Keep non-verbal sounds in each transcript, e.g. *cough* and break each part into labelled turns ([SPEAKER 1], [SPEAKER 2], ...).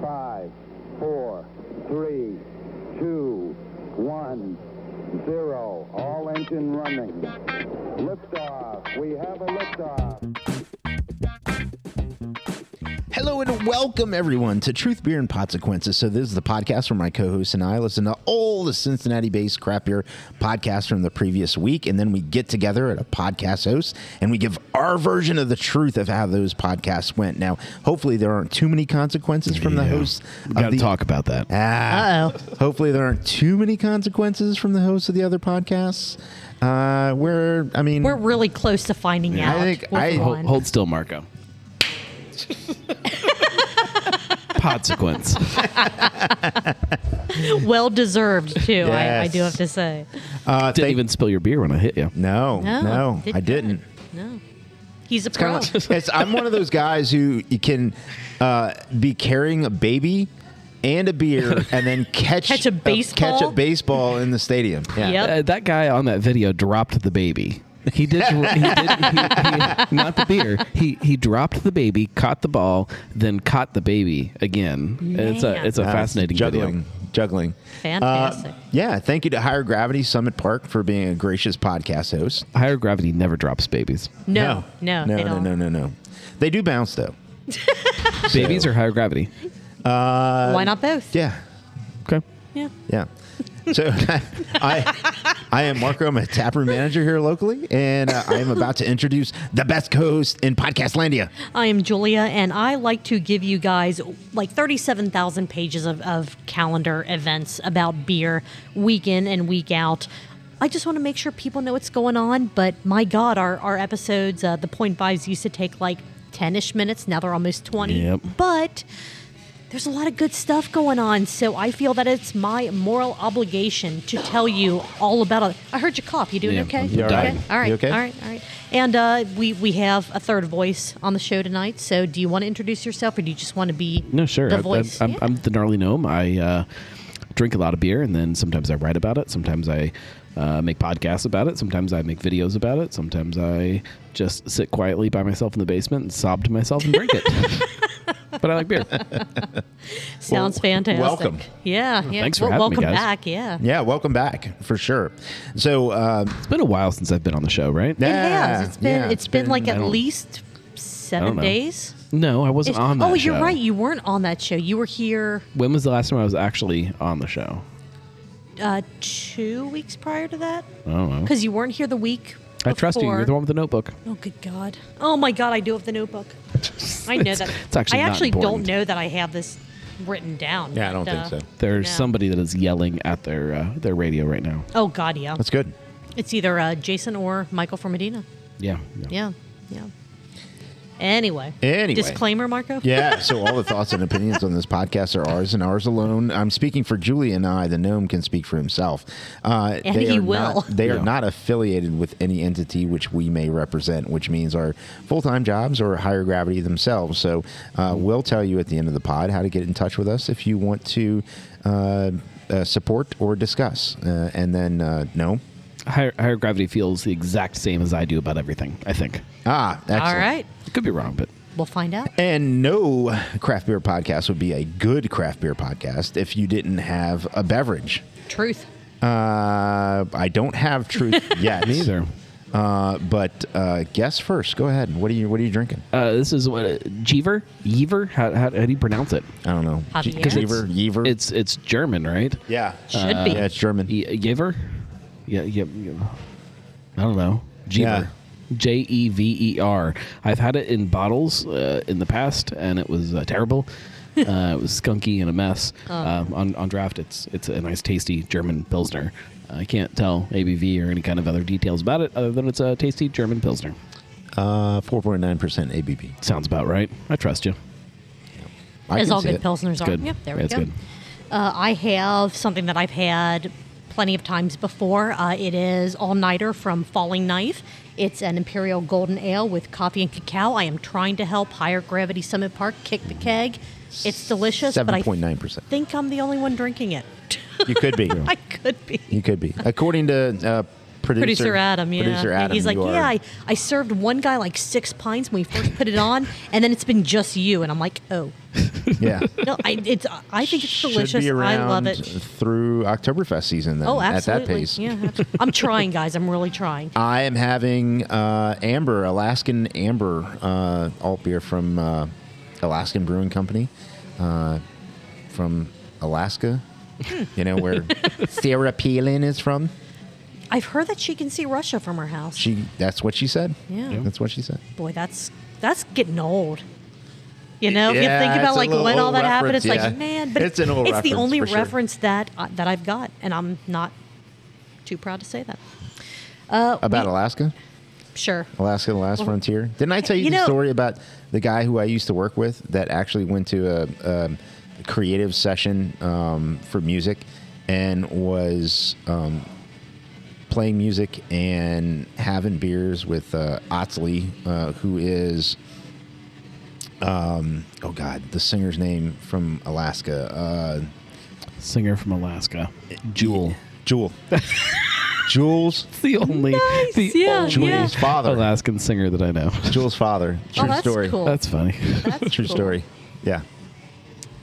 [SPEAKER 1] five, four, three, two, one, zero. All engine running. Liftoff. We have a liftoff.
[SPEAKER 2] Hello and welcome everyone to Truth Beer and Consequences. So this is the podcast where my co-host and I listen to all the Cincinnati-based craft beer podcasts from the previous week, and then we get together at a podcast host and we give our version of the truth of how those podcasts went. Now, hopefully there aren't too many consequences from the
[SPEAKER 3] Yeah.
[SPEAKER 2] hosts.
[SPEAKER 3] We
[SPEAKER 2] of
[SPEAKER 3] gotta
[SPEAKER 2] the-
[SPEAKER 3] talk about that.
[SPEAKER 2] Ah, hopefully there aren't too many consequences from the hosts of the other podcasts. Uh, where I mean,
[SPEAKER 4] We're really close to finding out.
[SPEAKER 2] I think
[SPEAKER 4] what's
[SPEAKER 2] I-
[SPEAKER 4] going
[SPEAKER 2] Hold-
[SPEAKER 3] Hold,
[SPEAKER 4] *gasps* on.
[SPEAKER 3] hold still, Marco. Consequence.
[SPEAKER 4] well deserved too. I, I do
[SPEAKER 2] Yes.
[SPEAKER 4] have to say.
[SPEAKER 2] uh,
[SPEAKER 3] Didn't
[SPEAKER 2] thank-
[SPEAKER 3] even spill your beer when I hit you.
[SPEAKER 2] no, no,
[SPEAKER 4] did
[SPEAKER 2] I
[SPEAKER 4] not.
[SPEAKER 2] didn't.
[SPEAKER 4] No, he's a
[SPEAKER 2] It's
[SPEAKER 4] pro.
[SPEAKER 2] kind of it's, I'm one of those guys who you can uh, be carrying a baby and a
[SPEAKER 3] *laughs*
[SPEAKER 2] beer and then catch
[SPEAKER 4] Catch a
[SPEAKER 2] catch a
[SPEAKER 4] baseball?
[SPEAKER 2] baseball in the
[SPEAKER 3] *laughs*
[SPEAKER 2] stadium. Yeah.
[SPEAKER 4] Yep.
[SPEAKER 3] Uh, that guy on that video dropped the baby. He did. he did he, he- not the beer. He he dropped the baby, caught the ball, then caught the baby again. It's a it's a
[SPEAKER 2] Uh,
[SPEAKER 3] fascinating
[SPEAKER 2] juggling,
[SPEAKER 3] video.
[SPEAKER 2] juggling.
[SPEAKER 4] Fantastic.
[SPEAKER 2] Uh, yeah, thank you to Higher Gravity Summit Park for being a gracious podcast host.
[SPEAKER 3] Higher gravity never drops babies.
[SPEAKER 4] no,
[SPEAKER 2] *laughs*
[SPEAKER 4] no,
[SPEAKER 2] no,
[SPEAKER 4] they
[SPEAKER 2] no,
[SPEAKER 4] don't.
[SPEAKER 2] no, no, no. They do bounce though.
[SPEAKER 3] Babies are higher gravity.
[SPEAKER 4] Why not both?
[SPEAKER 2] Yeah,
[SPEAKER 3] Okay.
[SPEAKER 4] Yeah.
[SPEAKER 2] yeah. So *laughs* I, I am Marco. I'm a taproom manager here locally, and uh, I am about to introduce the best host in Podcastlandia.
[SPEAKER 4] I am Julia, and I like to give you guys like 37,000 pages of, of calendar events about beer week in and week out. I just want to make sure people know what's going on, but my God, our, our episodes, uh, the point fives used to take like 10 ish minutes. Now they're almost 20.
[SPEAKER 3] Yep.
[SPEAKER 4] But there's a lot of good stuff going on, so I feel that it's my moral obligation to tell you all about it. I heard you cough. You doing
[SPEAKER 3] Yeah,
[SPEAKER 4] okay?
[SPEAKER 3] I'm You all right?
[SPEAKER 4] Okay. All right.
[SPEAKER 2] You okay?
[SPEAKER 4] All right. All right. And uh, we we have a third voice on the show tonight. So do you want to introduce yourself, or do you just want to be
[SPEAKER 3] No, sure.
[SPEAKER 4] the
[SPEAKER 3] I- I-
[SPEAKER 4] voice?
[SPEAKER 3] I'm,
[SPEAKER 4] Yeah.
[SPEAKER 3] I'm the gnarly gnome. I uh, drink a lot of beer, and then sometimes I write about it. Sometimes I uh, make podcasts about it. Sometimes I make videos about it. Sometimes I just sit quietly by myself in the basement and sob to myself and drink it. *laughs* but I like beer.
[SPEAKER 4] Sounds
[SPEAKER 2] Well,
[SPEAKER 4] fantastic.
[SPEAKER 2] welcome.
[SPEAKER 4] Yeah. yeah.
[SPEAKER 3] Thanks for
[SPEAKER 4] Well,
[SPEAKER 3] having me,
[SPEAKER 4] welcome
[SPEAKER 3] guys.
[SPEAKER 4] back. Yeah.
[SPEAKER 2] Yeah, welcome back for sure. So uh,
[SPEAKER 3] It's been a while since I've been on the show, right?
[SPEAKER 4] It
[SPEAKER 2] yeah,
[SPEAKER 4] has. It's been
[SPEAKER 2] yeah,
[SPEAKER 4] it's been, like
[SPEAKER 3] I
[SPEAKER 4] at
[SPEAKER 3] don't-
[SPEAKER 4] least seven
[SPEAKER 3] know.
[SPEAKER 4] days.
[SPEAKER 3] No, I wasn't
[SPEAKER 4] It's-
[SPEAKER 3] on that
[SPEAKER 4] oh, you're
[SPEAKER 3] show.
[SPEAKER 4] right. You weren't on that show. You were here
[SPEAKER 3] When was the last time I was actually on the show?
[SPEAKER 4] uh, two weeks prior to that
[SPEAKER 3] I don't know.
[SPEAKER 4] because you weren't here the week.
[SPEAKER 3] Uh-huh. I trust you. You're
[SPEAKER 4] before.
[SPEAKER 3] the one with the notebook.
[SPEAKER 4] Oh, good God. Oh, my God, I do have the notebook. *laughs* I know
[SPEAKER 2] *laughs*
[SPEAKER 3] It's-
[SPEAKER 4] that.
[SPEAKER 3] it's actually
[SPEAKER 4] I
[SPEAKER 3] not
[SPEAKER 4] actually don't
[SPEAKER 3] important.
[SPEAKER 4] know that I have this written down.
[SPEAKER 2] Yeah, I don't
[SPEAKER 4] but,
[SPEAKER 2] think
[SPEAKER 4] uh,
[SPEAKER 2] so.
[SPEAKER 3] There's
[SPEAKER 4] No.
[SPEAKER 3] somebody that is yelling at their uh, their radio right now.
[SPEAKER 4] Oh, God, yeah.
[SPEAKER 2] that's good.
[SPEAKER 4] It's either uh, Jason or Michael from Medina.
[SPEAKER 3] Yeah. no.
[SPEAKER 4] Yeah, yeah. Anyway.
[SPEAKER 2] Anyway.
[SPEAKER 4] Disclaimer, Marco?
[SPEAKER 2] Yeah, so all the thoughts and opinions on this podcast are ours and ours alone. I'm speaking for Julie and I. The gnome can speak for himself. Uh,
[SPEAKER 4] And
[SPEAKER 2] they
[SPEAKER 4] he
[SPEAKER 2] are not-
[SPEAKER 4] will.
[SPEAKER 2] they are
[SPEAKER 3] Yeah.
[SPEAKER 2] not affiliated with any entity which we may represent, which means our full time jobs or higher gravity themselves. So uh, we'll tell you at the end of the pod how to get in touch with us if you want to uh, uh, support or discuss. Uh, and then, uh, no.
[SPEAKER 3] Higher, higher gravity feels the exact same as I do about everything. I think.
[SPEAKER 2] Ah, excellent.
[SPEAKER 4] All right.
[SPEAKER 3] Could be wrong, but
[SPEAKER 4] We'll find out.
[SPEAKER 2] And no craft beer podcast would be a good craft beer podcast if you didn't have a beverage.
[SPEAKER 4] Truth.
[SPEAKER 2] Uh, I don't have
[SPEAKER 4] *laughs*
[SPEAKER 2] truth yet.
[SPEAKER 3] neither.
[SPEAKER 2] Uh, but uh, guess first. Go ahead. What are you What are you drinking?
[SPEAKER 3] Uh, this is what uh, Jeever, Yever. How, how, how do you pronounce it?
[SPEAKER 2] I don't know.
[SPEAKER 4] Javier?
[SPEAKER 2] G- Jever, Yever.
[SPEAKER 3] It's it's German, right?
[SPEAKER 2] yeah.
[SPEAKER 4] Should be.
[SPEAKER 2] yeah, it's German.
[SPEAKER 3] Ye- Yever. Yeah, yeah, yeah. I don't know.
[SPEAKER 2] Yeah.
[SPEAKER 3] Jeever. J e v e r. I've had it in bottles uh, in the past, and it was uh,
[SPEAKER 4] *laughs*
[SPEAKER 3] terrible. Uh, it was skunky and a mess.
[SPEAKER 4] Oh.
[SPEAKER 3] Um, on on draft, it's it's a nice, tasty German pilsner. Uh, I can't tell ABV or any kind of other details about it, other than it's a tasty German pilsner.
[SPEAKER 2] Uh, 4.9 percent ABV.
[SPEAKER 3] Sounds about right. I trust you.
[SPEAKER 2] I
[SPEAKER 4] as
[SPEAKER 2] can
[SPEAKER 4] all
[SPEAKER 2] see
[SPEAKER 4] good
[SPEAKER 2] it.
[SPEAKER 4] pilsners are.
[SPEAKER 3] good.
[SPEAKER 4] Yep, there we
[SPEAKER 3] That's
[SPEAKER 4] go.
[SPEAKER 3] good.
[SPEAKER 4] Uh, I have something that I've had plenty of times before. Uh, it is All Nighter from Falling Knife. It's an Imperial Golden Ale with coffee and cacao. I am trying to help Higher Gravity Summit Park kick the keg. It's delicious, but I
[SPEAKER 2] 7.9%.
[SPEAKER 4] think I'm the only one drinking it. *laughs*
[SPEAKER 2] You could be.
[SPEAKER 4] I could be.
[SPEAKER 2] you could be. According to uh, producer,
[SPEAKER 4] Producer Adam, yeah.
[SPEAKER 2] Producer
[SPEAKER 4] Yeah,
[SPEAKER 2] Adam,
[SPEAKER 4] He's like,
[SPEAKER 2] you are-
[SPEAKER 4] yeah, I, I served one guy like six pints when we first put it on, and then it's been just you. And I'm like, oh,
[SPEAKER 2] Yeah.
[SPEAKER 4] *laughs* No, I, it's. I think it's delicious.
[SPEAKER 2] Should be
[SPEAKER 4] I
[SPEAKER 2] around
[SPEAKER 4] love it.
[SPEAKER 2] through Oktoberfest season then
[SPEAKER 4] Oh,
[SPEAKER 2] at
[SPEAKER 4] absolutely.
[SPEAKER 2] that pace. *laughs*
[SPEAKER 4] Yeah, abso- I'm trying, guys. I'm really trying.
[SPEAKER 2] I am having uh, amber, Alaskan amber uh, alt beer from uh, Alaskan Brewing Company uh, from Alaska.
[SPEAKER 4] Hmm.
[SPEAKER 2] you know
[SPEAKER 4] *laughs*
[SPEAKER 2] where Sarah Palin is from?
[SPEAKER 4] I've heard that she can see Russia from her house.
[SPEAKER 2] She that's what she said.
[SPEAKER 4] Yeah. Yeah.
[SPEAKER 2] That's what she said.
[SPEAKER 4] Boy, that's that's getting old. You know, if
[SPEAKER 2] Yeah,
[SPEAKER 4] you think
[SPEAKER 2] it's
[SPEAKER 4] about
[SPEAKER 2] a
[SPEAKER 4] like
[SPEAKER 2] little
[SPEAKER 4] when all
[SPEAKER 2] old
[SPEAKER 4] that happened,
[SPEAKER 2] reference,
[SPEAKER 4] it's
[SPEAKER 2] yeah.
[SPEAKER 4] like man, but
[SPEAKER 2] It's an old
[SPEAKER 4] the
[SPEAKER 2] reference,
[SPEAKER 4] only
[SPEAKER 2] for sure.
[SPEAKER 4] reference that uh, that I've got, and I'm not too proud to say that. Uh,
[SPEAKER 2] About
[SPEAKER 4] we-
[SPEAKER 2] Alaska?
[SPEAKER 4] sure.
[SPEAKER 2] Alaska, the last frontier. Didn't I tell you,
[SPEAKER 4] you
[SPEAKER 2] the
[SPEAKER 4] know-
[SPEAKER 2] story about the guy who I used to work with that actually went to a, um creative session um, for music and was um, playing music and having beers with uh, Otsley, uh, who is, um, oh God, the singer's name from Alaska. Uh,
[SPEAKER 3] Singer from Alaska, Jewel.
[SPEAKER 4] *laughs*
[SPEAKER 2] Jewel. Jules.
[SPEAKER 3] It's *laughs* the only, the
[SPEAKER 4] yeah,
[SPEAKER 3] only
[SPEAKER 4] yeah.
[SPEAKER 2] Jules' father.
[SPEAKER 3] Alaskan singer that I know.
[SPEAKER 2] Jules' father. True
[SPEAKER 4] oh, that's
[SPEAKER 2] story. *laughs*
[SPEAKER 4] cool.
[SPEAKER 3] That's funny.
[SPEAKER 4] That's
[SPEAKER 2] True
[SPEAKER 4] cool.
[SPEAKER 2] story. Yeah.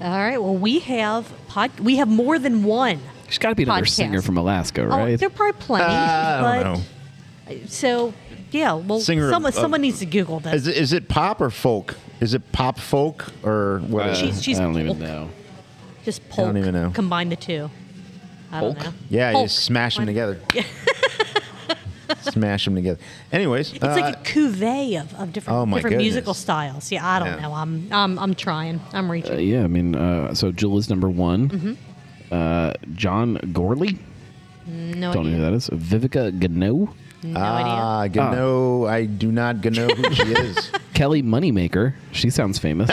[SPEAKER 4] All right. Well, we have pod. We have more than one.
[SPEAKER 3] There's got to be another
[SPEAKER 4] Podcast.
[SPEAKER 3] singer from Alaska,
[SPEAKER 4] Oh,
[SPEAKER 3] right?
[SPEAKER 4] there are probably plenty.
[SPEAKER 2] Ah, I
[SPEAKER 4] but
[SPEAKER 2] don't know.
[SPEAKER 4] So yeah, well,
[SPEAKER 2] Singer of-
[SPEAKER 4] someone
[SPEAKER 2] of-
[SPEAKER 4] someone needs to Google this.
[SPEAKER 2] Is it, is it pop or folk? Is it pop folk or what?
[SPEAKER 3] Uh,
[SPEAKER 2] is it?
[SPEAKER 4] She's- she's
[SPEAKER 3] I don't
[SPEAKER 4] Polk.
[SPEAKER 3] even know.
[SPEAKER 4] Just
[SPEAKER 2] I
[SPEAKER 4] polk.
[SPEAKER 2] don't even know.
[SPEAKER 4] Combine the two. I don't
[SPEAKER 3] Polk?
[SPEAKER 4] know.
[SPEAKER 2] yeah, you
[SPEAKER 4] Polk.
[SPEAKER 2] just smash them
[SPEAKER 4] Why- *laughs*
[SPEAKER 2] together. smash them together. Anyways, uh,
[SPEAKER 4] It's like a cuvee of, of different,
[SPEAKER 2] oh my
[SPEAKER 4] different musical
[SPEAKER 2] goodness.
[SPEAKER 4] styles. Yeah, I don't
[SPEAKER 2] Yeah.
[SPEAKER 4] know. I'm, I'm I'm trying. I'm reaching.
[SPEAKER 3] Uh, yeah, I mean, uh, so Jewel is number one.
[SPEAKER 4] Mm-hmm.
[SPEAKER 3] Uh, John Gorley.
[SPEAKER 4] no
[SPEAKER 3] Uh, Don't know who
[SPEAKER 4] idea.
[SPEAKER 3] that is. Vivica Gano.
[SPEAKER 4] No idea.
[SPEAKER 2] ah, good
[SPEAKER 3] Ah.
[SPEAKER 2] no, I do not g- know who she
[SPEAKER 4] *laughs*
[SPEAKER 2] is.
[SPEAKER 3] Kelly Moneymaker. She sounds famous.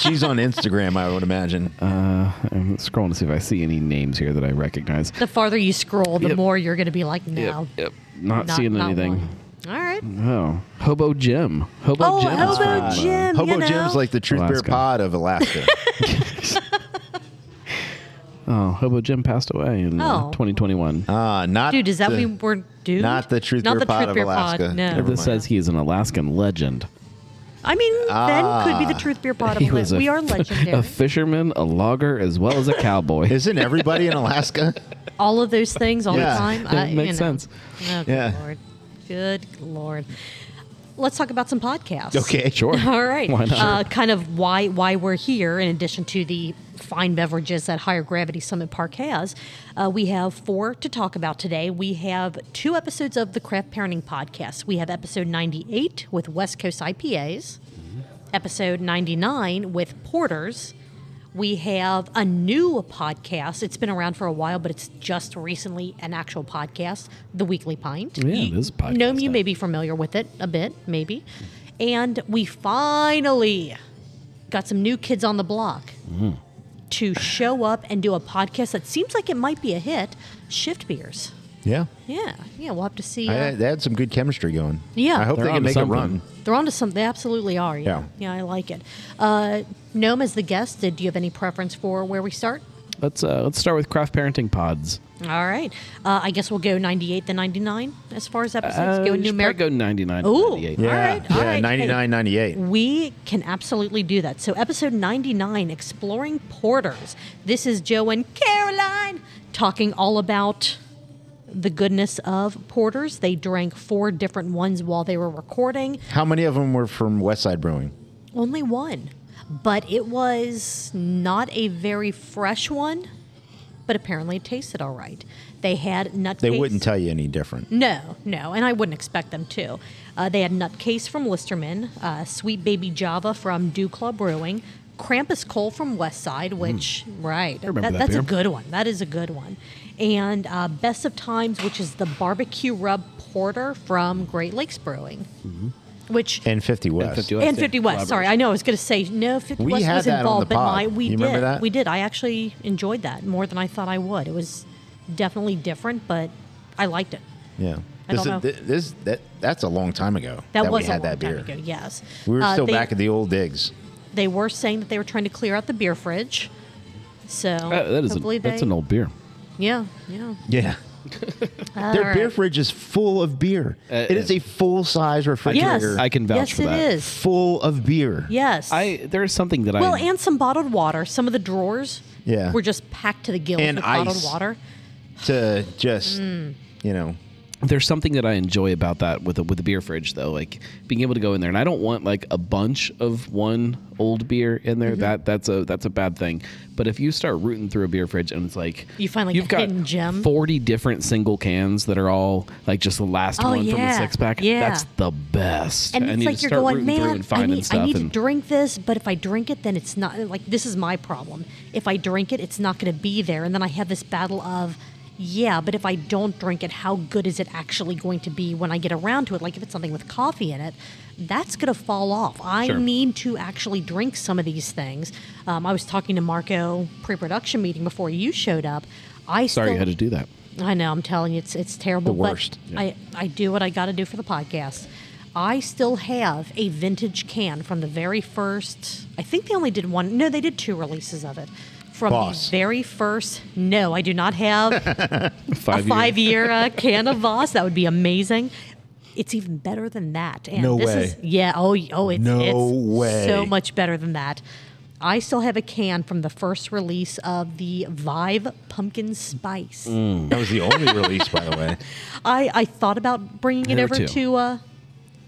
[SPEAKER 2] She's on Instagram, I would imagine.
[SPEAKER 3] Uh, I'm scrolling to see if I see any names here that I recognize.
[SPEAKER 4] The farther you scroll, the
[SPEAKER 3] Yep.
[SPEAKER 4] more you're going to be like, no,
[SPEAKER 3] Not,
[SPEAKER 4] not,
[SPEAKER 3] seeing
[SPEAKER 4] not
[SPEAKER 3] anything.
[SPEAKER 4] one. All right.
[SPEAKER 3] Oh, Hobo Jim. Hobo
[SPEAKER 4] Oh,
[SPEAKER 3] Jim. is
[SPEAKER 4] Hobo
[SPEAKER 3] from, uh,
[SPEAKER 4] Jim.
[SPEAKER 2] Hobo
[SPEAKER 4] you know?
[SPEAKER 2] Jim's like the Truth
[SPEAKER 3] Alaska.
[SPEAKER 2] Beer Pod of
[SPEAKER 4] *laughs*
[SPEAKER 2] Alaska.
[SPEAKER 3] oh, Hobo Jim passed away in uh,
[SPEAKER 4] Oh.
[SPEAKER 3] 2021.
[SPEAKER 2] Ah, not
[SPEAKER 4] dude, does that
[SPEAKER 2] the-
[SPEAKER 4] mean we're doomed?
[SPEAKER 2] not the Truth
[SPEAKER 4] not
[SPEAKER 2] Beer
[SPEAKER 4] the
[SPEAKER 2] Pod
[SPEAKER 4] Truth
[SPEAKER 2] of
[SPEAKER 4] Beer
[SPEAKER 2] Alaska.
[SPEAKER 4] Pod. No.
[SPEAKER 2] Never
[SPEAKER 3] this says he is an Alaskan legend.
[SPEAKER 4] I mean, then could be
[SPEAKER 2] Ah.
[SPEAKER 4] the Truth Beer
[SPEAKER 3] *laughs*
[SPEAKER 4] Pod.
[SPEAKER 3] He
[SPEAKER 4] Of
[SPEAKER 3] was a,
[SPEAKER 4] Alaska. We are
[SPEAKER 3] a
[SPEAKER 4] legendary.
[SPEAKER 3] fisherman, a logger, as well as a cowboy.
[SPEAKER 2] Isn't everybody
[SPEAKER 4] *laughs*
[SPEAKER 2] in Alaska?
[SPEAKER 4] all of those things all
[SPEAKER 2] Yeah.
[SPEAKER 4] the time.
[SPEAKER 3] It
[SPEAKER 4] you
[SPEAKER 3] makes
[SPEAKER 4] know.
[SPEAKER 3] sense.
[SPEAKER 4] Oh, good
[SPEAKER 2] Yeah.
[SPEAKER 4] lord. Good lord. Let's talk about some podcasts.
[SPEAKER 2] *laughs* Okay,
[SPEAKER 3] Sure.
[SPEAKER 4] *laughs* All right.
[SPEAKER 3] Why not?
[SPEAKER 4] Uh, kind of why why we're here. In addition to the fine beverages that Higher Gravity Summit Park has, uh, we have four to talk about today. We have two episodes of the Craft Parenting Podcast. We have episode ninety eight with West Coast IPAs, episode ninety nine with Porters. We have a new podcast. It's been around for a while, but it's just recently an actual podcast, The Weekly Pint.
[SPEAKER 3] Yeah,
[SPEAKER 4] You-
[SPEAKER 3] it is podcast
[SPEAKER 4] Noam, you may
[SPEAKER 3] night.
[SPEAKER 4] be familiar with it a bit, maybe. And we finally got some new kids on the block
[SPEAKER 3] Mm-hmm.
[SPEAKER 4] to show up and do a podcast that seems like it might be a hit Shift Beers.
[SPEAKER 2] Yeah.
[SPEAKER 4] Yeah, yeah, we'll have to see.
[SPEAKER 2] I,
[SPEAKER 4] uh,
[SPEAKER 2] they had some good chemistry going.
[SPEAKER 4] Yeah.
[SPEAKER 2] I hope
[SPEAKER 3] They're
[SPEAKER 2] they can
[SPEAKER 3] onto
[SPEAKER 2] make
[SPEAKER 3] something.
[SPEAKER 2] it run.
[SPEAKER 4] They're onto some. They absolutely are. Yeah. Yeah, I like it. Uh, Noam, as the guest, did you have any preference for where we start?
[SPEAKER 3] Let's uh, let's start with craft parenting pods.
[SPEAKER 4] All right. Uh, I guess we'll go 98 to 99 as far as episodes
[SPEAKER 3] Uh,
[SPEAKER 4] go.
[SPEAKER 3] you should probably
[SPEAKER 4] Numeric.
[SPEAKER 3] go 99.
[SPEAKER 4] Ooh.
[SPEAKER 3] 98.
[SPEAKER 4] Yeah.
[SPEAKER 2] Yeah,
[SPEAKER 4] All right, all
[SPEAKER 2] yeah,
[SPEAKER 4] right, hey.
[SPEAKER 2] 99, 98.
[SPEAKER 4] we can absolutely do that. So, episode 99, Exploring Porters. This is Joe and Caroline talking all about the goodness of porters. They drank four different ones while they were recording,
[SPEAKER 2] How many of them were from West Side Brewing?
[SPEAKER 4] only one. But it was not a very fresh one, but apparently it tasted all right. They had nut
[SPEAKER 2] They
[SPEAKER 4] case-
[SPEAKER 2] wouldn't tell you any different.
[SPEAKER 4] No, no, and I wouldn't expect them to. Uh, they had Nutcase from Listerman, uh, Sweet Baby Java from Dew Club Brewing, Krampus Cole from Westside, which, right,
[SPEAKER 3] Hmm. remember that
[SPEAKER 4] that's
[SPEAKER 3] beer.
[SPEAKER 4] a good one. That is a good one. And uh, Best of Times, which is the barbecue rub porter from Great Lakes Brewing,
[SPEAKER 3] Mm-hmm.
[SPEAKER 4] which.
[SPEAKER 2] And 50 West.
[SPEAKER 3] 50 West.
[SPEAKER 4] and 50 West. Sorry, I know I was going to say no. 50
[SPEAKER 2] We
[SPEAKER 4] West
[SPEAKER 2] had
[SPEAKER 4] was
[SPEAKER 2] that on the
[SPEAKER 4] involved, but
[SPEAKER 2] pod.
[SPEAKER 4] my we
[SPEAKER 2] You
[SPEAKER 4] did.
[SPEAKER 2] remember that?
[SPEAKER 4] We did. I actually enjoyed that more than I thought I would. It was definitely different, but I liked it.
[SPEAKER 2] Yeah.
[SPEAKER 4] I
[SPEAKER 2] This,
[SPEAKER 4] don't know.
[SPEAKER 2] is- thi- this- that, that's a long time ago
[SPEAKER 4] That,
[SPEAKER 2] we
[SPEAKER 4] was
[SPEAKER 2] had
[SPEAKER 4] a long
[SPEAKER 2] that beer.
[SPEAKER 4] time ago. Yes,
[SPEAKER 2] We were
[SPEAKER 4] Uh,
[SPEAKER 2] still
[SPEAKER 4] they,
[SPEAKER 2] back at the old digs.
[SPEAKER 4] They were saying that they were trying to clear out the beer fridge, so
[SPEAKER 3] Uh, that is a,
[SPEAKER 4] hopefully
[SPEAKER 3] that's
[SPEAKER 4] they-
[SPEAKER 3] an old beer.
[SPEAKER 4] Yeah, yeah.
[SPEAKER 2] *laughs* Yeah. Their
[SPEAKER 4] All right.
[SPEAKER 2] beer fridge is full of beer. it is a full size
[SPEAKER 4] Yes.
[SPEAKER 2] refrigerator
[SPEAKER 3] I can vouch
[SPEAKER 4] yes,
[SPEAKER 3] for that.
[SPEAKER 4] it is.
[SPEAKER 2] full of beer.
[SPEAKER 4] Yes.
[SPEAKER 3] I there is something that
[SPEAKER 4] well,
[SPEAKER 3] I
[SPEAKER 4] and some bottled water. Some of the drawers
[SPEAKER 2] Yeah.
[SPEAKER 4] were just packed to the gills
[SPEAKER 2] And
[SPEAKER 4] with bottled
[SPEAKER 2] ice.
[SPEAKER 4] water.
[SPEAKER 2] To just,
[SPEAKER 4] Mm.
[SPEAKER 2] you know,
[SPEAKER 3] there's something that I enjoy about that with a, with a beer fridge though, like being able to go in there. And I don't want like a bunch of one old beer in
[SPEAKER 4] Mm-hmm.
[SPEAKER 3] there. That that's a that's a bad thing. But if you start rooting through a beer fridge and it's like
[SPEAKER 4] You find, like,
[SPEAKER 3] you've
[SPEAKER 4] a
[SPEAKER 3] got
[SPEAKER 4] hidden gem.
[SPEAKER 3] forty different single cans that are all like just the last
[SPEAKER 4] Oh,
[SPEAKER 3] one from the
[SPEAKER 4] yeah.
[SPEAKER 3] six pack.
[SPEAKER 4] Yeah.
[SPEAKER 3] that's the best.
[SPEAKER 4] And
[SPEAKER 3] I
[SPEAKER 4] it's
[SPEAKER 3] need
[SPEAKER 4] like
[SPEAKER 3] to
[SPEAKER 4] you're
[SPEAKER 3] start
[SPEAKER 4] going,
[SPEAKER 3] rooting through
[SPEAKER 4] man,
[SPEAKER 3] and
[SPEAKER 4] I
[SPEAKER 3] finding
[SPEAKER 4] need,
[SPEAKER 3] stuff
[SPEAKER 4] I need to
[SPEAKER 3] and
[SPEAKER 4] drink this, but if I drink it, then it's not like this is my problem. If I drink it, it's not going to be there. And then I have this battle of, yeah, but if I don't drink it, how good is it actually going to be when I get around to it? Like if it's something with coffee in it, that's going to fall off. I
[SPEAKER 3] Sure.
[SPEAKER 4] need to actually drink some of these things. Um, I was talking to Marco pre production meeting before you showed up. I
[SPEAKER 3] sorry
[SPEAKER 4] still,
[SPEAKER 3] you had to do that.
[SPEAKER 4] I know. I'm telling you, it's it's terrible.
[SPEAKER 2] The worst.
[SPEAKER 4] But I I do what I got to do for the podcast. I still have a vintage can from the very first. I think they only did one. No, they did two releases of it. From
[SPEAKER 2] Boss.
[SPEAKER 4] the very first. No, I do not
[SPEAKER 2] *laughs*
[SPEAKER 4] have
[SPEAKER 3] Five,
[SPEAKER 4] a five year uh, can of Voss. That would be amazing. It's even better than that. And
[SPEAKER 2] No
[SPEAKER 4] this
[SPEAKER 2] way.
[SPEAKER 4] Is, yeah. Oh, y- oh, it's,
[SPEAKER 2] No
[SPEAKER 4] it's
[SPEAKER 2] way.
[SPEAKER 4] so much better than that. I still have a can from the first release of the Vive Pumpkin Spice.
[SPEAKER 2] that was the only release, by the way.
[SPEAKER 4] I, I thought about bringing it
[SPEAKER 3] There
[SPEAKER 4] over
[SPEAKER 3] were two.
[SPEAKER 4] to. Uh,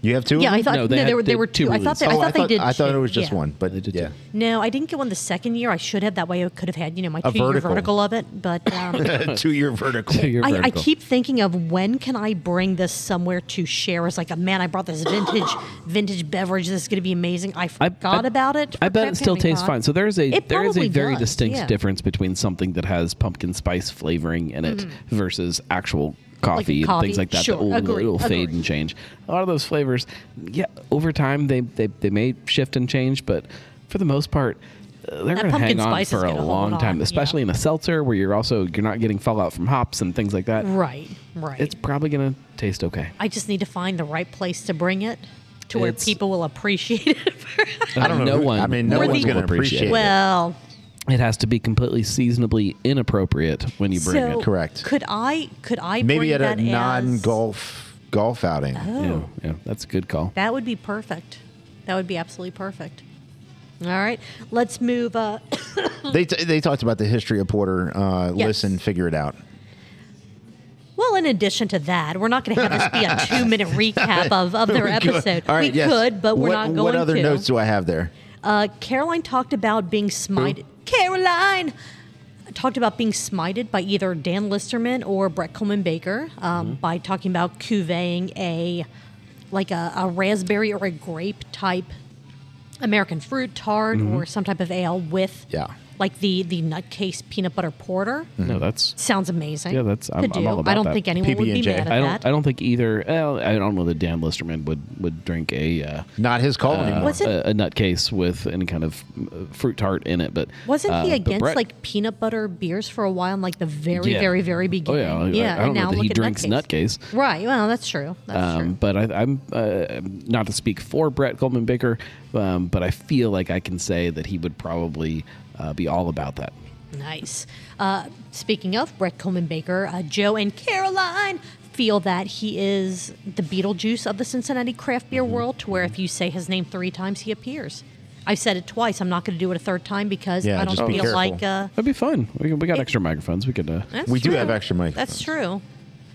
[SPEAKER 2] You have two?
[SPEAKER 4] yeah,
[SPEAKER 2] of
[SPEAKER 4] I
[SPEAKER 2] them?
[SPEAKER 4] thought
[SPEAKER 3] Mm-hmm. No,
[SPEAKER 4] no,
[SPEAKER 3] they had-
[SPEAKER 4] there were
[SPEAKER 3] they
[SPEAKER 4] there were
[SPEAKER 3] had two
[SPEAKER 4] two. I
[SPEAKER 3] releases.
[SPEAKER 4] thought that, I
[SPEAKER 2] Oh,
[SPEAKER 4] thought they did.
[SPEAKER 2] I thought
[SPEAKER 4] two.
[SPEAKER 2] it was just
[SPEAKER 4] Yeah.
[SPEAKER 2] one, but
[SPEAKER 3] did
[SPEAKER 2] yeah.
[SPEAKER 3] two.
[SPEAKER 4] No, I didn't get one the second year. I should have. That way, I could have had you know my
[SPEAKER 2] A
[SPEAKER 4] two year
[SPEAKER 2] vertical.
[SPEAKER 4] vertical of it.
[SPEAKER 3] *laughs*
[SPEAKER 4] But um,
[SPEAKER 2] two *laughs* year vertical.
[SPEAKER 3] You're
[SPEAKER 4] I, I
[SPEAKER 3] vertical.
[SPEAKER 4] keep thinking of when can I bring this somewhere to share? It's like, oh, man, I brought this
[SPEAKER 3] *gasps*
[SPEAKER 4] vintage vintage beverage. This is going to be amazing. I forgot
[SPEAKER 3] I-
[SPEAKER 4] about it.
[SPEAKER 3] I
[SPEAKER 4] for
[SPEAKER 3] bet it still
[SPEAKER 4] Cramponic
[SPEAKER 3] tastes
[SPEAKER 4] Con.
[SPEAKER 3] fine. So there's a
[SPEAKER 4] It
[SPEAKER 3] there is a
[SPEAKER 4] probably
[SPEAKER 3] very
[SPEAKER 4] does,
[SPEAKER 3] distinct
[SPEAKER 4] yeah.
[SPEAKER 3] difference between something that has pumpkin spice flavoring in it versus actual coffee, and
[SPEAKER 4] Mm-hmm. coffee?
[SPEAKER 3] things like that
[SPEAKER 4] Sure,
[SPEAKER 3] that will,
[SPEAKER 4] agree,
[SPEAKER 3] will fade
[SPEAKER 4] agree.
[SPEAKER 3] and change. A lot of those flavors, yeah, over time they they, they may shift and change, but for the most part. uh, They're going to
[SPEAKER 4] pumpkin
[SPEAKER 3] hang on
[SPEAKER 4] spice is
[SPEAKER 3] for a
[SPEAKER 4] gonna hold
[SPEAKER 3] long
[SPEAKER 4] on,
[SPEAKER 3] time,
[SPEAKER 4] yeah.
[SPEAKER 3] especially in a seltzer where you're also you're not getting fallout from hops and things like that.
[SPEAKER 4] Right, right.
[SPEAKER 3] It's probably going to taste okay.
[SPEAKER 4] I just need to find the right place to bring it to where
[SPEAKER 3] It's-
[SPEAKER 4] people will appreciate it. *laughs*
[SPEAKER 2] I don't know.
[SPEAKER 3] No
[SPEAKER 2] who-
[SPEAKER 3] one-
[SPEAKER 2] I mean, no
[SPEAKER 4] Well,
[SPEAKER 2] one's
[SPEAKER 4] the-
[SPEAKER 2] going to appreciate it.
[SPEAKER 4] well,
[SPEAKER 3] It has to be completely seasonably inappropriate when you bring
[SPEAKER 4] so
[SPEAKER 3] it.
[SPEAKER 2] Correct.
[SPEAKER 4] Could I? Could I?
[SPEAKER 2] Maybe
[SPEAKER 4] bring
[SPEAKER 2] at a
[SPEAKER 4] that Oh. as-
[SPEAKER 2] non golf golf outing.
[SPEAKER 3] Yeah, yeah, that's a good call.
[SPEAKER 4] That would be perfect. That would be absolutely perfect. All right, let's move. Uh, *coughs*
[SPEAKER 2] They, t- they talked about the history of Porter. Uh,
[SPEAKER 4] Yes.
[SPEAKER 2] Listen, figure it out.
[SPEAKER 4] well, in addition to that, we're not going to have this
[SPEAKER 2] *laughs*
[SPEAKER 4] be a two-minute recap of, of *laughs* their episode.
[SPEAKER 2] All right,
[SPEAKER 4] we
[SPEAKER 2] yes.
[SPEAKER 4] could, but we're
[SPEAKER 2] What-
[SPEAKER 4] not going
[SPEAKER 2] What other
[SPEAKER 4] to.
[SPEAKER 2] notes do I have there?
[SPEAKER 4] Uh, Caroline talked about being smited. Caroline talked about being smited by either Dan Listerman or Brett Coleman Baker um,
[SPEAKER 3] Mm-hmm.
[SPEAKER 4] by talking about cuveying a like a, a raspberry or a grape type American fruit tart
[SPEAKER 3] Mm-hmm.
[SPEAKER 4] or some type of ale with
[SPEAKER 2] Yeah.
[SPEAKER 4] like the the nutcase peanut butter porter.
[SPEAKER 3] No, that's
[SPEAKER 4] Sounds amazing.
[SPEAKER 3] Mm. Yeah, that's- I'm-
[SPEAKER 4] Could
[SPEAKER 3] I'm
[SPEAKER 4] do.
[SPEAKER 3] all about
[SPEAKER 4] I don't
[SPEAKER 3] that.
[SPEAKER 4] think anyone would be
[SPEAKER 2] PB&J.
[SPEAKER 4] mad at
[SPEAKER 3] I
[SPEAKER 4] that.
[SPEAKER 3] don't. I don't think either. Well, I don't know that Dan Listerman would would drink a uh,
[SPEAKER 2] Not his call anymore.
[SPEAKER 4] What's it-
[SPEAKER 3] a, a nutcase with any kind of uh, fruit tart in it. But
[SPEAKER 4] Wasn't
[SPEAKER 3] uh,
[SPEAKER 4] he
[SPEAKER 3] but
[SPEAKER 4] against
[SPEAKER 3] Brett-
[SPEAKER 4] like peanut butter beers for a while, in, like the very,
[SPEAKER 3] Yeah.
[SPEAKER 4] very, very
[SPEAKER 3] Oh
[SPEAKER 4] beginning?
[SPEAKER 3] yeah, I- I, I don't
[SPEAKER 4] and
[SPEAKER 3] know
[SPEAKER 4] now
[SPEAKER 3] that
[SPEAKER 4] look
[SPEAKER 3] he
[SPEAKER 4] at
[SPEAKER 3] drinks nutcase.
[SPEAKER 4] Right. Well, that's true. That's
[SPEAKER 3] Um,
[SPEAKER 4] true.
[SPEAKER 3] but I, I'm uh, not to speak for Brett Goldman Baker, um, but I feel like I can say that he would probably uh, be all about that.
[SPEAKER 4] Nice. Uh, speaking of Brett Coleman Baker, uh, Joe and Caroline feel that he is the Beetlejuice of the Cincinnati craft
[SPEAKER 2] Mm-hmm.
[SPEAKER 4] beer world, to where if you say his name three times, he appears. I've said it twice. I'm not going to do it a third time because
[SPEAKER 2] Yeah,
[SPEAKER 4] I don't
[SPEAKER 2] just be
[SPEAKER 4] feel
[SPEAKER 2] careful.
[SPEAKER 4] like. Uh,
[SPEAKER 3] That'd be fun. We, we got extra microphones. We could. Uh,
[SPEAKER 4] that's
[SPEAKER 2] We do
[SPEAKER 4] true.
[SPEAKER 2] have extra
[SPEAKER 4] That's
[SPEAKER 2] microphones.
[SPEAKER 4] true.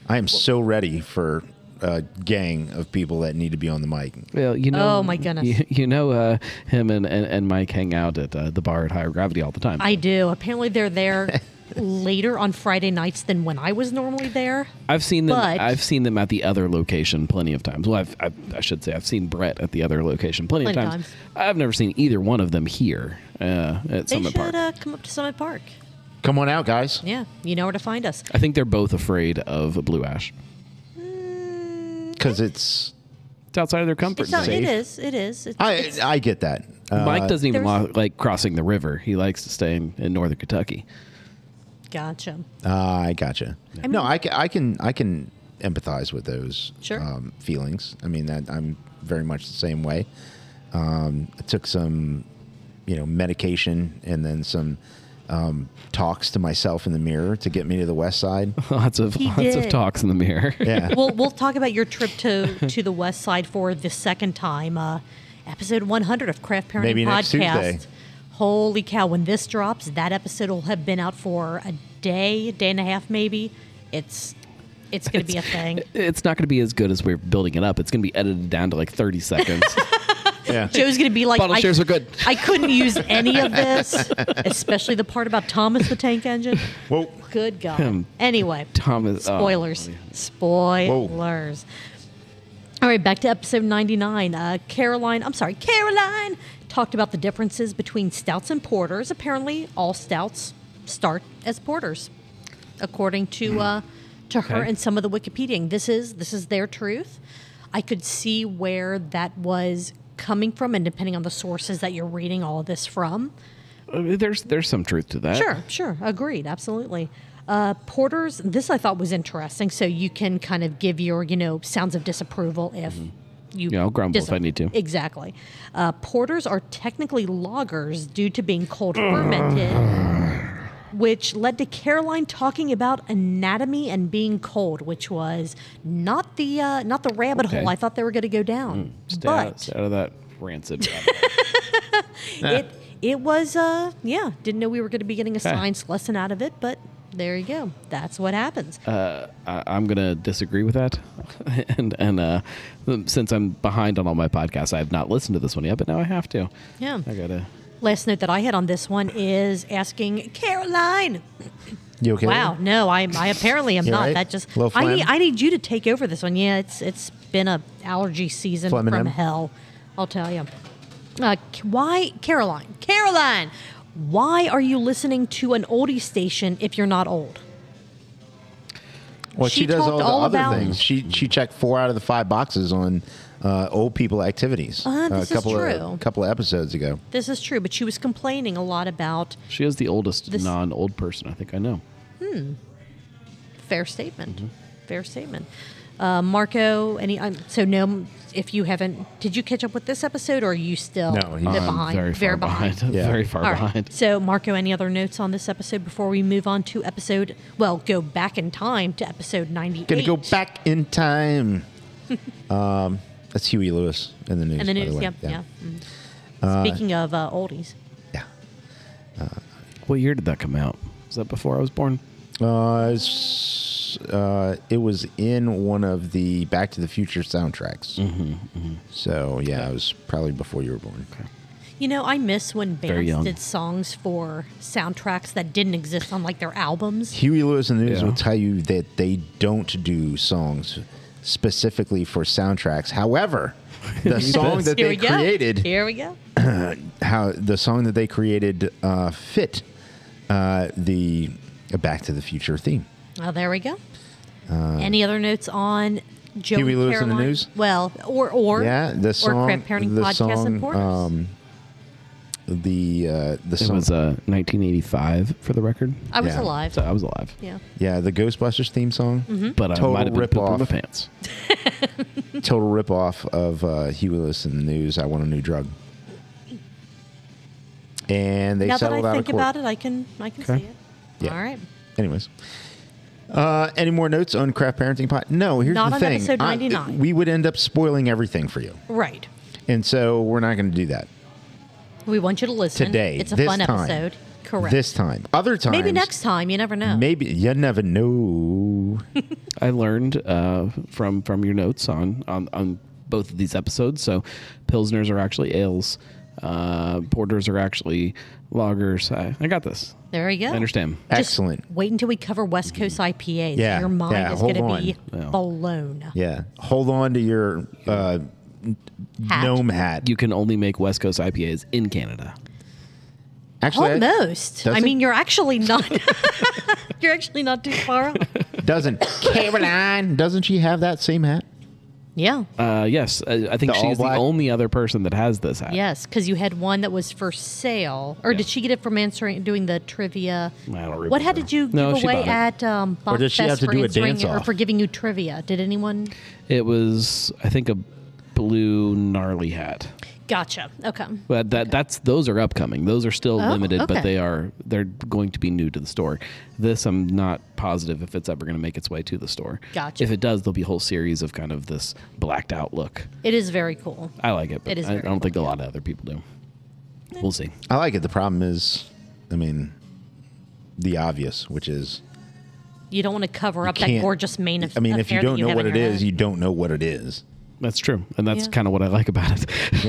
[SPEAKER 2] I am so ready for a gang of people that need to be on the mic.
[SPEAKER 3] Well, you know.
[SPEAKER 4] Oh, my goodness.
[SPEAKER 3] You, you know, uh, him and, and, and Mike hang out at uh, the bar at Higher Gravity all the time.
[SPEAKER 4] I do. Apparently,
[SPEAKER 2] *laughs*
[SPEAKER 4] they're there later on Friday nights than when I was normally there.
[SPEAKER 3] I've seen them.
[SPEAKER 4] But-
[SPEAKER 3] I've seen them at the other location plenty of times. Well, I've, i I should say I've seen Brett at the other location plenty,
[SPEAKER 4] Plenty
[SPEAKER 3] of
[SPEAKER 4] of
[SPEAKER 3] times.
[SPEAKER 4] times.
[SPEAKER 3] I've never seen either one of them here uh, at
[SPEAKER 4] They
[SPEAKER 3] Summit Park.
[SPEAKER 4] should uh, come up to Summit Park.
[SPEAKER 2] Come on out, guys.
[SPEAKER 4] Yeah, you know where to find us.
[SPEAKER 3] I think they're both afraid of blue ash.
[SPEAKER 2] Because it's.
[SPEAKER 3] It's outside of their comfort
[SPEAKER 4] It's not,
[SPEAKER 3] zone.
[SPEAKER 4] it is. It is. It's,
[SPEAKER 2] I,
[SPEAKER 4] it's-
[SPEAKER 2] I get that. Uh,
[SPEAKER 3] Mike doesn't even
[SPEAKER 4] there's-
[SPEAKER 3] lo- like crossing the river. He likes to stay in, in northern Kentucky. *laughs*
[SPEAKER 4] gotcha.
[SPEAKER 2] Ah, I gotcha.
[SPEAKER 4] mean-
[SPEAKER 2] no, I, ca- I can I can empathize with those
[SPEAKER 4] Sure.
[SPEAKER 2] um, feelings. I mean, that I'm very much the same way. Um, I took some, you know, medication and then some um, talks to myself in the mirror to get me to the west
[SPEAKER 3] *laughs*
[SPEAKER 2] side.
[SPEAKER 3] Lots of
[SPEAKER 4] He
[SPEAKER 3] lots of
[SPEAKER 4] did.
[SPEAKER 3] talks in the mirror.
[SPEAKER 2] Yeah.
[SPEAKER 4] we'll we'll talk about your trip to to the West Side for the second time, uh, episode 100 of Craft Parenting
[SPEAKER 2] Maybe
[SPEAKER 4] Podcast.
[SPEAKER 2] next Tuesday.
[SPEAKER 4] Holy cow! When this drops, that episode will have been out for a day, day and a half, maybe. It's it's going to be
[SPEAKER 3] *laughs*
[SPEAKER 4] a thing.
[SPEAKER 3] It's not going to be as good as we're building it up. It's going to be edited down to like 30
[SPEAKER 4] *laughs*
[SPEAKER 3] seconds.
[SPEAKER 2] yeah.
[SPEAKER 4] Joe's going to be like,
[SPEAKER 3] Bottle
[SPEAKER 4] I,
[SPEAKER 3] shares are good.
[SPEAKER 4] I couldn't use any of this, especially the part about Thomas the Tank Engine.
[SPEAKER 2] Whoa.
[SPEAKER 4] Good God. anyway,
[SPEAKER 3] Thomas. oh,
[SPEAKER 4] spoilers. Spoilers. All right, back to episode 99. Uh, Caroline, I'm sorry, Caroline talked about the differences between stouts and porters. Apparently, all stouts start as porters, according to uh, to her
[SPEAKER 3] Hmm. Okay.
[SPEAKER 4] and some of the Wikipedian. This is this is their truth. I could see where that was coming from, and depending on the sources that you're reading all of this from.
[SPEAKER 3] Uh, there's there's some truth to that.
[SPEAKER 4] Sure, sure. Agreed. Absolutely. Uh, porters, this I thought was interesting. So you can kind of give your, you know, sounds of disapproval if you.
[SPEAKER 3] Mm-hmm. Yeah, I'll grumble if I need to.
[SPEAKER 4] Exactly. Uh, porters are technically loggers due to being cold fermented,
[SPEAKER 3] *sighs*
[SPEAKER 4] which led to Caroline talking about anatomy and being cold, which was not the uh, not the rabbit
[SPEAKER 3] Okay. Hmm.
[SPEAKER 4] hole I thought they were going to go down.
[SPEAKER 3] Stay, out,
[SPEAKER 4] but
[SPEAKER 3] stay out of that rancid.
[SPEAKER 4] it it was uh yeah didn't know we were going to be getting a
[SPEAKER 3] Okay.
[SPEAKER 4] science lesson out of it but there you go that's what happens
[SPEAKER 2] Uh,
[SPEAKER 3] I, I'm going to disagree with that. *laughs* and and uh, since I'm behind on all my podcasts, I have not listened to this one yet, but now I have to.
[SPEAKER 4] yeah
[SPEAKER 3] I got to.
[SPEAKER 4] last note that i had on this one is asking caroline
[SPEAKER 2] You okay?
[SPEAKER 4] wow no i i apparently am
[SPEAKER 2] You
[SPEAKER 4] not
[SPEAKER 2] all right?
[SPEAKER 4] that just
[SPEAKER 2] Little
[SPEAKER 4] i need
[SPEAKER 2] phlegm?
[SPEAKER 4] i need you to take over this one yeah it's it's been a allergy season
[SPEAKER 2] Phlegm and
[SPEAKER 4] from
[SPEAKER 2] em.
[SPEAKER 4] hell i'll tell you uh, c- why caroline caroline why are you listening to an oldie station if you're not old
[SPEAKER 2] Well, she,
[SPEAKER 4] She
[SPEAKER 2] does
[SPEAKER 4] talked
[SPEAKER 2] all the
[SPEAKER 4] all
[SPEAKER 2] other
[SPEAKER 4] about-
[SPEAKER 2] things. She she checked four out of the five boxes on uh, old people activities.
[SPEAKER 4] Uh, this is
[SPEAKER 2] a couple
[SPEAKER 4] true.
[SPEAKER 2] Of, couple of episodes ago.
[SPEAKER 4] this is true but she was complaining a lot about
[SPEAKER 3] She is the oldest
[SPEAKER 4] This-
[SPEAKER 3] non old person I think I know.
[SPEAKER 4] Fair statement. Fair statement. Uh, Marco, any um, so no. If you haven't, did you catch up with this episode, or are you still
[SPEAKER 2] No, he's-
[SPEAKER 4] a bit
[SPEAKER 2] I'm
[SPEAKER 4] behind?
[SPEAKER 3] Very far behind. *laughs*
[SPEAKER 2] Yeah.
[SPEAKER 3] Very far
[SPEAKER 4] All right.
[SPEAKER 3] behind.
[SPEAKER 4] So, Marco, any other notes on this episode before we move on to episode? Well, go back in time to episode ninety-eight.
[SPEAKER 2] Gonna go back in time.
[SPEAKER 4] *laughs*
[SPEAKER 2] um, that's Huey Lewis in the news.
[SPEAKER 4] in the
[SPEAKER 2] by
[SPEAKER 4] news.
[SPEAKER 2] way.
[SPEAKER 4] yeah, yeah. Mm. Speaking of uh, oldies,
[SPEAKER 2] yeah.
[SPEAKER 3] What year did that come out? Was that before I was born?
[SPEAKER 2] Uh, it's, uh, it was in one of the Back to the Future soundtracks. So yeah, it was probably before you were born.
[SPEAKER 4] you know, I miss when bands
[SPEAKER 3] young.
[SPEAKER 4] did songs for soundtracks that didn't exist on like their albums.
[SPEAKER 2] Huey Lewis and the News
[SPEAKER 3] Yeah.
[SPEAKER 2] will tell you that they don't do songs specifically for soundtracks. However, the song that
[SPEAKER 4] Here
[SPEAKER 2] they
[SPEAKER 4] we go.
[SPEAKER 2] created,
[SPEAKER 4] Here we go.
[SPEAKER 2] how the song that they created uh, fit uh, the Back to the Future theme.
[SPEAKER 4] Well, Oh, there we go. Any other notes on Joe
[SPEAKER 2] Uh, Huey
[SPEAKER 4] and
[SPEAKER 2] Lewis and the
[SPEAKER 4] Caroline?
[SPEAKER 2] News?
[SPEAKER 4] Well, or or
[SPEAKER 2] Yeah, the
[SPEAKER 4] or
[SPEAKER 2] song,
[SPEAKER 4] Crab Parenting
[SPEAKER 2] the
[SPEAKER 4] Podcast
[SPEAKER 2] song,
[SPEAKER 4] and Porters.
[SPEAKER 2] um, the uh, the
[SPEAKER 3] It
[SPEAKER 2] song,
[SPEAKER 3] was uh, 1985 for the record.
[SPEAKER 4] I was
[SPEAKER 2] yeah.
[SPEAKER 4] alive.
[SPEAKER 3] So I was alive.
[SPEAKER 4] yeah. Hmm?
[SPEAKER 2] yeah, the Ghostbusters theme song.
[SPEAKER 4] Mm-hmm.
[SPEAKER 3] But I
[SPEAKER 2] Total
[SPEAKER 3] might have been
[SPEAKER 2] rip-off.
[SPEAKER 3] pooping my pants.
[SPEAKER 2] Total rip off of uh, Huey Lewis and the News. I want a new drug. And they
[SPEAKER 4] Now that
[SPEAKER 2] settled
[SPEAKER 4] I
[SPEAKER 2] out
[SPEAKER 4] think
[SPEAKER 2] of court.
[SPEAKER 4] about it, I can I can
[SPEAKER 3] Okay.
[SPEAKER 4] see it.
[SPEAKER 2] Yeah.
[SPEAKER 4] All right.
[SPEAKER 2] Anyways. Uh, any more notes on craft parenting pot? No, here's
[SPEAKER 4] Not
[SPEAKER 2] the
[SPEAKER 4] on
[SPEAKER 2] thing.
[SPEAKER 4] episode
[SPEAKER 2] I-
[SPEAKER 4] 99.
[SPEAKER 2] we would end up spoiling everything for you.
[SPEAKER 4] Right.
[SPEAKER 2] And so we're not going to do that
[SPEAKER 4] We want you to listen.
[SPEAKER 2] today.
[SPEAKER 4] It's a
[SPEAKER 2] this
[SPEAKER 4] fun
[SPEAKER 2] time.
[SPEAKER 4] episode. Correct.
[SPEAKER 2] This time. Other times.
[SPEAKER 4] Maybe next time. You never know.
[SPEAKER 2] Maybe. You never know.
[SPEAKER 3] I learned uh, from from your notes on, on on both of these episodes. So, pilsners are actually ales, uh, porters are actually lagers. I, I got this.
[SPEAKER 4] There you go.
[SPEAKER 3] I understand.
[SPEAKER 2] Excellent.
[SPEAKER 4] Wait until we cover West Coast IPAs.
[SPEAKER 2] Yeah,
[SPEAKER 4] Your mind
[SPEAKER 2] yeah,
[SPEAKER 4] is
[SPEAKER 2] hold
[SPEAKER 4] going to be
[SPEAKER 2] on.
[SPEAKER 4] blown.
[SPEAKER 2] Yeah. Hold on to your uh,
[SPEAKER 4] Hat.
[SPEAKER 2] gnome hat.
[SPEAKER 3] You can only make West Coast IPAs in Canada.
[SPEAKER 2] Actually, I-
[SPEAKER 4] Almost. I
[SPEAKER 2] Does it?
[SPEAKER 4] mean, you're actually not.
[SPEAKER 2] *laughs*
[SPEAKER 4] *laughs* you're actually not too far off. *laughs*
[SPEAKER 2] doesn't. Caroline, doesn't she have that same hat?
[SPEAKER 4] Yeah.
[SPEAKER 3] Uh, yes, I, I think
[SPEAKER 2] The all
[SPEAKER 3] she's the
[SPEAKER 2] black-
[SPEAKER 3] only other person that has this hat.
[SPEAKER 4] Yes, because you had one that was for sale, or did she get it from answering doing the trivia?
[SPEAKER 3] I don't remember.
[SPEAKER 4] What hat did you give
[SPEAKER 3] No, she
[SPEAKER 4] away
[SPEAKER 3] bought it.
[SPEAKER 4] at um, Bach
[SPEAKER 2] did she have to
[SPEAKER 4] for
[SPEAKER 2] do a
[SPEAKER 4] answering
[SPEAKER 2] dance
[SPEAKER 4] or
[SPEAKER 2] off?
[SPEAKER 4] for giving you trivia? Did anyone?
[SPEAKER 3] It was, I think, a blue gnarly hat.
[SPEAKER 4] Gotcha. Okay.
[SPEAKER 3] But that that's those are upcoming. Those are still
[SPEAKER 4] Oh,
[SPEAKER 3] limited,
[SPEAKER 4] okay.
[SPEAKER 3] but they are they're going to be new to the store. This I'm not positive if it's ever going to make its way to the store.
[SPEAKER 4] Gotcha.
[SPEAKER 3] If it does, there'll be a whole series of kind of this blacked out look.
[SPEAKER 4] It is very cool.
[SPEAKER 3] I like it, but
[SPEAKER 4] It is
[SPEAKER 3] I, I
[SPEAKER 4] very
[SPEAKER 3] don't think a lot of other people do. We'll see.
[SPEAKER 2] I like it. The problem is, I mean, the obvious, which is,
[SPEAKER 4] You don't want to cover up that
[SPEAKER 2] can't-
[SPEAKER 4] gorgeous mane of
[SPEAKER 2] I mean,
[SPEAKER 4] of
[SPEAKER 2] if you
[SPEAKER 4] hair that
[SPEAKER 2] don't know
[SPEAKER 4] have
[SPEAKER 2] what
[SPEAKER 4] in
[SPEAKER 2] it
[SPEAKER 4] your
[SPEAKER 2] is,
[SPEAKER 4] head.
[SPEAKER 2] you don't know what it is.
[SPEAKER 3] That's true, and that's
[SPEAKER 4] Yeah.
[SPEAKER 3] kind of what I like about it.
[SPEAKER 4] if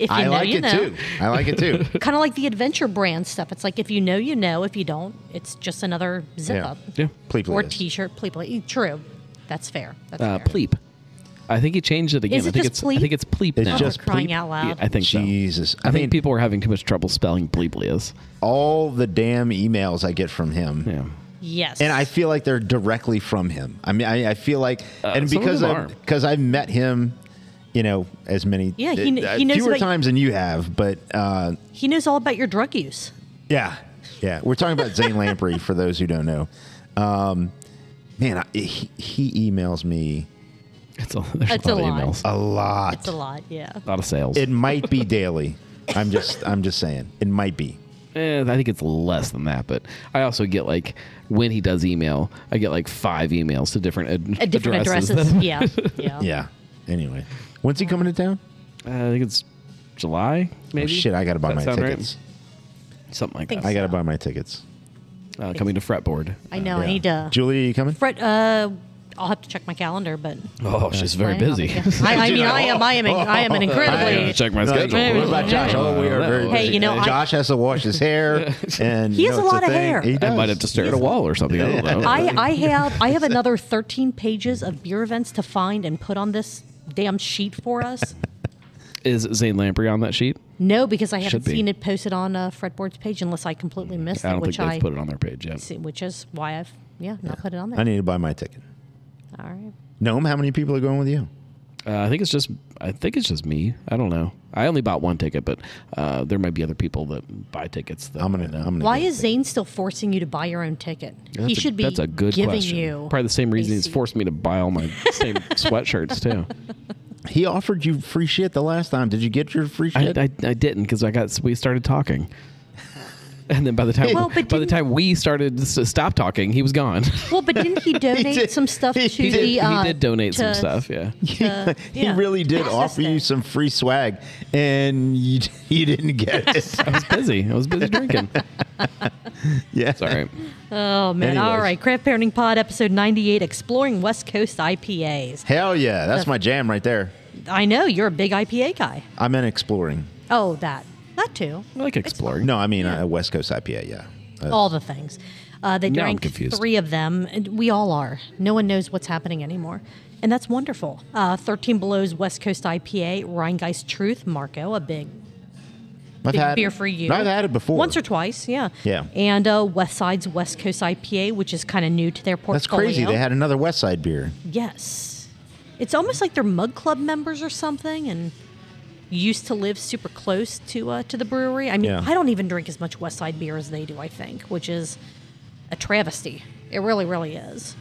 [SPEAKER 4] you
[SPEAKER 2] I
[SPEAKER 4] know,
[SPEAKER 2] like
[SPEAKER 4] you
[SPEAKER 2] it
[SPEAKER 4] know.
[SPEAKER 2] too.
[SPEAKER 4] *laughs*
[SPEAKER 2] I like it too.
[SPEAKER 4] Kind of like the adventure brand stuff. It's like if you know, you know. If you don't, it's just another zip
[SPEAKER 2] Yeah.
[SPEAKER 4] up
[SPEAKER 3] *laughs* yeah.
[SPEAKER 2] Pleaple
[SPEAKER 4] or
[SPEAKER 2] is.
[SPEAKER 4] T-shirt. Pleep, pleep. True. That's fair. That's
[SPEAKER 3] Uh,
[SPEAKER 4] fair.
[SPEAKER 3] pleep. I think he changed it again.
[SPEAKER 4] Is
[SPEAKER 3] I
[SPEAKER 4] it
[SPEAKER 3] think
[SPEAKER 4] just
[SPEAKER 3] it's I think
[SPEAKER 4] pleep?
[SPEAKER 3] it's pleep
[SPEAKER 2] It's
[SPEAKER 3] now.
[SPEAKER 2] just
[SPEAKER 4] We're crying
[SPEAKER 2] pleep?
[SPEAKER 4] out
[SPEAKER 3] Yeah,
[SPEAKER 4] loud.
[SPEAKER 3] I think so.
[SPEAKER 2] Jesus.
[SPEAKER 3] I,
[SPEAKER 2] I,
[SPEAKER 3] think
[SPEAKER 2] mean,
[SPEAKER 3] people are having too much trouble spelling pleeply is.
[SPEAKER 2] all the damn emails I get from him.
[SPEAKER 3] Yeah.
[SPEAKER 4] yes.
[SPEAKER 2] And I feel like they're directly from him. I mean, I, I feel like, and
[SPEAKER 3] Uh, some of
[SPEAKER 2] because
[SPEAKER 3] them
[SPEAKER 2] I,
[SPEAKER 3] are.
[SPEAKER 2] because I've met him, you know, as many
[SPEAKER 4] Yeah, he kn-
[SPEAKER 2] uh,
[SPEAKER 4] he knows
[SPEAKER 2] fewer
[SPEAKER 4] about-
[SPEAKER 2] times than you have, but uh,
[SPEAKER 4] he knows all about your drug use.
[SPEAKER 2] yeah, yeah. We're talking about Zane Lamprey for those who don't know. Um, man, I, he, he emails me
[SPEAKER 3] It's a, there's
[SPEAKER 4] It's
[SPEAKER 3] a
[SPEAKER 4] a
[SPEAKER 3] lot
[SPEAKER 4] lot.
[SPEAKER 3] of emails.
[SPEAKER 2] a lot.
[SPEAKER 4] It's a lot. Yeah.
[SPEAKER 3] a lot of sales.
[SPEAKER 2] It might be daily. I'm just I'm just saying it might be.
[SPEAKER 3] Eh, I think it's less than that, but I also get like when he does email, I get like five emails to different, ad-
[SPEAKER 4] At different
[SPEAKER 3] *laughs*
[SPEAKER 4] addresses. yeah. Yeah.
[SPEAKER 2] Yeah. Anyway, when's he coming to town?
[SPEAKER 3] Uh, I think it's July,
[SPEAKER 2] Oh,
[SPEAKER 3] maybe.
[SPEAKER 2] shit, I gotta buy
[SPEAKER 3] That
[SPEAKER 2] my
[SPEAKER 3] sound right?
[SPEAKER 2] tickets.
[SPEAKER 3] Something like
[SPEAKER 4] Think
[SPEAKER 3] that.
[SPEAKER 2] I gotta buy my tickets.
[SPEAKER 3] uh, coming to fretboard.
[SPEAKER 4] I know.
[SPEAKER 2] Yeah.
[SPEAKER 4] I need to.
[SPEAKER 2] Julie, are you coming?
[SPEAKER 4] Fred, uh, I'll have to check my calendar, but
[SPEAKER 3] Oh, she's very
[SPEAKER 4] I
[SPEAKER 3] *laughs*
[SPEAKER 4] am.
[SPEAKER 3] busy.
[SPEAKER 4] Yeah. I, I mean, I am. I am.
[SPEAKER 3] *laughs*
[SPEAKER 4] I am an incredibly.
[SPEAKER 3] check my
[SPEAKER 2] No,
[SPEAKER 3] schedule.
[SPEAKER 2] What about Josh? Oh, we are very
[SPEAKER 4] Hey,
[SPEAKER 2] busy.
[SPEAKER 4] you know, I-
[SPEAKER 2] Josh has to wash his
[SPEAKER 4] *laughs*
[SPEAKER 2] hair, and
[SPEAKER 4] He
[SPEAKER 2] you
[SPEAKER 4] has
[SPEAKER 2] know,
[SPEAKER 4] a
[SPEAKER 2] it's
[SPEAKER 4] lot of
[SPEAKER 2] thing.
[SPEAKER 4] hair.
[SPEAKER 2] He
[SPEAKER 3] I
[SPEAKER 2] does.
[SPEAKER 3] might have to stare at a wall or something. I don't know.
[SPEAKER 4] I,
[SPEAKER 3] *laughs*
[SPEAKER 4] I have I have another 13 pages of beer events to find and put on this damn sheet for us.
[SPEAKER 3] Is Zane Lamprey on that sheet?
[SPEAKER 4] No, because I haven't
[SPEAKER 3] be.
[SPEAKER 4] seen it posted on uh, Fredboard's page unless I completely missed
[SPEAKER 3] I
[SPEAKER 4] it,
[SPEAKER 3] don't think
[SPEAKER 4] which
[SPEAKER 3] they've
[SPEAKER 4] I
[SPEAKER 3] put it on their page yet.
[SPEAKER 4] see- which is why I've yeah not put it on there.
[SPEAKER 2] I need to buy my ticket.
[SPEAKER 4] All right.
[SPEAKER 2] Noam, how many people are going with you?
[SPEAKER 3] Uh, I think it's just I think it's just me. I don't know. I only bought one ticket, but uh, there might be other people that buy tickets. That
[SPEAKER 2] I'm gonna. I'm gonna.
[SPEAKER 4] Why
[SPEAKER 2] get a
[SPEAKER 4] is
[SPEAKER 2] ticket.
[SPEAKER 4] Zane still forcing you to buy your own ticket?
[SPEAKER 3] That's
[SPEAKER 4] he
[SPEAKER 3] a-
[SPEAKER 4] should be
[SPEAKER 3] That's a good
[SPEAKER 4] giving
[SPEAKER 3] question.
[SPEAKER 4] you
[SPEAKER 3] Probably the same reason
[SPEAKER 4] a
[SPEAKER 3] he's
[SPEAKER 4] seat.
[SPEAKER 3] forced me to buy all
[SPEAKER 4] *laughs*
[SPEAKER 3] my same sweatshirts too.
[SPEAKER 2] he offered you free shit the last time? Did you get your free
[SPEAKER 3] I,
[SPEAKER 2] shit?
[SPEAKER 3] I, I didn't because I got we started talking, and then by the time
[SPEAKER 4] Well,
[SPEAKER 3] by
[SPEAKER 4] but
[SPEAKER 3] the
[SPEAKER 4] didn't-
[SPEAKER 3] time we started to stop talking, he was gone.
[SPEAKER 4] Well, but didn't he donate
[SPEAKER 2] did-
[SPEAKER 4] some stuff
[SPEAKER 2] he
[SPEAKER 4] to
[SPEAKER 2] did-
[SPEAKER 4] the?
[SPEAKER 2] he
[SPEAKER 4] uh,
[SPEAKER 3] he did donate some
[SPEAKER 4] to-
[SPEAKER 3] stuff. Yeah,
[SPEAKER 4] to-
[SPEAKER 2] *laughs* *laughs* he
[SPEAKER 4] yeah.
[SPEAKER 2] really did
[SPEAKER 4] Access
[SPEAKER 2] offer you
[SPEAKER 4] thing.
[SPEAKER 2] some free swag, and you, *laughs* you didn't get it.
[SPEAKER 3] I was busy. I was busy
[SPEAKER 4] *laughs*
[SPEAKER 3] drinking.
[SPEAKER 2] *laughs* yeah.
[SPEAKER 3] Sorry.
[SPEAKER 4] Oh man! All
[SPEAKER 2] Anyways.
[SPEAKER 4] right, Craft Parenting Pod, episode ninety-eight, exploring West Coast IPAs.
[SPEAKER 2] Hell yeah, that's my jam right there.
[SPEAKER 4] I know you're a big IPA guy.
[SPEAKER 2] I meant exploring.
[SPEAKER 4] Oh, that, that too,
[SPEAKER 3] I like exploring.
[SPEAKER 2] No, I mean uh, West Coast IPA. Yeah. Uh,
[SPEAKER 4] all the things. Uh, they
[SPEAKER 3] Now I'm
[SPEAKER 4] drank
[SPEAKER 3] confused.
[SPEAKER 4] three of them. And we all are. No one knows what's happening anymore, and that's wonderful. Uh, Thirteen Below's West Coast IPA, Rheingeist Truth, Marco, a big
[SPEAKER 2] I've
[SPEAKER 4] big
[SPEAKER 2] had
[SPEAKER 4] beer
[SPEAKER 2] it.
[SPEAKER 4] for you.
[SPEAKER 2] No, I've had it before.
[SPEAKER 4] Once or twice, yeah.
[SPEAKER 2] Yeah.
[SPEAKER 4] And uh, West Side's West Coast IPA, which is kind of new to their portfolio.
[SPEAKER 2] That's crazy. They had another West Side beer.
[SPEAKER 4] Yes. It's almost like they're mug club members or something and used to live super close to uh, to the brewery. I mean,
[SPEAKER 2] Yeah.
[SPEAKER 4] I don't even drink as much West Side beer as they do, I think, which is a travesty. It really, really is.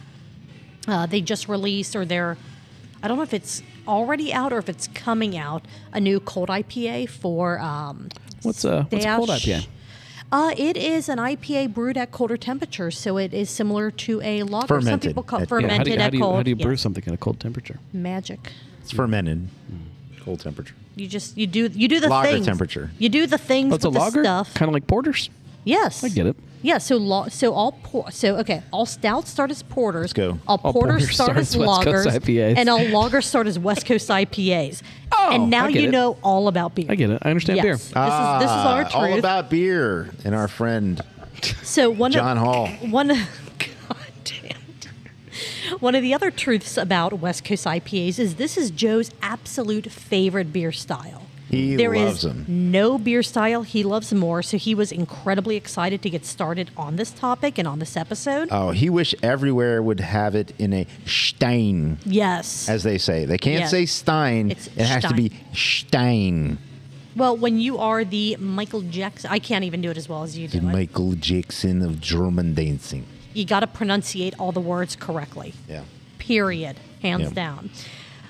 [SPEAKER 4] Uh, they just released, or they're, I don't know if it's already out or if it's coming out, a new cold IPA for um,
[SPEAKER 3] What's uh what's
[SPEAKER 4] Day out
[SPEAKER 3] cold
[SPEAKER 4] sh-
[SPEAKER 3] IPA?
[SPEAKER 4] Uh, it is an IPA brewed at colder temperatures, so it is similar to a lager. Some
[SPEAKER 2] Fermented
[SPEAKER 4] people call
[SPEAKER 2] at- yeah,
[SPEAKER 4] it
[SPEAKER 2] how do you-
[SPEAKER 3] how do
[SPEAKER 4] fermented
[SPEAKER 3] you, how do
[SPEAKER 4] at
[SPEAKER 3] you,
[SPEAKER 4] cold.
[SPEAKER 3] how do you brew
[SPEAKER 4] yeah.
[SPEAKER 3] something at a cold temperature?
[SPEAKER 4] Magic.
[SPEAKER 2] It's fermented, cold temperature.
[SPEAKER 4] You just you do you do the
[SPEAKER 2] Lager
[SPEAKER 4] things.
[SPEAKER 2] temperature.
[SPEAKER 4] You do the things
[SPEAKER 3] Oh, it's a
[SPEAKER 4] with the
[SPEAKER 3] lager,
[SPEAKER 4] stuff.
[SPEAKER 3] kind of like porters.
[SPEAKER 4] yes,
[SPEAKER 3] I get it.
[SPEAKER 4] Yeah, so lo- so all por- so okay, all stouts start as porters.
[SPEAKER 2] go.
[SPEAKER 4] All,
[SPEAKER 3] All
[SPEAKER 4] porters,
[SPEAKER 3] porters
[SPEAKER 4] start
[SPEAKER 3] start
[SPEAKER 4] as
[SPEAKER 3] as West
[SPEAKER 4] lagers,
[SPEAKER 3] Coast IPAs.
[SPEAKER 4] and all lagers start as West Coast IPAs.
[SPEAKER 3] *laughs* Oh,
[SPEAKER 4] and now
[SPEAKER 3] I get
[SPEAKER 4] you
[SPEAKER 3] it.
[SPEAKER 4] know all about beer.
[SPEAKER 3] I get it. I understand
[SPEAKER 4] yes.
[SPEAKER 3] beer.
[SPEAKER 4] This is this is our
[SPEAKER 2] Ah,
[SPEAKER 4] truth.
[SPEAKER 2] All about beer and our friend
[SPEAKER 4] So one
[SPEAKER 2] John
[SPEAKER 4] of,
[SPEAKER 2] Hall.
[SPEAKER 4] One of, *laughs* God damn it. One of the other truths about West Coast IPAs is this is Joe's absolute favorite beer style.
[SPEAKER 2] He
[SPEAKER 4] There
[SPEAKER 2] loves
[SPEAKER 4] is
[SPEAKER 2] 'em.
[SPEAKER 4] no beer style he loves more, so he was incredibly excited to get started on this topic and on this episode.
[SPEAKER 2] Oh, he wish everywhere would have it in a Stein,
[SPEAKER 4] yes.
[SPEAKER 2] as they say. They can't
[SPEAKER 4] Yeah.
[SPEAKER 2] say Stein.
[SPEAKER 4] It's
[SPEAKER 2] it has to
[SPEAKER 4] Stein.
[SPEAKER 2] be Stein.
[SPEAKER 4] well, when you are the Michael Jackson, I can't even do it as well as you do.
[SPEAKER 2] The
[SPEAKER 4] it.
[SPEAKER 2] Michael Jackson of German dancing.
[SPEAKER 4] you got to pronunciate all the words correctly.
[SPEAKER 2] Yeah.
[SPEAKER 4] Period. Hands
[SPEAKER 2] Yeah.
[SPEAKER 4] down.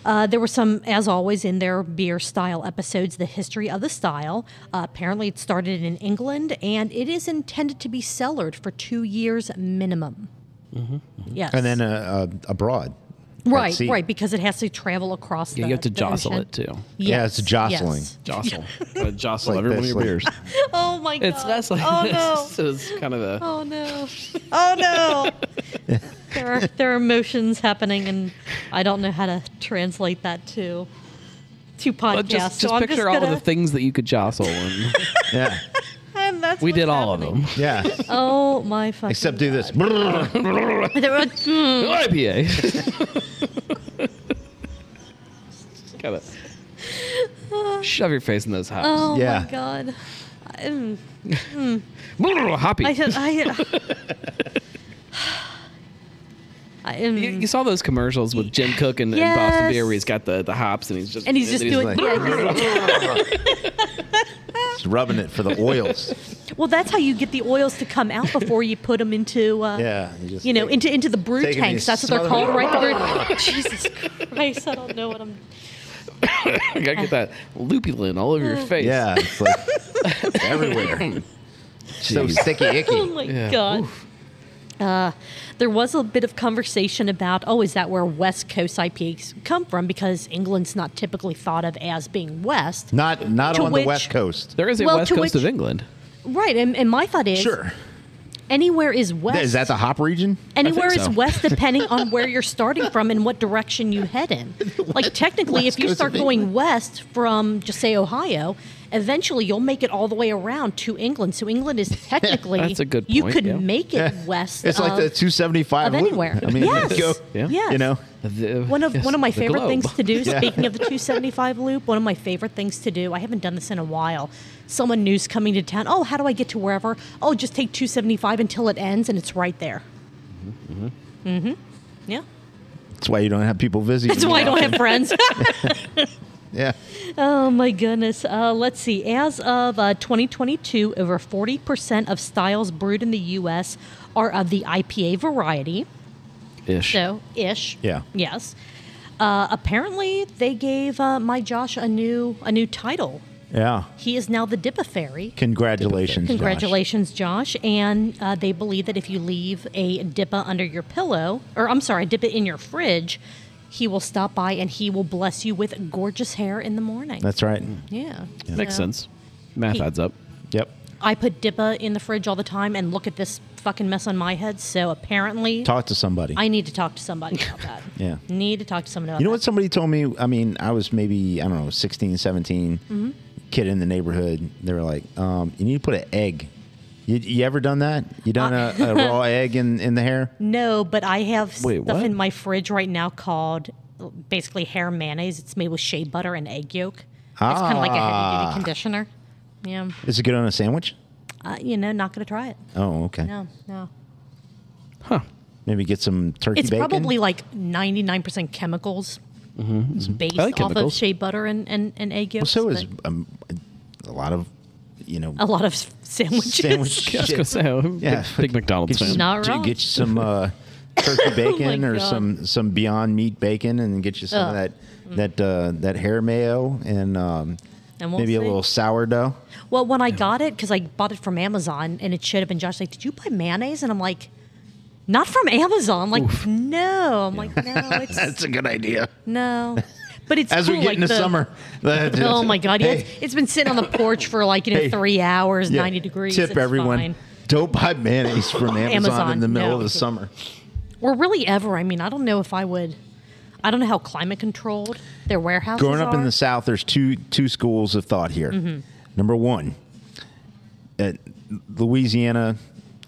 [SPEAKER 4] Uh, there were some, as always, in their beer style episodes, the history of the style. Uh, apparently, it started in England and it is intended to be cellared for two years minimum. Yes.
[SPEAKER 2] Mm-hmm. and then uh, uh, abroad. at
[SPEAKER 4] right,
[SPEAKER 2] sea.
[SPEAKER 4] right, because it has to travel across
[SPEAKER 3] Yeah,
[SPEAKER 4] the
[SPEAKER 3] you have to
[SPEAKER 4] the
[SPEAKER 3] jostle
[SPEAKER 4] ocean.
[SPEAKER 3] it
[SPEAKER 4] *laughs*
[SPEAKER 3] too.
[SPEAKER 2] Yeah, it's jostling.
[SPEAKER 4] yes.
[SPEAKER 3] Jostle, Uh, jostle
[SPEAKER 2] Like
[SPEAKER 3] every one of
[SPEAKER 2] this,
[SPEAKER 3] your
[SPEAKER 2] like-
[SPEAKER 3] beers.
[SPEAKER 4] Oh, my God.
[SPEAKER 3] It's that's like
[SPEAKER 4] oh, no.
[SPEAKER 3] *laughs* so it's kind of a
[SPEAKER 4] Oh no! Oh no! *laughs* there are there are emotions happening, and I don't know how to translate that to to podcast.
[SPEAKER 3] But just,
[SPEAKER 4] so
[SPEAKER 3] just
[SPEAKER 4] I'm
[SPEAKER 3] picture
[SPEAKER 4] just
[SPEAKER 3] all
[SPEAKER 4] gonna,
[SPEAKER 3] of the things that you could
[SPEAKER 4] *laughs*
[SPEAKER 3] jostle, and
[SPEAKER 2] Yeah, *laughs*
[SPEAKER 4] and that's
[SPEAKER 3] we
[SPEAKER 4] what's
[SPEAKER 3] did all
[SPEAKER 4] happening.
[SPEAKER 3] of them.
[SPEAKER 2] yeah.
[SPEAKER 4] Oh my fucking!
[SPEAKER 2] Except do this. Brrr.
[SPEAKER 4] There were- *laughs* mm. *laughs*
[SPEAKER 3] IPA. kind
[SPEAKER 4] *sighs*
[SPEAKER 3] of shove your face in those hops.
[SPEAKER 4] oh
[SPEAKER 2] Yeah.
[SPEAKER 4] my god!
[SPEAKER 3] *laughs*
[SPEAKER 4] I'm-
[SPEAKER 3] Hoppy.
[SPEAKER 4] I said I. *sighs* I am,
[SPEAKER 3] you, you saw those commercials with Jim Cook and, and Boston
[SPEAKER 4] Yes.
[SPEAKER 3] Beer where he's got the, the hops and he's just
[SPEAKER 4] and he's just doing.
[SPEAKER 2] like-
[SPEAKER 4] yeah, he's-
[SPEAKER 2] Just rubbing it for the oils.
[SPEAKER 4] well, that's how you get the oils to come out before you put them into. Uh,
[SPEAKER 2] Yeah, you just
[SPEAKER 4] you know,
[SPEAKER 2] take-
[SPEAKER 4] into into the brew
[SPEAKER 2] taking these
[SPEAKER 4] tanks. That's what they're
[SPEAKER 2] smothering-
[SPEAKER 4] called,
[SPEAKER 2] *laughs*
[SPEAKER 4] right? The brew- *laughs* Jesus Christ, I don't know what I'm.
[SPEAKER 3] I gotta
[SPEAKER 4] *laughs*
[SPEAKER 3] get that lupulin all over your face.
[SPEAKER 2] Yeah, it's like
[SPEAKER 4] *laughs*
[SPEAKER 2] it's everywhere. so sticky,
[SPEAKER 4] Oh
[SPEAKER 2] icky.
[SPEAKER 4] my
[SPEAKER 3] Yeah.
[SPEAKER 4] God. Uh,
[SPEAKER 3] Oof.
[SPEAKER 4] There was a bit of conversation about, oh, is that where West Coast IPAs come from? Because England's not typically thought of as being West.
[SPEAKER 2] Not not
[SPEAKER 4] To
[SPEAKER 2] on
[SPEAKER 4] which-
[SPEAKER 2] the west coast.
[SPEAKER 3] There is a
[SPEAKER 4] Well,
[SPEAKER 3] west
[SPEAKER 4] to
[SPEAKER 3] coast of
[SPEAKER 4] which-
[SPEAKER 3] England.
[SPEAKER 4] Right, and, and my thought is
[SPEAKER 2] Sure.
[SPEAKER 4] anywhere is West.
[SPEAKER 2] Is that the hop region?
[SPEAKER 4] Anywhere
[SPEAKER 3] so.
[SPEAKER 4] is West, depending on where
[SPEAKER 2] *laughs*
[SPEAKER 4] you're starting from and what direction you head in. Like technically,
[SPEAKER 2] West
[SPEAKER 4] if you
[SPEAKER 2] Coast
[SPEAKER 4] start
[SPEAKER 2] of
[SPEAKER 4] going west from just say Ohio, eventually you'll make it all the way around to England. So
[SPEAKER 2] *laughs*
[SPEAKER 4] England is technically
[SPEAKER 3] That's a good
[SPEAKER 4] You
[SPEAKER 3] point,
[SPEAKER 4] could
[SPEAKER 3] yeah.
[SPEAKER 4] make it west.
[SPEAKER 2] It's like
[SPEAKER 4] of-
[SPEAKER 2] the 275
[SPEAKER 4] of
[SPEAKER 2] loop.
[SPEAKER 4] anywhere.
[SPEAKER 2] I mean, *laughs* you
[SPEAKER 4] Yes.
[SPEAKER 2] go-
[SPEAKER 3] Yeah.
[SPEAKER 4] Yes.
[SPEAKER 2] you know,
[SPEAKER 3] The-
[SPEAKER 4] One of
[SPEAKER 3] yes,
[SPEAKER 4] one of my
[SPEAKER 3] the
[SPEAKER 4] favorite
[SPEAKER 3] globe.
[SPEAKER 4] things
[SPEAKER 3] *laughs*
[SPEAKER 4] to do. Speaking of the 275 loop, one of my favorite things to do. I haven't done this in a while. Someone new's coming to town. Oh, how do I get to wherever? Oh, just take 275 until it ends, and it's right there. Mm-hmm. mm-hmm.
[SPEAKER 3] *laughs*
[SPEAKER 4] Yeah.
[SPEAKER 2] that's why you don't have people visiting.
[SPEAKER 4] That's why I don't have friends.
[SPEAKER 2] Yeah.
[SPEAKER 4] oh my goodness. Uh, let's see. As of uh, 2022, over 40% of styles brewed in the U.S. are of the IPA variety.
[SPEAKER 3] Ish.
[SPEAKER 4] So, ish.
[SPEAKER 2] Yeah.
[SPEAKER 4] Yes. Uh, apparently, they gave uh, my Josh a new a new title.
[SPEAKER 2] Yeah.
[SPEAKER 4] He is now the Dipafairy.
[SPEAKER 2] Congratulations. Josh.
[SPEAKER 4] Congratulations, Josh. And uh, they believe that if you leave a Dippa under your pillow, or I'm sorry, Dippa in your fridge, he will stop by and he will bless you with gorgeous hair in the morning.
[SPEAKER 2] That's right.
[SPEAKER 4] yeah.
[SPEAKER 3] Makes
[SPEAKER 4] So,
[SPEAKER 3] sense. Math
[SPEAKER 4] He-
[SPEAKER 3] adds up.
[SPEAKER 2] Yep.
[SPEAKER 4] I put Dippa in the fridge all the time and look at this fucking mess on my head. So apparently,
[SPEAKER 2] Talk to somebody.
[SPEAKER 4] I need to talk to somebody
[SPEAKER 2] *laughs*
[SPEAKER 4] about that.
[SPEAKER 2] Yeah.
[SPEAKER 4] Need to talk to someone about
[SPEAKER 2] You know
[SPEAKER 4] that.
[SPEAKER 2] what somebody told me? I mean, I was maybe, I don't know, 16, 17,
[SPEAKER 4] Mm-hmm.
[SPEAKER 2] kid in the neighborhood. They were like, um, you need to put an egg. You, you ever done that? You done
[SPEAKER 4] Uh,
[SPEAKER 2] a, a
[SPEAKER 4] *laughs*
[SPEAKER 2] raw egg in, in the hair?
[SPEAKER 4] No, but I have
[SPEAKER 3] Wait,
[SPEAKER 4] stuff
[SPEAKER 3] what?
[SPEAKER 4] in my fridge right now called uh, basically hair mayonnaise. It's made with shea butter and egg yolk. It's kind of like a heavy
[SPEAKER 2] Ah.
[SPEAKER 4] duty conditioner. Yeah,
[SPEAKER 2] Is it good on a sandwich?
[SPEAKER 4] uh, you know, not gonna try it.
[SPEAKER 2] Oh, okay.
[SPEAKER 4] No, no.
[SPEAKER 3] Huh.
[SPEAKER 2] Maybe get some turkey
[SPEAKER 4] It's
[SPEAKER 2] bacon.
[SPEAKER 4] probably like ninety nine percent chemicals. It's based
[SPEAKER 3] I like
[SPEAKER 4] off
[SPEAKER 3] chemicals.
[SPEAKER 4] of shea butter and, and, and egg yolk.
[SPEAKER 2] Well, so is um, a lot of, you know,
[SPEAKER 4] a *laughs* lot of s- sandwiches.
[SPEAKER 2] sandwich
[SPEAKER 3] I was
[SPEAKER 2] shit.
[SPEAKER 3] gonna say, I'm a
[SPEAKER 2] Yeah.
[SPEAKER 3] big, big
[SPEAKER 2] Get
[SPEAKER 3] McDonald's
[SPEAKER 2] you
[SPEAKER 3] fan.
[SPEAKER 2] some,
[SPEAKER 4] Not
[SPEAKER 2] dude,
[SPEAKER 4] wrong. Oh
[SPEAKER 2] Get you some
[SPEAKER 4] *laughs*
[SPEAKER 2] uh, turkey bacon or
[SPEAKER 4] God.
[SPEAKER 2] some some Beyond Meat bacon, and get you some
[SPEAKER 4] Ugh.
[SPEAKER 2] of that that uh, that hair mayo and um,
[SPEAKER 4] And we'll
[SPEAKER 2] maybe a
[SPEAKER 4] see.
[SPEAKER 2] little sourdough.
[SPEAKER 4] *laughs* Well, when I got it, because I bought it from Amazon, and it showed up, and Josh like, "Did you buy mayonnaise?" And I'm like, "Not from Amazon." I'm like, no. I'm like, no,
[SPEAKER 2] *laughs*
[SPEAKER 4] it's
[SPEAKER 2] That's a good idea. *laughs*
[SPEAKER 4] no. But it's
[SPEAKER 2] As we
[SPEAKER 4] cool,
[SPEAKER 2] get
[SPEAKER 4] like
[SPEAKER 2] into
[SPEAKER 4] the-
[SPEAKER 2] summer,
[SPEAKER 4] *laughs*
[SPEAKER 2] that-
[SPEAKER 4] Oh my god, yeah,
[SPEAKER 2] Hey,
[SPEAKER 4] it's, it's been sitting on the porch for like you know
[SPEAKER 2] Hey.
[SPEAKER 4] three hours,
[SPEAKER 2] yeah,
[SPEAKER 4] ninety degrees.
[SPEAKER 2] Tip
[SPEAKER 4] it's
[SPEAKER 2] everyone.
[SPEAKER 4] fine.
[SPEAKER 2] Don't buy mayonnaise from Amazon, in
[SPEAKER 4] *laughs* Amazon,
[SPEAKER 2] the middle
[SPEAKER 4] no.
[SPEAKER 2] of the summer.
[SPEAKER 4] Or really ever. I mean, I don't know if I would. I don't know how climate controlled their warehouses
[SPEAKER 2] Growing up in
[SPEAKER 4] are.
[SPEAKER 2] the South, there's two two schools of thought here. Number one, at Louisiana,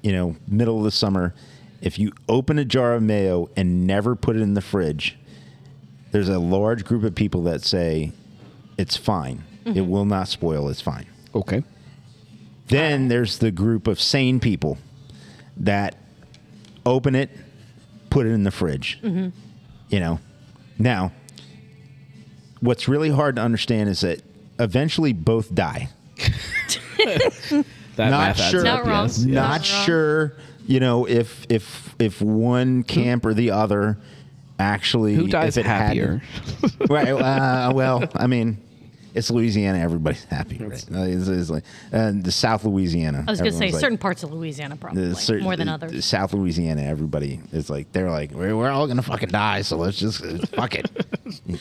[SPEAKER 2] you know, middle of the summer, if you open a jar of mayo and never put it in the fridge, there's a large group of people that say it's fine. It will not spoil. It's fine.
[SPEAKER 3] Okay.
[SPEAKER 2] Then there's the group of sane people that open it, put it in the fridge.
[SPEAKER 4] Mm-hmm.
[SPEAKER 2] You know, now what's really hard to understand is that eventually both die.
[SPEAKER 3] That
[SPEAKER 2] Not
[SPEAKER 3] math adds
[SPEAKER 2] sure.
[SPEAKER 3] up,
[SPEAKER 4] Not wrong.
[SPEAKER 3] yes.
[SPEAKER 4] Yeah.
[SPEAKER 2] Not
[SPEAKER 4] Not wrong.
[SPEAKER 2] sure, you know, if if if one camp or the other actually
[SPEAKER 3] Who dies
[SPEAKER 2] if it had-
[SPEAKER 3] happier?
[SPEAKER 2] *laughs* right. Uh, well, I mean, it's Louisiana. Everybody's happy. Right? Uh, it's- it's like- uh, the South Louisiana.
[SPEAKER 4] I was going to say
[SPEAKER 2] everyone's like-
[SPEAKER 4] certain parts of Louisiana probably
[SPEAKER 2] the certain-
[SPEAKER 4] more than
[SPEAKER 2] the-
[SPEAKER 4] others.
[SPEAKER 2] the South Louisiana, everybody is like, they're like, we're, we're all gonna fucking die, so let's just uh, fuck
[SPEAKER 3] *laughs*
[SPEAKER 2] it,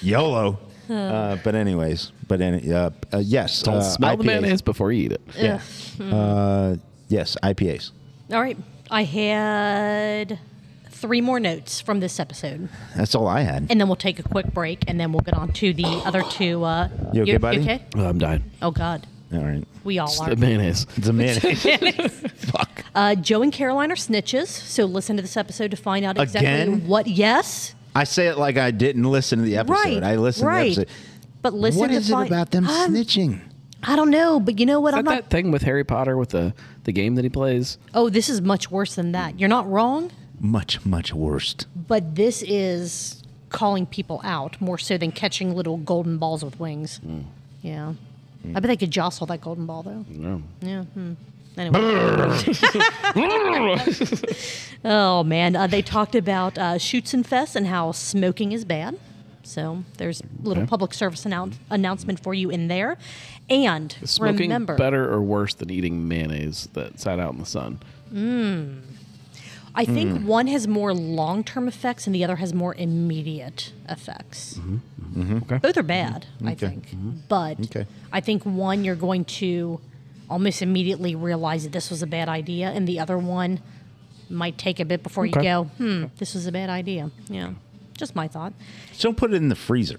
[SPEAKER 2] YOLO. Uh, but anyways, but any, uh, uh, yes,
[SPEAKER 3] Don't
[SPEAKER 2] uh,
[SPEAKER 3] smell the
[SPEAKER 2] IPAs.
[SPEAKER 3] mayonnaise before you eat it.
[SPEAKER 2] Yeah. Uh,
[SPEAKER 4] Mm-hmm.
[SPEAKER 2] yes, IPAs.
[SPEAKER 4] All right. I had three more notes from this episode,
[SPEAKER 2] That's all I had.
[SPEAKER 4] and then we'll take a quick break, and then we'll get on to the other two. Uh,
[SPEAKER 2] You okay, buddy?
[SPEAKER 4] okay?
[SPEAKER 3] Oh, I'm dying.
[SPEAKER 4] Oh, God.
[SPEAKER 2] all right,
[SPEAKER 4] We all
[SPEAKER 3] It's
[SPEAKER 4] are.
[SPEAKER 3] the mayonnaise.
[SPEAKER 2] the
[SPEAKER 4] *laughs*
[SPEAKER 2] mayonnaise. Fuck.
[SPEAKER 4] Uh, Joe and Caroline are snitches, so listen to this episode to find out exactly
[SPEAKER 2] Again?
[SPEAKER 4] what. Yes.
[SPEAKER 2] I say it like I didn't listen to the episode.
[SPEAKER 4] Right.
[SPEAKER 2] I listened
[SPEAKER 4] right.
[SPEAKER 2] to the episode.
[SPEAKER 4] But listen
[SPEAKER 2] what
[SPEAKER 4] to um,
[SPEAKER 2] is it
[SPEAKER 4] find-
[SPEAKER 2] about them
[SPEAKER 4] I'm-
[SPEAKER 2] snitching?
[SPEAKER 4] *gasps* I don't know, but you know what?
[SPEAKER 3] Is
[SPEAKER 4] I'm
[SPEAKER 3] that
[SPEAKER 4] not.
[SPEAKER 3] that thing with Harry Potter with the, the game that he plays?
[SPEAKER 4] Oh, this is much worse than that. You're not wrong,
[SPEAKER 2] Much, much worse.
[SPEAKER 4] but this is calling people out more so than catching little golden balls with wings. Yeah. I bet they could jostle that golden ball, though.
[SPEAKER 3] No.
[SPEAKER 4] Yeah. Hmm. Anyway. *laughs* oh, man. Uh, they talked about uh, shoots and fests and how smoking is bad. So there's a little
[SPEAKER 3] Okay.
[SPEAKER 4] public service annou- announcement for you in there. And
[SPEAKER 3] Is Smoking
[SPEAKER 4] remember,
[SPEAKER 3] better or worse than eating mayonnaise that sat out in the sun?
[SPEAKER 4] I think
[SPEAKER 3] Mm.
[SPEAKER 4] one has more long term effects and the other has more immediate effects.
[SPEAKER 3] Mm-hmm. Okay. Mm-hmm.
[SPEAKER 4] Both are bad, I
[SPEAKER 2] Okay.
[SPEAKER 4] think. But
[SPEAKER 2] Okay.
[SPEAKER 4] I think one, you're going to almost immediately realize that this was a bad idea, and the other one might take a bit before
[SPEAKER 3] Okay.
[SPEAKER 4] you go, hmm, this was a bad idea. Yeah. Just my thought.
[SPEAKER 2] Don't put it in the freezer,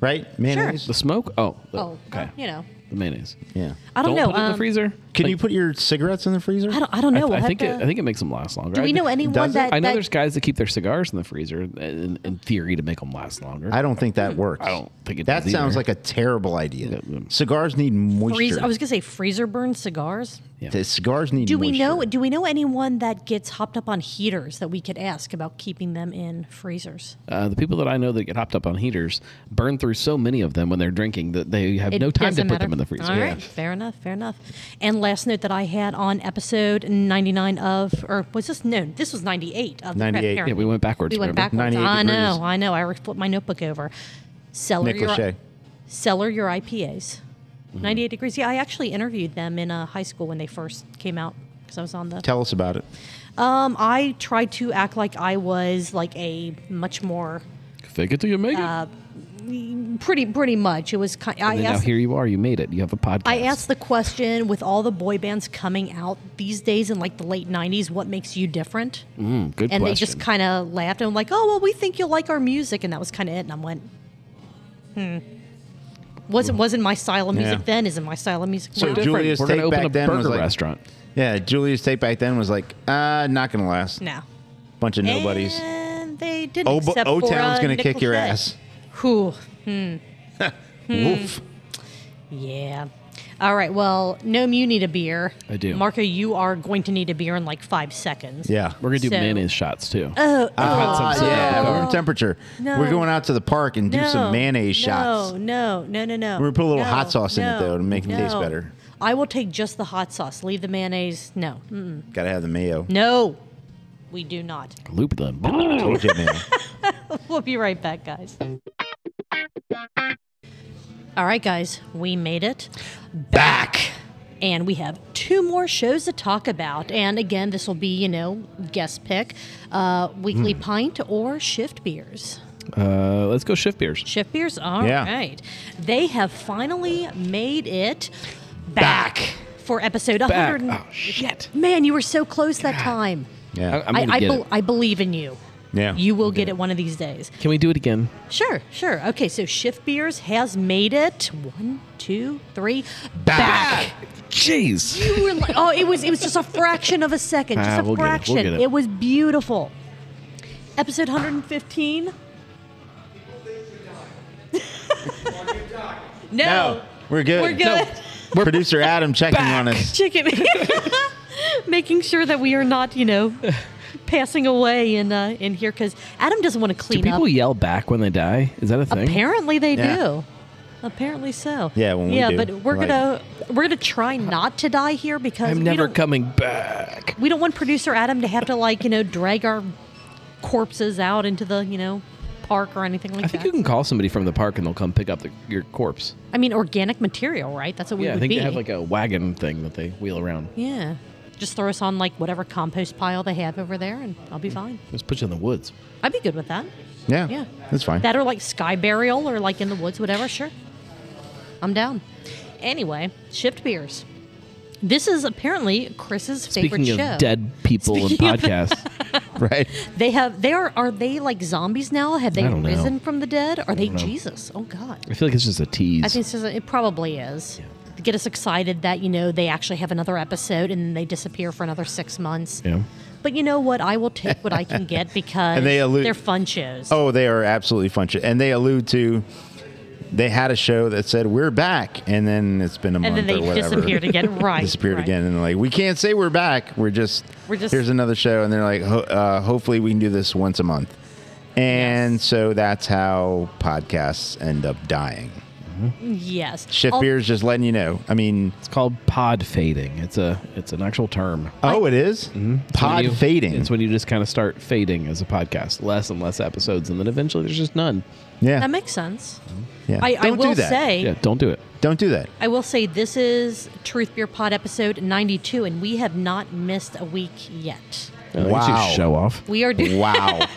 [SPEAKER 2] right? Mayonnaise.
[SPEAKER 3] The smoke? Oh. the-
[SPEAKER 4] Oh,
[SPEAKER 3] okay.
[SPEAKER 4] you know.
[SPEAKER 3] The mayonnaise.
[SPEAKER 2] Yeah.
[SPEAKER 4] I don't, know.
[SPEAKER 3] Put it in
[SPEAKER 4] um,
[SPEAKER 3] the freezer.
[SPEAKER 2] Can
[SPEAKER 3] Like,
[SPEAKER 2] you put your cigarettes in the freezer?
[SPEAKER 4] I don't, I don't
[SPEAKER 3] I,
[SPEAKER 4] know.
[SPEAKER 3] I
[SPEAKER 4] We'll
[SPEAKER 3] think
[SPEAKER 4] have
[SPEAKER 3] it,
[SPEAKER 4] to-
[SPEAKER 3] I think it makes them last longer.
[SPEAKER 4] do we
[SPEAKER 3] I-
[SPEAKER 4] know anyone
[SPEAKER 2] does it?
[SPEAKER 4] that,
[SPEAKER 3] I know
[SPEAKER 4] that-
[SPEAKER 3] there's guys that keep their cigars in the freezer in, in theory to make them last longer.
[SPEAKER 2] I don't think that works.
[SPEAKER 3] Hmm. I don't think it
[SPEAKER 2] That
[SPEAKER 3] does
[SPEAKER 2] sounds
[SPEAKER 3] either.
[SPEAKER 2] like a terrible idea.
[SPEAKER 3] Yeah, yeah.
[SPEAKER 2] Cigars need moisture.
[SPEAKER 4] freeze, I was going to say freezer burn cigars?
[SPEAKER 3] Yeah.
[SPEAKER 2] The cigars need.
[SPEAKER 4] Do we
[SPEAKER 2] moisture.
[SPEAKER 4] know? Do we know anyone that gets hopped up on heaters that we could ask about keeping them in freezers?
[SPEAKER 3] Uh, the people that I know that get hopped up on heaters burn through so many of them when they're drinking that they have
[SPEAKER 4] It
[SPEAKER 3] no time to
[SPEAKER 4] doesn't
[SPEAKER 3] put them in the freezer.
[SPEAKER 4] All right, fair enough, fair enough. And last note that I had on episode ninety nine of, or was this no? This was ninety eight of the Prep
[SPEAKER 2] 98.
[SPEAKER 4] Parent.
[SPEAKER 3] Yeah, we went backwards.
[SPEAKER 4] We went
[SPEAKER 3] remember?
[SPEAKER 4] backwards.
[SPEAKER 2] 98
[SPEAKER 4] I know,
[SPEAKER 2] degrees.
[SPEAKER 4] I know. I re- flipped my notebook over. Cellar
[SPEAKER 2] Nick
[SPEAKER 4] your
[SPEAKER 2] Lachey.
[SPEAKER 4] cellar your IPAs.
[SPEAKER 3] Mm-hmm.
[SPEAKER 4] Ninety eight degrees. Yeah, I actually interviewed them in uh, high school when they first came out because I was on the
[SPEAKER 2] Tell us about it.
[SPEAKER 4] Um, I tried to act like I was like a much more
[SPEAKER 3] Fake it till you make it. and
[SPEAKER 4] pretty pretty much. It was kind. I
[SPEAKER 3] then now
[SPEAKER 4] Uh, asked.
[SPEAKER 3] here you are. You made it. You have a podcast.
[SPEAKER 4] I asked the question with all the boy bands coming out these days in like the late '90s, what makes you different?
[SPEAKER 3] Mm, good question.
[SPEAKER 4] and they just kind of laughed and were like, "Oh well, we think you'll like our music," and that was kind of it. And I went, "Hmm." Wasn't wasn't my style of music
[SPEAKER 2] Yeah.
[SPEAKER 4] then? Isn't my style of music
[SPEAKER 2] So
[SPEAKER 4] now?
[SPEAKER 2] Ju- Julius
[SPEAKER 3] We're gonna
[SPEAKER 2] Tate
[SPEAKER 3] open
[SPEAKER 2] back
[SPEAKER 3] a
[SPEAKER 2] then was
[SPEAKER 3] burger
[SPEAKER 2] like-
[SPEAKER 3] restaurant.
[SPEAKER 2] Yeah, Julius Tate back then was like, uh, not gonna last.
[SPEAKER 4] no,
[SPEAKER 2] Bunch of nobodies.
[SPEAKER 4] And they didn't.
[SPEAKER 2] Oh, O
[SPEAKER 4] except for,
[SPEAKER 2] Town's
[SPEAKER 4] uh,
[SPEAKER 2] gonna
[SPEAKER 4] Nick
[SPEAKER 2] kick your
[SPEAKER 4] Lachey. Hmm.
[SPEAKER 2] ass.
[SPEAKER 4] Whew.
[SPEAKER 2] Woof.
[SPEAKER 4] Yeah. All right. Well, Noam, you need a beer.
[SPEAKER 3] I do.
[SPEAKER 4] Marco, you are going to need a beer in like five seconds.
[SPEAKER 2] Yeah.
[SPEAKER 3] We're gonna do
[SPEAKER 4] So-
[SPEAKER 3] mayonnaise shots too.
[SPEAKER 4] Oh,
[SPEAKER 3] had some
[SPEAKER 2] Ah,
[SPEAKER 3] syrup
[SPEAKER 2] yeah,
[SPEAKER 3] before.
[SPEAKER 2] room temperature.
[SPEAKER 4] No.
[SPEAKER 2] We're going out to the park and do
[SPEAKER 4] no,
[SPEAKER 2] some mayonnaise
[SPEAKER 4] no,
[SPEAKER 2] shots.
[SPEAKER 4] No, no, no, no.
[SPEAKER 2] We're gonna put a little
[SPEAKER 4] no,
[SPEAKER 2] hot sauce in it,
[SPEAKER 4] no,
[SPEAKER 2] though, to make it
[SPEAKER 4] no.
[SPEAKER 2] taste better.
[SPEAKER 4] I will take just the hot sauce. Leave the mayonnaise. No. Mm-mm.
[SPEAKER 2] Gotta have the mayo.
[SPEAKER 4] No. We do not. *laughs*
[SPEAKER 3] Loop them.
[SPEAKER 2] Told you, man.
[SPEAKER 4] We'll be right back, guys. All right, guys. We made it.
[SPEAKER 2] Back.
[SPEAKER 4] and we have two more shows to talk about. And again, this will be, you know, guest pick, uh,
[SPEAKER 2] Hmm.
[SPEAKER 4] weekly pint or shift beers.
[SPEAKER 3] Uh, let's go shift beers.
[SPEAKER 4] Shift beers, all right.
[SPEAKER 2] Yeah.
[SPEAKER 4] They have finally made it
[SPEAKER 2] Back.
[SPEAKER 4] back, for episode
[SPEAKER 3] Back.
[SPEAKER 4] 100.
[SPEAKER 3] Oh shit.
[SPEAKER 4] Man, you were so close that time.
[SPEAKER 2] Yeah.
[SPEAKER 3] I'm gonna
[SPEAKER 4] I, I,
[SPEAKER 3] get
[SPEAKER 4] bel-
[SPEAKER 3] it.
[SPEAKER 4] I believe in you.
[SPEAKER 2] yeah.
[SPEAKER 4] You will get it one of these days.
[SPEAKER 3] Can we do it again?
[SPEAKER 4] Sure, sure. Okay, so Shift Beers has made it. One, two, three, back.
[SPEAKER 3] Jeez.
[SPEAKER 4] You were like, oh, it was it was just a fraction of a second, just
[SPEAKER 3] Ah,
[SPEAKER 4] a
[SPEAKER 3] we'll get it, we'll
[SPEAKER 4] fraction.
[SPEAKER 3] get it.
[SPEAKER 4] was beautiful. Episode 115. *laughs* no,
[SPEAKER 2] No, we're good.
[SPEAKER 4] we're good. *laughs*
[SPEAKER 2] Producer Adam checking on us.
[SPEAKER 4] Chicken, *laughs* making sure that we are not, you know, passing away in uh, in here because Adam doesn't want to
[SPEAKER 3] Do
[SPEAKER 4] clean
[SPEAKER 3] people
[SPEAKER 4] up.
[SPEAKER 3] yell back when they die? Is that a thing?
[SPEAKER 4] Apparently they
[SPEAKER 2] Yeah.
[SPEAKER 4] do. Apparently so.
[SPEAKER 2] Yeah, when we
[SPEAKER 4] yeah,
[SPEAKER 2] do,
[SPEAKER 4] but we're
[SPEAKER 2] like-
[SPEAKER 4] gonna we're gonna try not to die here because
[SPEAKER 3] I'm
[SPEAKER 4] we
[SPEAKER 3] never
[SPEAKER 4] don't-
[SPEAKER 3] coming back.
[SPEAKER 4] we don't want producer Adam to have to like you know drag our corpses out into the you know park or anything like
[SPEAKER 3] I think
[SPEAKER 4] that.
[SPEAKER 3] you can call somebody from the park and they'll come pick up the, your corpse.
[SPEAKER 4] I mean, organic material, right? That's what we
[SPEAKER 3] yeah,
[SPEAKER 4] would
[SPEAKER 3] I think
[SPEAKER 4] be.
[SPEAKER 3] they have like a wagon thing that they wheel around.
[SPEAKER 4] yeah, just throw us on like whatever compost pile they have over there, and I'll
[SPEAKER 3] Mm.
[SPEAKER 4] be fine.
[SPEAKER 3] Just put you in the woods.
[SPEAKER 4] I'd be good with that.
[SPEAKER 2] Yeah,
[SPEAKER 4] Yeah.
[SPEAKER 2] that's fine.
[SPEAKER 4] That or like sky burial or like in the woods, whatever. Sure. I'm down. Anyway, shift beers. This is apparently Chris's favorite
[SPEAKER 3] Speaking of
[SPEAKER 4] show.
[SPEAKER 3] dead people
[SPEAKER 4] Speaking
[SPEAKER 3] and
[SPEAKER 4] of-
[SPEAKER 3] podcasts,
[SPEAKER 4] *laughs*
[SPEAKER 2] right.
[SPEAKER 4] They have they are are they like zombies now? Have they
[SPEAKER 3] I don't know.
[SPEAKER 4] risen from the dead? Are they
[SPEAKER 3] don't know.
[SPEAKER 4] Jesus? Oh God.
[SPEAKER 3] I feel like it's just a tease.
[SPEAKER 4] I think it's just, it probably is. To Get us excited that you know they actually have another episode and then they disappear for another six months.
[SPEAKER 3] yeah.
[SPEAKER 4] But you know what? I will take what I
[SPEAKER 2] *laughs*
[SPEAKER 4] can get because
[SPEAKER 2] And they allude-
[SPEAKER 4] are fun shows.
[SPEAKER 2] Oh, they are absolutely fun. shit. And they allude to they had a show that said we're back, and then it's been a
[SPEAKER 4] and
[SPEAKER 2] month
[SPEAKER 4] then they
[SPEAKER 2] or whatever.
[SPEAKER 4] disappeared again.
[SPEAKER 2] *laughs*
[SPEAKER 4] Right.
[SPEAKER 2] disappeared
[SPEAKER 4] right.
[SPEAKER 2] again, and they're like, we can't say we're back. We're just
[SPEAKER 4] We're just-
[SPEAKER 2] here's another show, and they're like, ho- uh, hopefully we can do this once a month. And so that's how podcasts end up dying.
[SPEAKER 4] Yes.
[SPEAKER 2] Shift
[SPEAKER 4] Al-
[SPEAKER 2] beer's just letting you know. I mean,
[SPEAKER 3] It's called pod fading. It's a it's an actual term.
[SPEAKER 2] oh, it is? pod
[SPEAKER 3] When you-
[SPEAKER 2] fading.
[SPEAKER 3] It's when you just kind of start fading as a podcast, less and less episodes, and then eventually there's just none.
[SPEAKER 2] yeah,
[SPEAKER 4] That makes sense.
[SPEAKER 2] yeah.
[SPEAKER 4] I,
[SPEAKER 2] Mm-hmm. Don't
[SPEAKER 4] I will
[SPEAKER 2] do that.
[SPEAKER 4] say.
[SPEAKER 3] Yeah, don't do it.
[SPEAKER 2] don't do
[SPEAKER 4] *laughs*
[SPEAKER 2] that.
[SPEAKER 4] I will say this is Truth Beer Pod episode 92, and we have not missed a week yet.
[SPEAKER 3] Uh, you
[SPEAKER 2] Wow.
[SPEAKER 3] show off.
[SPEAKER 4] We are doing
[SPEAKER 2] Wow.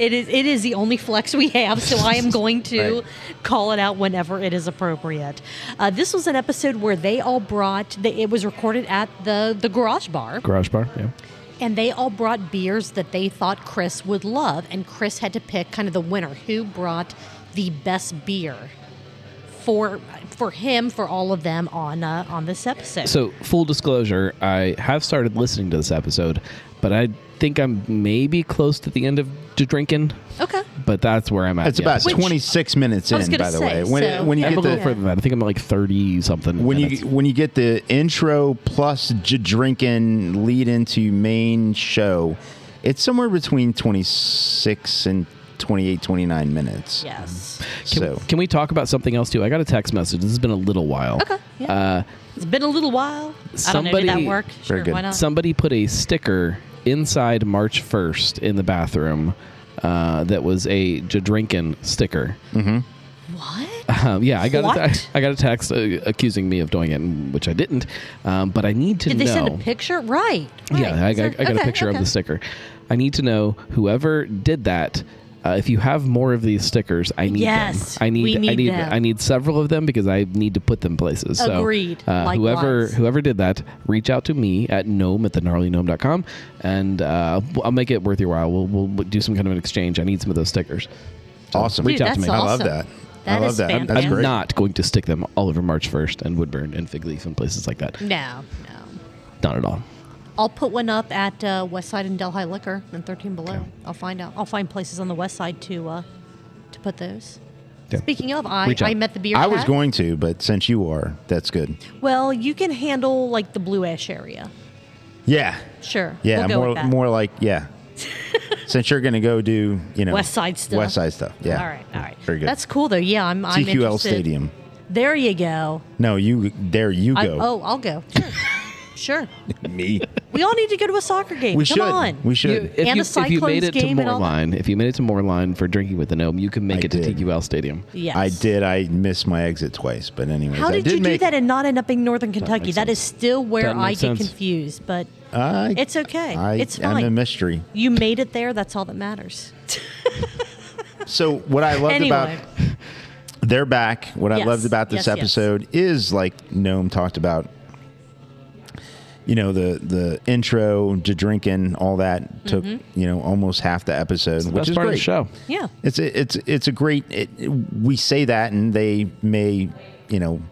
[SPEAKER 4] it is it is the only flex we have, so I am going
[SPEAKER 2] *laughs*
[SPEAKER 4] to
[SPEAKER 2] Right.
[SPEAKER 4] call it out whenever it is appropriate. Uh, this was an episode where they all brought they, it was recorded at the the garage bar,
[SPEAKER 3] Garage bar. Yeah.
[SPEAKER 4] and they all brought beers that they thought Chris would love, and Chris had to pick kind of the winner who brought the best beer for for him for all of them on uh, on this episode.
[SPEAKER 3] So full disclosure, I have started listening to this episode, but I think I'm maybe close to the end of to drinking.
[SPEAKER 4] okay.
[SPEAKER 3] But that's where I'm at.
[SPEAKER 2] It's
[SPEAKER 3] in the
[SPEAKER 2] about
[SPEAKER 3] episode.
[SPEAKER 2] 26 minutes
[SPEAKER 4] I was
[SPEAKER 2] in,
[SPEAKER 4] gonna
[SPEAKER 2] by the
[SPEAKER 4] say,
[SPEAKER 2] way. When,
[SPEAKER 4] so-
[SPEAKER 2] when you
[SPEAKER 4] Yeah.
[SPEAKER 3] I'm a
[SPEAKER 2] get
[SPEAKER 3] little
[SPEAKER 2] the,
[SPEAKER 3] further than that. I think I'm like 30 something.
[SPEAKER 2] when
[SPEAKER 3] minutes.
[SPEAKER 2] you when you get the intro plus j- drinking lead into main show, it's somewhere between 26 and 28, 29 minutes.
[SPEAKER 4] Yes.
[SPEAKER 2] Um,
[SPEAKER 3] Can,
[SPEAKER 2] So
[SPEAKER 3] can we talk about something else too? I got a text message. This has been a little while.
[SPEAKER 4] Okay, yeah. Uh-huh.
[SPEAKER 3] Uh,
[SPEAKER 4] It's been a little while. I don't know.
[SPEAKER 3] Somebody-
[SPEAKER 4] Did that work?
[SPEAKER 2] Very
[SPEAKER 4] sure,
[SPEAKER 2] good.
[SPEAKER 4] Why not?
[SPEAKER 3] somebody put a sticker inside March 1st in the bathroom uh, that was a Jadrinkin sticker.
[SPEAKER 2] Mm-hmm. *laughs*
[SPEAKER 4] what?
[SPEAKER 3] Um, yeah, I got a
[SPEAKER 4] What?
[SPEAKER 3] te- *laughs* I got a text uh, accusing me of doing it, which I didn't. Um, but I need to
[SPEAKER 4] Did
[SPEAKER 3] know.
[SPEAKER 4] they send a picture? Right. right.
[SPEAKER 3] Yeah, I, got
[SPEAKER 4] So-
[SPEAKER 3] I got a
[SPEAKER 4] okay,
[SPEAKER 3] picture
[SPEAKER 4] okay.
[SPEAKER 3] of the sticker. I need to know whoever did that. Uh, if you have more of these stickers, I need
[SPEAKER 4] Yes,
[SPEAKER 3] them. I need,
[SPEAKER 4] we
[SPEAKER 3] I
[SPEAKER 4] need
[SPEAKER 3] need
[SPEAKER 4] them.
[SPEAKER 3] I need several of them because I need to put them places. So,
[SPEAKER 4] Agreed.
[SPEAKER 3] Uh, whoever
[SPEAKER 4] Likewise.
[SPEAKER 3] whoever did that, reach out to me at gnome at the gnarlygnome.com and uh, I'll make it worth your while. We'll, we'll do some kind of an exchange. I need some of those stickers.
[SPEAKER 2] awesome.
[SPEAKER 4] Dude,
[SPEAKER 3] out to
[SPEAKER 4] that's
[SPEAKER 3] me.
[SPEAKER 2] I
[SPEAKER 4] Awesome.
[SPEAKER 2] love that. I
[SPEAKER 4] That
[SPEAKER 2] love
[SPEAKER 4] is
[SPEAKER 2] that.
[SPEAKER 4] fantastic.
[SPEAKER 2] That's
[SPEAKER 3] I'm
[SPEAKER 2] great.
[SPEAKER 3] not going to stick them all over March 1st and Woodburn and Fig Leaf and places like that.
[SPEAKER 4] No, no.
[SPEAKER 3] Not at all.
[SPEAKER 4] I'll put one up at uh, West Side and Delhi Liquor and 13 Below. I'll find out. I'll find places on the West Side to uh, to put those.
[SPEAKER 3] Yeah.
[SPEAKER 4] Speaking of, I,
[SPEAKER 3] Reach out.
[SPEAKER 4] I met the beer.
[SPEAKER 2] I was
[SPEAKER 4] cat.
[SPEAKER 2] going to, but since you are, that's good.
[SPEAKER 4] Well, you can handle like the Blue Ash area.
[SPEAKER 2] Yeah.
[SPEAKER 4] Sure.
[SPEAKER 2] Yeah.
[SPEAKER 4] We'll go with
[SPEAKER 2] more
[SPEAKER 4] that.
[SPEAKER 2] more like
[SPEAKER 4] *laughs*
[SPEAKER 2] yeah. since you're gonna go do you know
[SPEAKER 4] West Side stuff.
[SPEAKER 2] West Side stuff. Yeah.
[SPEAKER 4] All right. All right.
[SPEAKER 2] Very good.
[SPEAKER 4] That's cool though. Yeah, I'm. I'm
[SPEAKER 2] TQL
[SPEAKER 4] interested.
[SPEAKER 2] Stadium.
[SPEAKER 4] There you go.
[SPEAKER 2] No, you there. You
[SPEAKER 4] I,
[SPEAKER 2] go.
[SPEAKER 4] oh, I'll go.
[SPEAKER 2] *laughs*
[SPEAKER 4] Sure. sure.
[SPEAKER 2] me.
[SPEAKER 4] We all need to go to a soccer game.
[SPEAKER 2] We
[SPEAKER 4] Come
[SPEAKER 2] should.
[SPEAKER 4] on.
[SPEAKER 2] We should.
[SPEAKER 3] You- if,
[SPEAKER 4] And a
[SPEAKER 3] you, if you
[SPEAKER 4] Cyclones
[SPEAKER 3] made it to
[SPEAKER 4] game and all that.
[SPEAKER 3] Moorline, if you made it to Moorline for drinking with the gnome, you can make
[SPEAKER 2] I
[SPEAKER 3] it
[SPEAKER 2] did.
[SPEAKER 3] to TQL Stadium.
[SPEAKER 4] yes.
[SPEAKER 2] I did. I missed my exit twice, but anyways,
[SPEAKER 4] How
[SPEAKER 2] I
[SPEAKER 4] did you do
[SPEAKER 2] make-
[SPEAKER 4] that and not end up in Northern Kentucky?
[SPEAKER 3] makes
[SPEAKER 4] That is still where
[SPEAKER 3] Doesn't make
[SPEAKER 4] I get
[SPEAKER 3] sense.
[SPEAKER 4] confused, but
[SPEAKER 2] I-
[SPEAKER 4] it's okay.
[SPEAKER 2] I
[SPEAKER 4] it's
[SPEAKER 2] am a
[SPEAKER 4] fine.
[SPEAKER 2] mystery.
[SPEAKER 4] you made it there. That's all that matters.
[SPEAKER 2] So what I loved
[SPEAKER 4] anyway,
[SPEAKER 2] about they're back. What I
[SPEAKER 4] Yes.
[SPEAKER 2] loved about this
[SPEAKER 4] Yes, yes.
[SPEAKER 2] episode is like Gnome talked about. You know the the intro to drinking, all that took
[SPEAKER 4] Mm-hmm.
[SPEAKER 2] you know almost half the episode, which
[SPEAKER 3] Best
[SPEAKER 2] is
[SPEAKER 3] part
[SPEAKER 2] great.
[SPEAKER 3] of the show.
[SPEAKER 4] yeah.
[SPEAKER 2] It's a, it's it's a great. It, we say that, and they may you know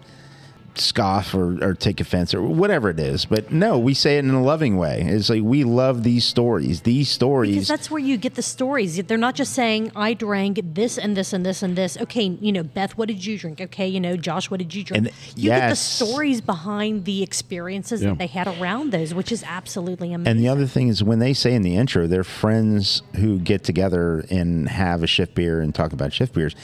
[SPEAKER 2] scoff or, or take offense or whatever it is. But no, we say it in a loving way. It's like we love these stories. These
[SPEAKER 4] Because
[SPEAKER 2] stories.
[SPEAKER 4] that's where you get the stories. They're not just saying, I drank this and this and this and this. Okay, you know, Beth, what did you drink? Okay, you know, Josh, what did you drink?
[SPEAKER 2] And-
[SPEAKER 4] you get the
[SPEAKER 2] yes.
[SPEAKER 4] stories behind the experiences
[SPEAKER 3] Yeah.
[SPEAKER 4] that they had around those, which is absolutely amazing.
[SPEAKER 2] And the other thing is when they say in the intro, they're friends who get together and have a shift beer and talk about shift beers.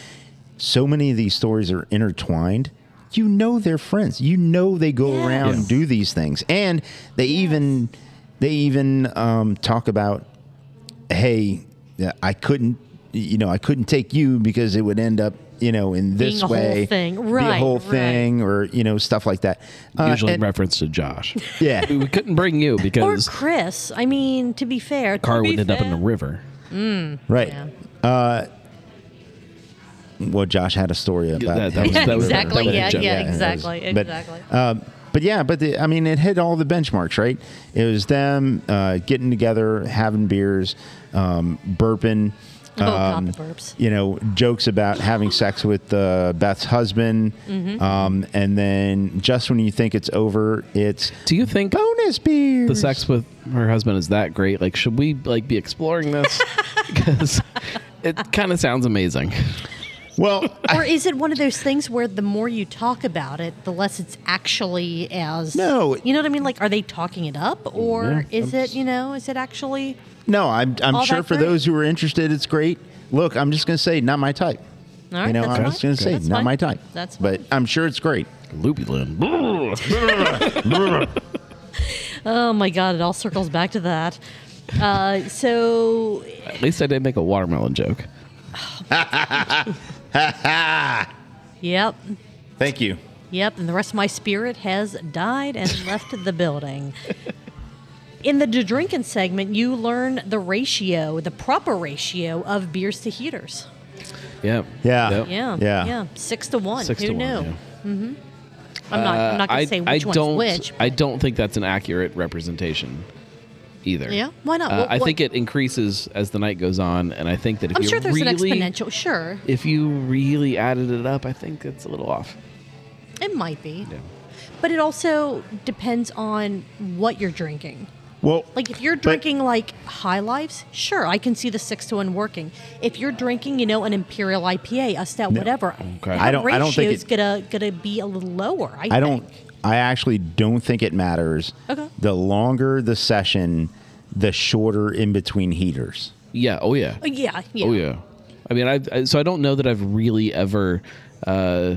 [SPEAKER 2] So many of these stories are intertwined. You know they're friends. You know they go
[SPEAKER 4] Yes.
[SPEAKER 2] around and do these things, and they even they even um, talk about, hey, I couldn't you know, I couldn't take you because it would end up, you know, in
[SPEAKER 4] Being
[SPEAKER 2] this
[SPEAKER 4] a whole
[SPEAKER 2] way,
[SPEAKER 4] thing.
[SPEAKER 2] be a
[SPEAKER 4] Right,
[SPEAKER 2] whole
[SPEAKER 4] right.
[SPEAKER 2] thing, or you know, stuff like that. Uh,
[SPEAKER 3] Usually in
[SPEAKER 2] and-
[SPEAKER 3] reference to Josh.
[SPEAKER 2] yeah,
[SPEAKER 3] *laughs* we couldn't bring you
[SPEAKER 4] Or
[SPEAKER 3] because
[SPEAKER 4] Chris. I mean, to be fair, to
[SPEAKER 3] car
[SPEAKER 4] be
[SPEAKER 3] would end up in
[SPEAKER 4] fair.
[SPEAKER 3] the river.
[SPEAKER 2] right. Uh,
[SPEAKER 4] Yeah.
[SPEAKER 2] Well, Josh had a story about
[SPEAKER 3] that- that
[SPEAKER 2] him.
[SPEAKER 3] was- that
[SPEAKER 2] River.
[SPEAKER 3] was- Exactly, that was a yeah, joke. yeah,
[SPEAKER 2] it was-
[SPEAKER 4] exactly,
[SPEAKER 2] but,
[SPEAKER 4] exactly.
[SPEAKER 2] um, but yeah, but the, I mean, it hit all the benchmarks, right? It was them uh, getting together, having beers, um, burping.
[SPEAKER 4] Oh, God,
[SPEAKER 2] um,
[SPEAKER 4] the burps.
[SPEAKER 2] You know, jokes about having sex with uh, Beth's husband, um, and then just when you think it's over, it's
[SPEAKER 3] Do you think
[SPEAKER 2] bonus beer.
[SPEAKER 3] the sex with her husband is that great? Like, should we like be exploring
[SPEAKER 4] *laughs*
[SPEAKER 3] this? Because it kind of sounds amazing. *laughs*
[SPEAKER 2] Well,
[SPEAKER 4] Or is it one of those things where the more you talk about it, the less it's actually as
[SPEAKER 2] No.
[SPEAKER 4] You know what I mean? Like, are they talking it up, or
[SPEAKER 3] Yeah,
[SPEAKER 4] is it you know? Is it actually?
[SPEAKER 2] No, I'm, I'm
[SPEAKER 4] All
[SPEAKER 2] sure
[SPEAKER 4] that
[SPEAKER 2] for
[SPEAKER 4] great?
[SPEAKER 2] those who are interested, it's great. Look, I'm just going to say, not my type.
[SPEAKER 4] All right,
[SPEAKER 2] you know,
[SPEAKER 4] that's
[SPEAKER 2] I'm
[SPEAKER 4] fine.
[SPEAKER 2] just going to say,
[SPEAKER 4] That's
[SPEAKER 2] not
[SPEAKER 4] fine.
[SPEAKER 2] my type.
[SPEAKER 4] That's
[SPEAKER 2] but
[SPEAKER 4] fine.
[SPEAKER 2] I'm sure it's great.
[SPEAKER 3] Loopy Lynn.
[SPEAKER 4] Oh my God! It all circles back to that. Uh, so
[SPEAKER 3] At least I didn't make a watermelon joke.
[SPEAKER 4] yep,
[SPEAKER 2] Thank you.
[SPEAKER 4] yep, and the rest of my spirit has died and left the building. In the to drinking segment, you learn the ratio, the proper ratio of beers to heaters.
[SPEAKER 3] Yeah.
[SPEAKER 2] Yeah.
[SPEAKER 3] Yep.
[SPEAKER 4] Yeah,
[SPEAKER 2] Yeah.
[SPEAKER 4] yeah, six to one.
[SPEAKER 3] Six
[SPEAKER 4] Who
[SPEAKER 3] to
[SPEAKER 4] knew?
[SPEAKER 3] one. yeah.
[SPEAKER 4] I'm not. I'm not
[SPEAKER 3] Uh,
[SPEAKER 4] gonna
[SPEAKER 3] I-
[SPEAKER 4] say
[SPEAKER 3] I
[SPEAKER 4] which one's
[SPEAKER 3] don't,
[SPEAKER 4] which.
[SPEAKER 3] I don't think that's an accurate representation either.
[SPEAKER 4] Yeah? Why not?
[SPEAKER 3] Uh,
[SPEAKER 4] What-
[SPEAKER 3] I
[SPEAKER 4] what-
[SPEAKER 3] think it increases as the night goes on, and I think that if
[SPEAKER 4] I'm
[SPEAKER 3] you
[SPEAKER 4] sure there's
[SPEAKER 3] really,
[SPEAKER 4] an exponential. Sure,
[SPEAKER 3] if you really added it up, I think it's a little off.
[SPEAKER 4] it might be,
[SPEAKER 3] Yeah.
[SPEAKER 4] but it also depends on what you're drinking.
[SPEAKER 2] Well,
[SPEAKER 4] Like if you're
[SPEAKER 2] but-
[SPEAKER 4] drinking like High Lives, sure, I can see the six to one working. If you're drinking, you know, an Imperial IPA, a stout, whatever,
[SPEAKER 3] Okay.
[SPEAKER 4] that
[SPEAKER 2] I don't- I don't think
[SPEAKER 4] ratio's
[SPEAKER 2] it-
[SPEAKER 4] gonna gonna be a little lower. I,
[SPEAKER 2] I
[SPEAKER 4] think.
[SPEAKER 2] don't, I actually don't think it matters.
[SPEAKER 4] Okay.
[SPEAKER 2] The longer the session, the shorter in between heaters.
[SPEAKER 3] Yeah. Oh yeah.
[SPEAKER 4] Uh, Yeah, yeah.
[SPEAKER 3] Oh yeah. I mean, I've, I so I don't know that I've really ever uh,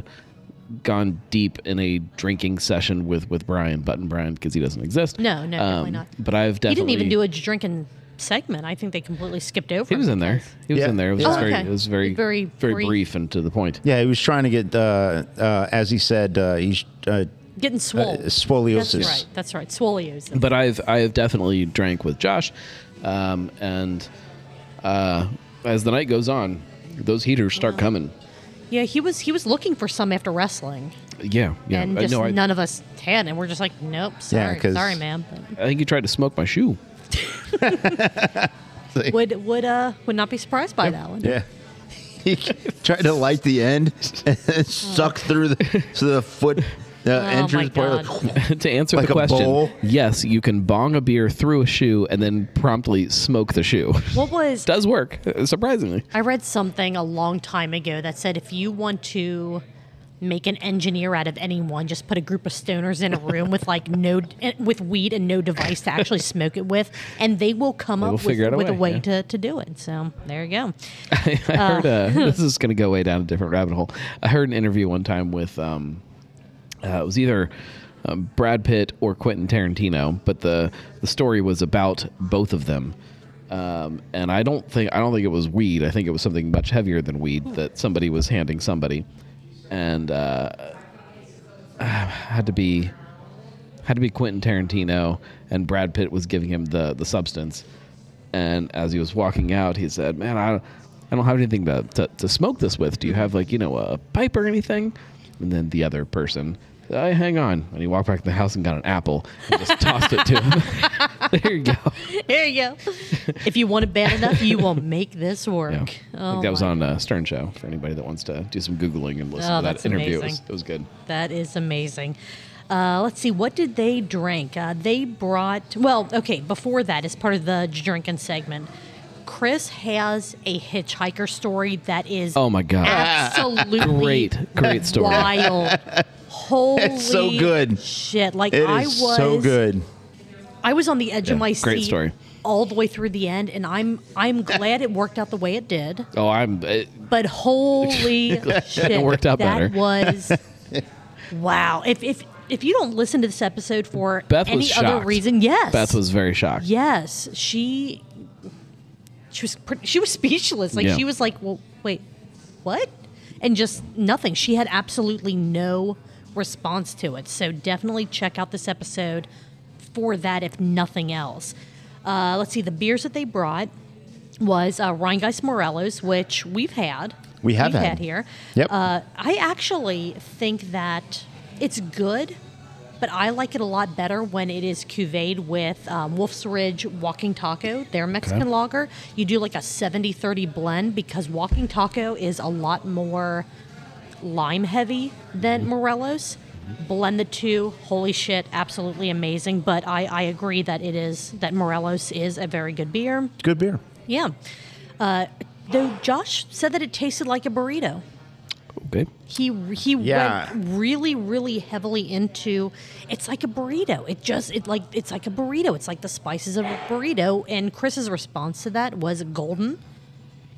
[SPEAKER 3] gone deep in a drinking session with with Brian Button Brian because he doesn't exist.
[SPEAKER 4] No, no, definitely not.
[SPEAKER 3] Um, But I've
[SPEAKER 4] He
[SPEAKER 3] definitely
[SPEAKER 4] didn't even do a drinking segment. I think they completely skipped over.
[SPEAKER 3] He
[SPEAKER 4] him
[SPEAKER 3] was in there.
[SPEAKER 4] because-
[SPEAKER 3] He was
[SPEAKER 2] Yeah.
[SPEAKER 3] in there. It was
[SPEAKER 2] Oh,
[SPEAKER 3] just very,
[SPEAKER 4] okay.
[SPEAKER 3] it was very,
[SPEAKER 4] Very
[SPEAKER 3] very,
[SPEAKER 4] brief.
[SPEAKER 3] brief. and to the point.
[SPEAKER 2] Yeah, he was trying to get, uh, uh, as he said, uh, he's uh,
[SPEAKER 4] Getting swole.
[SPEAKER 2] scoliosis.
[SPEAKER 4] That's right. That's right. Swoliosis.
[SPEAKER 3] But I've I've definitely drank with Josh, um, and uh, as the night goes on, those heaters
[SPEAKER 4] Uh-huh.
[SPEAKER 3] start coming.
[SPEAKER 4] Yeah, he was he was looking for some after wrestling,
[SPEAKER 3] Yeah, yeah.
[SPEAKER 4] and
[SPEAKER 3] I
[SPEAKER 4] just
[SPEAKER 3] know. I,
[SPEAKER 4] none of us had, and we're just like, nope, sorry,
[SPEAKER 2] 'cause-
[SPEAKER 4] sorry, ma'am.
[SPEAKER 3] I think he tried to smoke my shoe. *laughs*
[SPEAKER 4] Would would uh would not be surprised by that one.
[SPEAKER 2] Yeah. *laughs* He tried to light the end *laughs* and suck through the, to the foot uh,
[SPEAKER 4] Oh my
[SPEAKER 2] entrance part.
[SPEAKER 4] God.
[SPEAKER 3] to answer
[SPEAKER 2] Like a
[SPEAKER 3] the question,
[SPEAKER 2] bowl?
[SPEAKER 3] yes, you can bong a beer through a shoe and then promptly smoke the shoe. *laughs*
[SPEAKER 4] What was
[SPEAKER 3] Does work uh, surprisingly.
[SPEAKER 4] I read something a long time ago that said if you want to make an engineer out of anyone, just put a group of stoners in a room with like no with weed and no device to actually smoke it with, and they will come
[SPEAKER 3] will
[SPEAKER 4] up with,
[SPEAKER 3] figure out a
[SPEAKER 4] with a way
[SPEAKER 3] way, yeah.
[SPEAKER 4] to, to do it. So there you go. *laughs*
[SPEAKER 3] I heard uh, *laughs* this is going to go way down a different rabbit hole. I heard an interview one time with um, uh, it was either um, Brad Pitt or Quentin Tarantino, but the the story was about both of them. Um, and I don't think I don't think it was weed. I think it was something much heavier than weed that somebody was handing somebody, and uh, had to be had to be Quentin Tarantino, and Brad Pitt was giving him the the substance. And as he was walking out, he said, "Man, I, I don't have anything to, to, to smoke this with. Do you have like you know a pipe or anything?" And then the other person, "I hang on." And he walked back to the house and got an apple and
[SPEAKER 4] *laughs*
[SPEAKER 3] just tossed it to him. *laughs* there you go.
[SPEAKER 4] There you go. if you want it bad enough, you will make this work.
[SPEAKER 3] Yeah. I
[SPEAKER 4] Oh
[SPEAKER 3] think that was
[SPEAKER 4] my
[SPEAKER 3] on uh, Stern Show for anybody that wants to do some googling and listen
[SPEAKER 4] Oh,
[SPEAKER 3] to that
[SPEAKER 4] that's
[SPEAKER 3] interview. It
[SPEAKER 4] amazing.
[SPEAKER 3] was, it was good.
[SPEAKER 4] That is amazing. Uh, let's see, what did they drink? Uh, they brought, well, okay, before that, as part of the drinking segment, Chris has a hitchhiker story that is
[SPEAKER 3] Oh my god.
[SPEAKER 4] *laughs* absolutely
[SPEAKER 3] Great, great story. *laughs*
[SPEAKER 4] wild. Holy
[SPEAKER 2] It's so good.
[SPEAKER 4] shit. Like,
[SPEAKER 2] It
[SPEAKER 4] I
[SPEAKER 2] is
[SPEAKER 4] was.
[SPEAKER 2] so good.
[SPEAKER 4] I was on the edge of
[SPEAKER 3] Yeah,
[SPEAKER 4] my seat
[SPEAKER 3] great story.
[SPEAKER 4] all the way through the end, and I'm I'm glad it worked out the way it did.
[SPEAKER 3] Oh, I'm. It,
[SPEAKER 4] But
[SPEAKER 3] *laughs*
[SPEAKER 4] holy shit,
[SPEAKER 3] worked out
[SPEAKER 4] that
[SPEAKER 3] better. *laughs*
[SPEAKER 4] was wow. If if if you don't listen to this episode for
[SPEAKER 3] Beth
[SPEAKER 4] any
[SPEAKER 3] was
[SPEAKER 4] other
[SPEAKER 3] shocked.
[SPEAKER 4] reason, yes,
[SPEAKER 3] Beth was very shocked.
[SPEAKER 4] yes, she she was pretty, she was *laughs* speechless. Like
[SPEAKER 3] Yeah.
[SPEAKER 4] she was like, "Well, wait, what?" And just nothing. She had absolutely no response to it. So definitely check out this episode for that, if nothing else. Uh, let's see the beers that they brought was uh, Rheingeist Morellos, which we've had.
[SPEAKER 2] We have
[SPEAKER 4] We've
[SPEAKER 2] had.
[SPEAKER 4] had. here.
[SPEAKER 2] Yep.
[SPEAKER 4] Uh, I actually think that it's good, but I like it a lot better when it is cuvee with um, Wolf's Ridge Walking Taco, their Mexican
[SPEAKER 3] Okay.
[SPEAKER 4] lager. You do like a 70 30 blend because Walking Taco is a lot more lime heavy than Morelos. Blend the two. Holy shit, absolutely amazing. But I, I agree that it is that Morelos is a very good beer.
[SPEAKER 2] Good beer.
[SPEAKER 4] Yeah. Uh, though Josh said that it tasted like a burrito.
[SPEAKER 3] Okay.
[SPEAKER 4] He he
[SPEAKER 2] Yeah.
[SPEAKER 4] went really really heavily into it's like a burrito. It just it like it's like a burrito. It's like the spices of a burrito. And Chris's response to that was golden.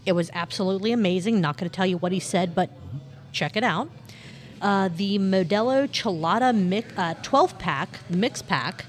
[SPEAKER 4] It was absolutely amazing. Not going to tell you what he said, but check it out. Uh, the Modelo Chelada mix, uh, 12 pack, mix pack,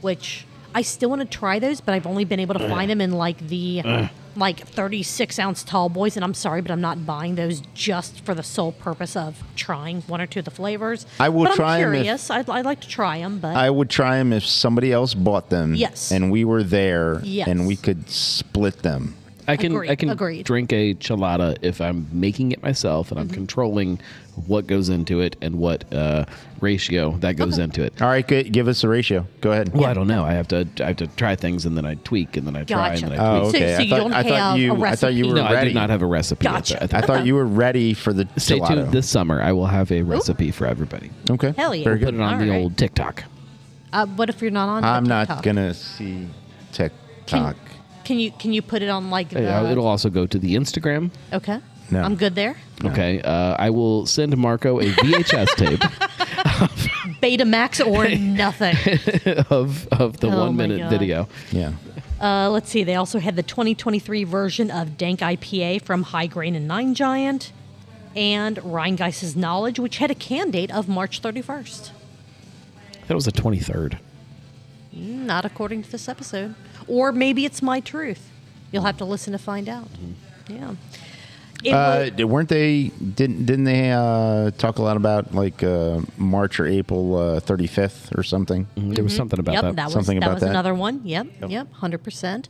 [SPEAKER 4] which I still want to try those, but I've only been able to find them in like the like 36 ounce tall boys. And I'm sorry, but I'm not buying those just for the sole purpose of trying one or two of the flavors.
[SPEAKER 2] I will
[SPEAKER 4] but
[SPEAKER 2] try
[SPEAKER 4] I'm
[SPEAKER 2] 'em if-
[SPEAKER 4] curious. I'd, I'd like to try them, but
[SPEAKER 2] I would try them if somebody else bought them.
[SPEAKER 4] Yes.
[SPEAKER 2] And we were there.
[SPEAKER 4] Yes.
[SPEAKER 2] And we could split them.
[SPEAKER 3] I can I
[SPEAKER 4] Agreed,
[SPEAKER 3] can
[SPEAKER 4] agreed. Mm-hmm.
[SPEAKER 3] drink a chelada if I'm making it myself and I'm controlling what goes into it and what uh, ratio that goes into it.
[SPEAKER 2] All right, good. give us a ratio. Go ahead.
[SPEAKER 3] Well, I don't know. I have to I have to try things and then I tweak and then I try and
[SPEAKER 4] Gotcha.
[SPEAKER 3] then I
[SPEAKER 2] Oh,
[SPEAKER 3] tweak.
[SPEAKER 4] So-
[SPEAKER 2] okay.
[SPEAKER 4] so
[SPEAKER 2] I
[SPEAKER 4] you
[SPEAKER 2] thought,
[SPEAKER 4] don't
[SPEAKER 2] I thought
[SPEAKER 4] have
[SPEAKER 2] you.
[SPEAKER 4] a
[SPEAKER 2] I thought you were
[SPEAKER 4] recipe.
[SPEAKER 3] no,
[SPEAKER 2] ready.
[SPEAKER 3] I do not have a recipe. yet,
[SPEAKER 4] Gotcha.
[SPEAKER 3] but I
[SPEAKER 2] I thought you were ready for the
[SPEAKER 3] *laughs* Stay
[SPEAKER 2] gelato.
[SPEAKER 3] tuned this summer. I will have a recipe for everybody.
[SPEAKER 2] okay.
[SPEAKER 4] Hell yeah.
[SPEAKER 2] Very
[SPEAKER 3] Put
[SPEAKER 2] good.
[SPEAKER 3] it on
[SPEAKER 4] All
[SPEAKER 3] the
[SPEAKER 4] right.
[SPEAKER 3] old TikTok.
[SPEAKER 4] uh, what if you're not on?
[SPEAKER 2] I'm
[SPEAKER 4] TikTok?
[SPEAKER 2] not gonna see TikTok.
[SPEAKER 4] Can you can you put it on like the,
[SPEAKER 3] Yeah, Uh, it'll also go to the Instagram.
[SPEAKER 4] okay?
[SPEAKER 2] No.
[SPEAKER 4] I'm good there.
[SPEAKER 3] Okay. Uh, I will send Marco a
[SPEAKER 4] *laughs*
[SPEAKER 3] VHS tape
[SPEAKER 4] Betamax or nothing.
[SPEAKER 3] of of the
[SPEAKER 4] Oh
[SPEAKER 3] one
[SPEAKER 4] my
[SPEAKER 3] minute
[SPEAKER 4] God.
[SPEAKER 3] video.
[SPEAKER 2] Yeah.
[SPEAKER 4] Uh, let's see. They also had the 2023 version of Dank IPA from High Grain and Nine Giant, and Rheingeist's Knowledge, which had a can date of March 31st.
[SPEAKER 3] That was the 23rd.
[SPEAKER 4] Not according to this episode, or maybe it's my truth. You'll have to listen to find out. Yeah. It
[SPEAKER 2] Uh,
[SPEAKER 4] wa-
[SPEAKER 2] d- weren't they? Didn't didn't they uh, talk a lot about like uh, March or April uh, 35th or something?
[SPEAKER 3] There was something about
[SPEAKER 4] Mm-hmm. yep,
[SPEAKER 3] that.
[SPEAKER 4] was
[SPEAKER 2] Something
[SPEAKER 4] that
[SPEAKER 2] about
[SPEAKER 4] was
[SPEAKER 2] that.
[SPEAKER 4] another one. Yep, yep, hundred percent.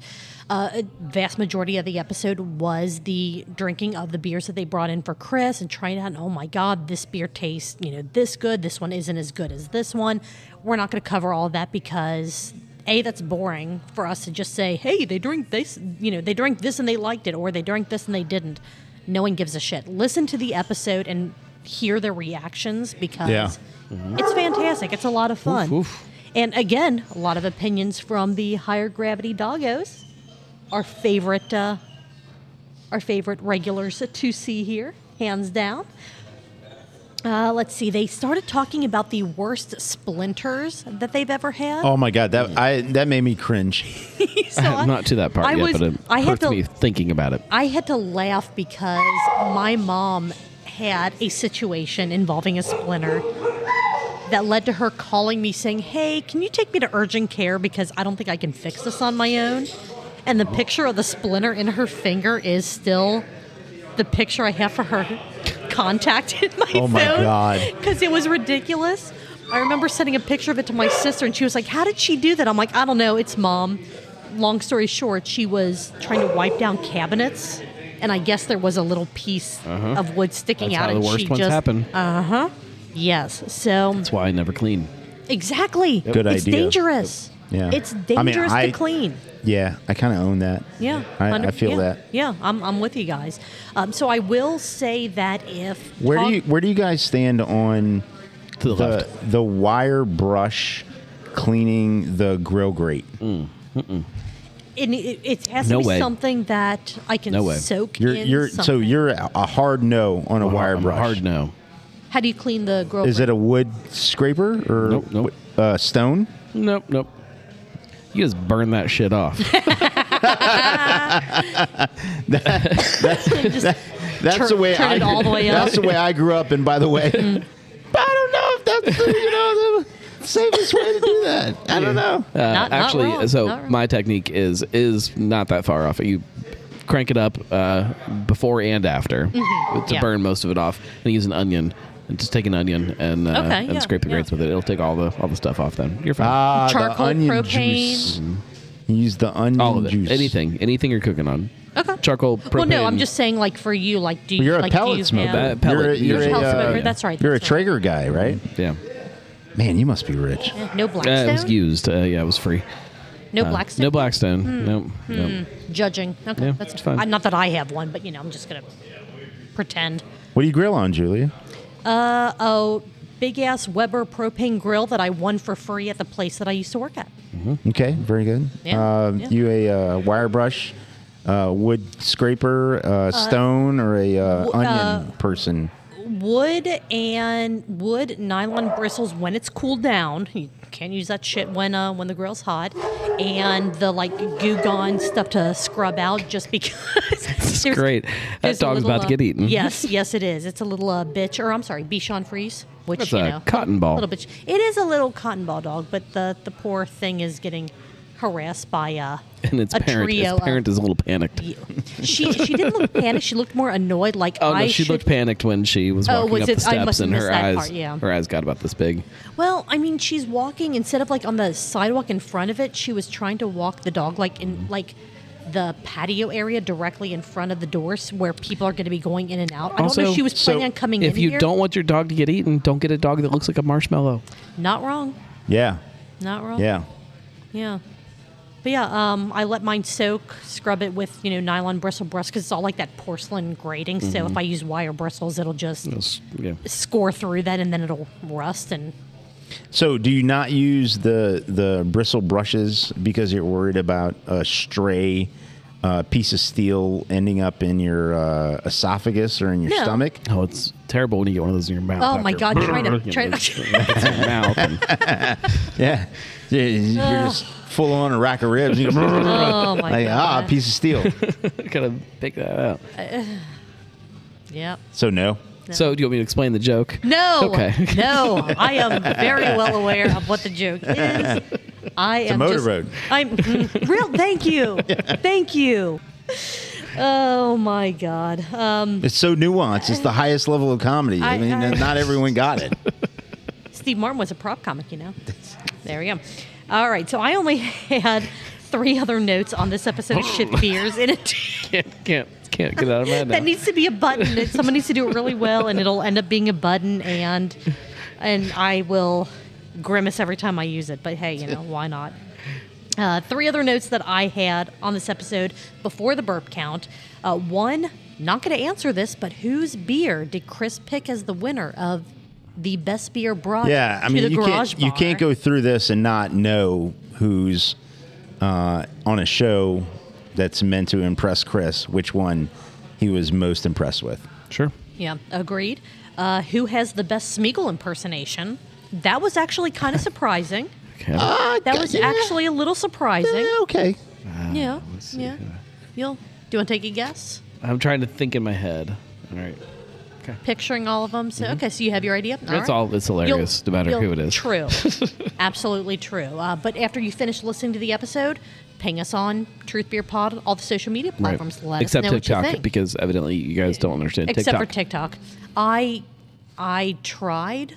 [SPEAKER 4] Uh, A vast majority of the episode was the drinking of the beers that they brought in for Chris and trying out. And, oh my God, this beer tastes you know this good. This one isn't as good as this one. We're not going to cover all that because a that's boring for us to just say, hey, they drink this, you know, they drank this and they liked it, or they drank this and they didn't. No one gives a shit. Listen to the episode and hear their reactions because
[SPEAKER 2] Yeah.
[SPEAKER 4] it's fantastic. It's a lot of fun.
[SPEAKER 3] oof.
[SPEAKER 4] And again, a lot of opinions from the higher gravity doggos, our favorite, uh, our favorite regulars to see here, hands down. Uh, let's see. They started talking about the worst splinters that they've ever had.
[SPEAKER 2] Oh my god, that I that made me cringe.
[SPEAKER 4] So I-
[SPEAKER 3] I'm *laughs* not to that part
[SPEAKER 4] I
[SPEAKER 3] yet,
[SPEAKER 4] was-
[SPEAKER 3] but it
[SPEAKER 4] I had
[SPEAKER 3] hurts
[SPEAKER 4] to-
[SPEAKER 3] me thinking about it.
[SPEAKER 4] I had to laugh because my mom had a situation involving a splinter that led to her calling me saying, Hey, can you take me to urgent care because I don't think I can fix this on my own? And the picture of the splinter in her finger is still the picture I have for her *laughs* contact in my
[SPEAKER 2] Oh my
[SPEAKER 4] phone.
[SPEAKER 2] God.
[SPEAKER 4] Because it was ridiculous. I remember sending a picture of it to my sister, and she was like, How did she do that? I'm like, I don't know. It's mom. Long story short, she was trying to wipe down cabinets, and I guess there was a little piece
[SPEAKER 2] Uh-huh.
[SPEAKER 4] of wood sticking
[SPEAKER 3] That's
[SPEAKER 4] out.
[SPEAKER 3] how the
[SPEAKER 4] and
[SPEAKER 3] worst
[SPEAKER 4] she
[SPEAKER 3] ones
[SPEAKER 4] just, Uh-huh.
[SPEAKER 3] happen.
[SPEAKER 4] Yes. So,
[SPEAKER 3] That's why I never clean.
[SPEAKER 4] exactly.
[SPEAKER 2] Good
[SPEAKER 4] it's
[SPEAKER 2] idea.
[SPEAKER 4] dangerous.
[SPEAKER 2] Yeah.
[SPEAKER 4] It's
[SPEAKER 2] I mean,
[SPEAKER 4] dangerous
[SPEAKER 2] I-
[SPEAKER 4] to clean.
[SPEAKER 2] Yeah, I kind of own that.
[SPEAKER 4] Yeah.
[SPEAKER 2] I, I
[SPEAKER 4] 100
[SPEAKER 2] feel
[SPEAKER 4] yeah,
[SPEAKER 2] that.
[SPEAKER 4] Yeah, I'm, I'm with you guys. Um, so I will say that if.
[SPEAKER 2] Where
[SPEAKER 4] talk-
[SPEAKER 2] do you where do you guys stand on
[SPEAKER 3] To the,
[SPEAKER 2] the
[SPEAKER 3] left.
[SPEAKER 2] the wire brush cleaning the grill grate?
[SPEAKER 4] it, it, it has
[SPEAKER 3] No
[SPEAKER 4] to be
[SPEAKER 3] way.
[SPEAKER 4] something that I can
[SPEAKER 3] No way.
[SPEAKER 4] soak
[SPEAKER 2] You're
[SPEAKER 4] in.
[SPEAKER 2] you're so
[SPEAKER 4] something.
[SPEAKER 2] you're a a hard no on a wire
[SPEAKER 3] I'm a
[SPEAKER 2] brush.
[SPEAKER 3] Hard no.
[SPEAKER 4] How do you clean the grill?
[SPEAKER 2] Is it a wood scraper or
[SPEAKER 3] Nope, nope.
[SPEAKER 2] Uh, stone?
[SPEAKER 3] Nope, nope. You just burn that shit
[SPEAKER 4] *laughs*
[SPEAKER 3] off. Uh,
[SPEAKER 2] *laughs*
[SPEAKER 4] *laughs*
[SPEAKER 2] That's
[SPEAKER 4] Turn-
[SPEAKER 2] the way
[SPEAKER 4] turn
[SPEAKER 2] I,
[SPEAKER 4] it all the way
[SPEAKER 2] *laughs* That's
[SPEAKER 4] up. Mm-hmm.
[SPEAKER 2] the way I grew up. And by the way, but *laughs* I don't know if that's the, you know the safest way to do that. I don't know.
[SPEAKER 3] Uh,
[SPEAKER 4] Not- not
[SPEAKER 3] actually,
[SPEAKER 4] wrong,
[SPEAKER 3] so
[SPEAKER 4] not wrong.
[SPEAKER 3] my technique is is not that far off. You crank it up uh, before and after to
[SPEAKER 4] Mm-hmm. yeah.
[SPEAKER 3] burn most of it off. And use an onion. And just take an onion and uh,
[SPEAKER 4] Okay,
[SPEAKER 3] and
[SPEAKER 4] yeah,
[SPEAKER 3] scrape the
[SPEAKER 4] yeah.
[SPEAKER 3] grates with it. It'll take all the all the stuff off. Then you're fine.
[SPEAKER 2] Ah,
[SPEAKER 4] Charcoal,
[SPEAKER 2] the onion
[SPEAKER 4] propane.
[SPEAKER 2] juice. Use the onion
[SPEAKER 3] all of it.
[SPEAKER 2] juice.
[SPEAKER 3] Anything. Anything you're cooking on.
[SPEAKER 4] Okay.
[SPEAKER 3] Charcoal. Propane,
[SPEAKER 4] Well, no, I'm just saying, like for you, like do you
[SPEAKER 2] You're a
[SPEAKER 4] like do
[SPEAKER 2] pellet
[SPEAKER 4] you
[SPEAKER 2] smoker.
[SPEAKER 4] have-
[SPEAKER 3] Uh, pellet.
[SPEAKER 2] You're a,
[SPEAKER 4] You're
[SPEAKER 2] you're
[SPEAKER 4] a
[SPEAKER 2] a,
[SPEAKER 4] pellet
[SPEAKER 2] uh,
[SPEAKER 4] smoker, that's right,
[SPEAKER 2] You're a
[SPEAKER 4] that's right.
[SPEAKER 2] Traeger guy, right?
[SPEAKER 3] Yeah.
[SPEAKER 2] Man, you must be rich.
[SPEAKER 4] No
[SPEAKER 3] Uh,
[SPEAKER 4] Blackstone.
[SPEAKER 3] it was used. Uh, yeah, it was free.
[SPEAKER 4] No
[SPEAKER 3] Uh,
[SPEAKER 4] Blackstone. Hmm.
[SPEAKER 3] No Blackstone. Nope. nope.
[SPEAKER 4] Judging. Okay,
[SPEAKER 3] Yeah,
[SPEAKER 4] that's
[SPEAKER 3] it's fine.
[SPEAKER 4] I, not that I have one, but you know, I'm just gonna pretend.
[SPEAKER 2] What do you grill on, Julia?
[SPEAKER 4] Uh oh, big ass Weber propane grill that I won for free at the place that I used to work at.
[SPEAKER 2] Okay, very good.
[SPEAKER 4] Yeah,
[SPEAKER 2] Uh,
[SPEAKER 4] yeah.
[SPEAKER 2] You a uh, wire brush, uh, wood scraper, uh, stone, or a uh,
[SPEAKER 4] w-
[SPEAKER 2] onion person?
[SPEAKER 4] Wood and wood nylon bristles when it's cooled down. You can't use that shit when uh, when the grill's hot, and the like goo gone stuff to scrub out just *laughs* because. It's
[SPEAKER 3] great. That dog's about to get eaten.
[SPEAKER 4] uh, Yes, yes, it is. It's a little uh, bitch, or I'm sorry, Bichon Frise, which
[SPEAKER 3] That's
[SPEAKER 4] you
[SPEAKER 3] a
[SPEAKER 4] know,
[SPEAKER 3] cotton ball.
[SPEAKER 4] little bitch. It is a little cotton ball dog, but the the poor thing is getting harassed by uh,
[SPEAKER 3] *laughs* And its
[SPEAKER 4] a
[SPEAKER 3] parent.
[SPEAKER 4] trio.
[SPEAKER 3] Its parent
[SPEAKER 4] of,
[SPEAKER 3] is a little panicked.
[SPEAKER 4] she she didn't look panicked. She looked more annoyed. Like
[SPEAKER 3] Oh no,
[SPEAKER 4] I
[SPEAKER 3] she
[SPEAKER 4] should
[SPEAKER 3] looked panicked when she was
[SPEAKER 4] Oh,
[SPEAKER 3] walking
[SPEAKER 4] was
[SPEAKER 3] up
[SPEAKER 4] it- I
[SPEAKER 3] the steps,
[SPEAKER 4] must have
[SPEAKER 3] and
[SPEAKER 4] missed
[SPEAKER 3] her
[SPEAKER 4] that
[SPEAKER 3] eyes,
[SPEAKER 4] part, yeah.
[SPEAKER 3] her eyes got about this big.
[SPEAKER 4] Well, I mean, she's walking instead of like on the sidewalk in front of it. She was trying to walk the dog like in like the patio area directly in front of the doors where people are going to be going in and out. I don't know.
[SPEAKER 3] Also,
[SPEAKER 4] if She was planning
[SPEAKER 2] so
[SPEAKER 4] on coming
[SPEAKER 3] If
[SPEAKER 4] in
[SPEAKER 3] you
[SPEAKER 4] here.
[SPEAKER 3] don't want your dog to get eaten, don't get a dog that looks like a marshmallow.
[SPEAKER 4] not wrong,
[SPEAKER 2] Yeah,
[SPEAKER 4] not wrong.
[SPEAKER 2] yeah.
[SPEAKER 4] yeah. But yeah, um, I let mine soak, scrub it with you know nylon bristle brush because it's all like that porcelain grating. So if I use wire bristles, it'll just
[SPEAKER 3] It's- yeah.
[SPEAKER 4] score through that, and then it'll rust. And
[SPEAKER 2] So, do you not use the the bristle brushes because you're worried about a stray uh, piece of steel ending up in your uh, esophagus or in your
[SPEAKER 4] No.
[SPEAKER 2] stomach?
[SPEAKER 3] Oh, it's terrible when you get one of those in your mouth.
[SPEAKER 4] Oh, my
[SPEAKER 3] after-
[SPEAKER 4] God, try
[SPEAKER 3] *laughs*
[SPEAKER 4] to-
[SPEAKER 3] you know,
[SPEAKER 4] try to- *laughs*
[SPEAKER 3] it's- it's in your mouth and-
[SPEAKER 2] Yeah, Yeah, you're just full on a rack of ribs. You go,
[SPEAKER 4] *laughs* oh my
[SPEAKER 2] *laughs* like, ah,
[SPEAKER 4] god,
[SPEAKER 2] piece of steel.
[SPEAKER 3] gotta pick that out.
[SPEAKER 4] yeah.
[SPEAKER 2] So no.
[SPEAKER 3] So, do you want me to explain the joke? *laughs*
[SPEAKER 4] No.
[SPEAKER 3] Okay.
[SPEAKER 4] no, I am very well aware of what the joke is. I am
[SPEAKER 2] motor
[SPEAKER 4] just-
[SPEAKER 2] road.
[SPEAKER 4] I'm mm, real. Thank you. Thank you. Oh my God. Um,
[SPEAKER 2] It's so nuanced. It's the highest level of comedy. I,
[SPEAKER 4] I-
[SPEAKER 2] mean,
[SPEAKER 4] I-
[SPEAKER 2] not everyone got
[SPEAKER 4] *laughs*
[SPEAKER 2] it.
[SPEAKER 4] Steve Martin was a prop comic, you know. There we go. All right. So I only *laughs* had three other notes on this episode of Shit Beers in it.
[SPEAKER 3] Can't, can't, can't get out of my head.
[SPEAKER 4] That
[SPEAKER 3] now.
[SPEAKER 4] needs to be a button. It- Someone needs to do it really well, and it'll end up being a button. And and I will grimace every time I use it. But hey, you
[SPEAKER 2] *laughs*
[SPEAKER 4] know why not? Uh, three other notes that I had on this episode before the burp count. Uh, one, not going to answer this, but whose beer did Chris pick as the winner of the best beer brought
[SPEAKER 2] Yeah, I mean,
[SPEAKER 4] to the
[SPEAKER 2] you
[SPEAKER 4] garage
[SPEAKER 2] can't you
[SPEAKER 4] bar?
[SPEAKER 2] can't go through this and not know who's uh, on a show that's meant to impress Chris. Which one he was most impressed with?
[SPEAKER 3] Sure.
[SPEAKER 4] Yeah, agreed. Uh, who has the best Smeagol impersonation? That was
[SPEAKER 2] *laughs*
[SPEAKER 4] actually kind of surprising.
[SPEAKER 3] Okay.
[SPEAKER 4] That was actually a little surprising.
[SPEAKER 2] Eh, okay.
[SPEAKER 4] Yeah.
[SPEAKER 3] let's see
[SPEAKER 4] Yeah.
[SPEAKER 3] here.
[SPEAKER 4] You'll do you want to take a guess?
[SPEAKER 3] I'm trying to think in my head. All right.
[SPEAKER 4] Picturing all of them. So okay, so you have your idea.
[SPEAKER 3] Mm-hmm. That's all. It's hilarious, no matter who it is. *laughs*
[SPEAKER 4] True, absolutely true. Uh, but after you finish listening to the episode, ping us on Truth Beer Pod, all the social media
[SPEAKER 3] Right.
[SPEAKER 4] platforms. Let
[SPEAKER 3] Except
[SPEAKER 4] us know
[SPEAKER 3] TikTok,
[SPEAKER 4] what you think.
[SPEAKER 3] because evidently you guys don't understand
[SPEAKER 4] Except
[SPEAKER 3] TikTok.
[SPEAKER 4] for TikTok, I I tried,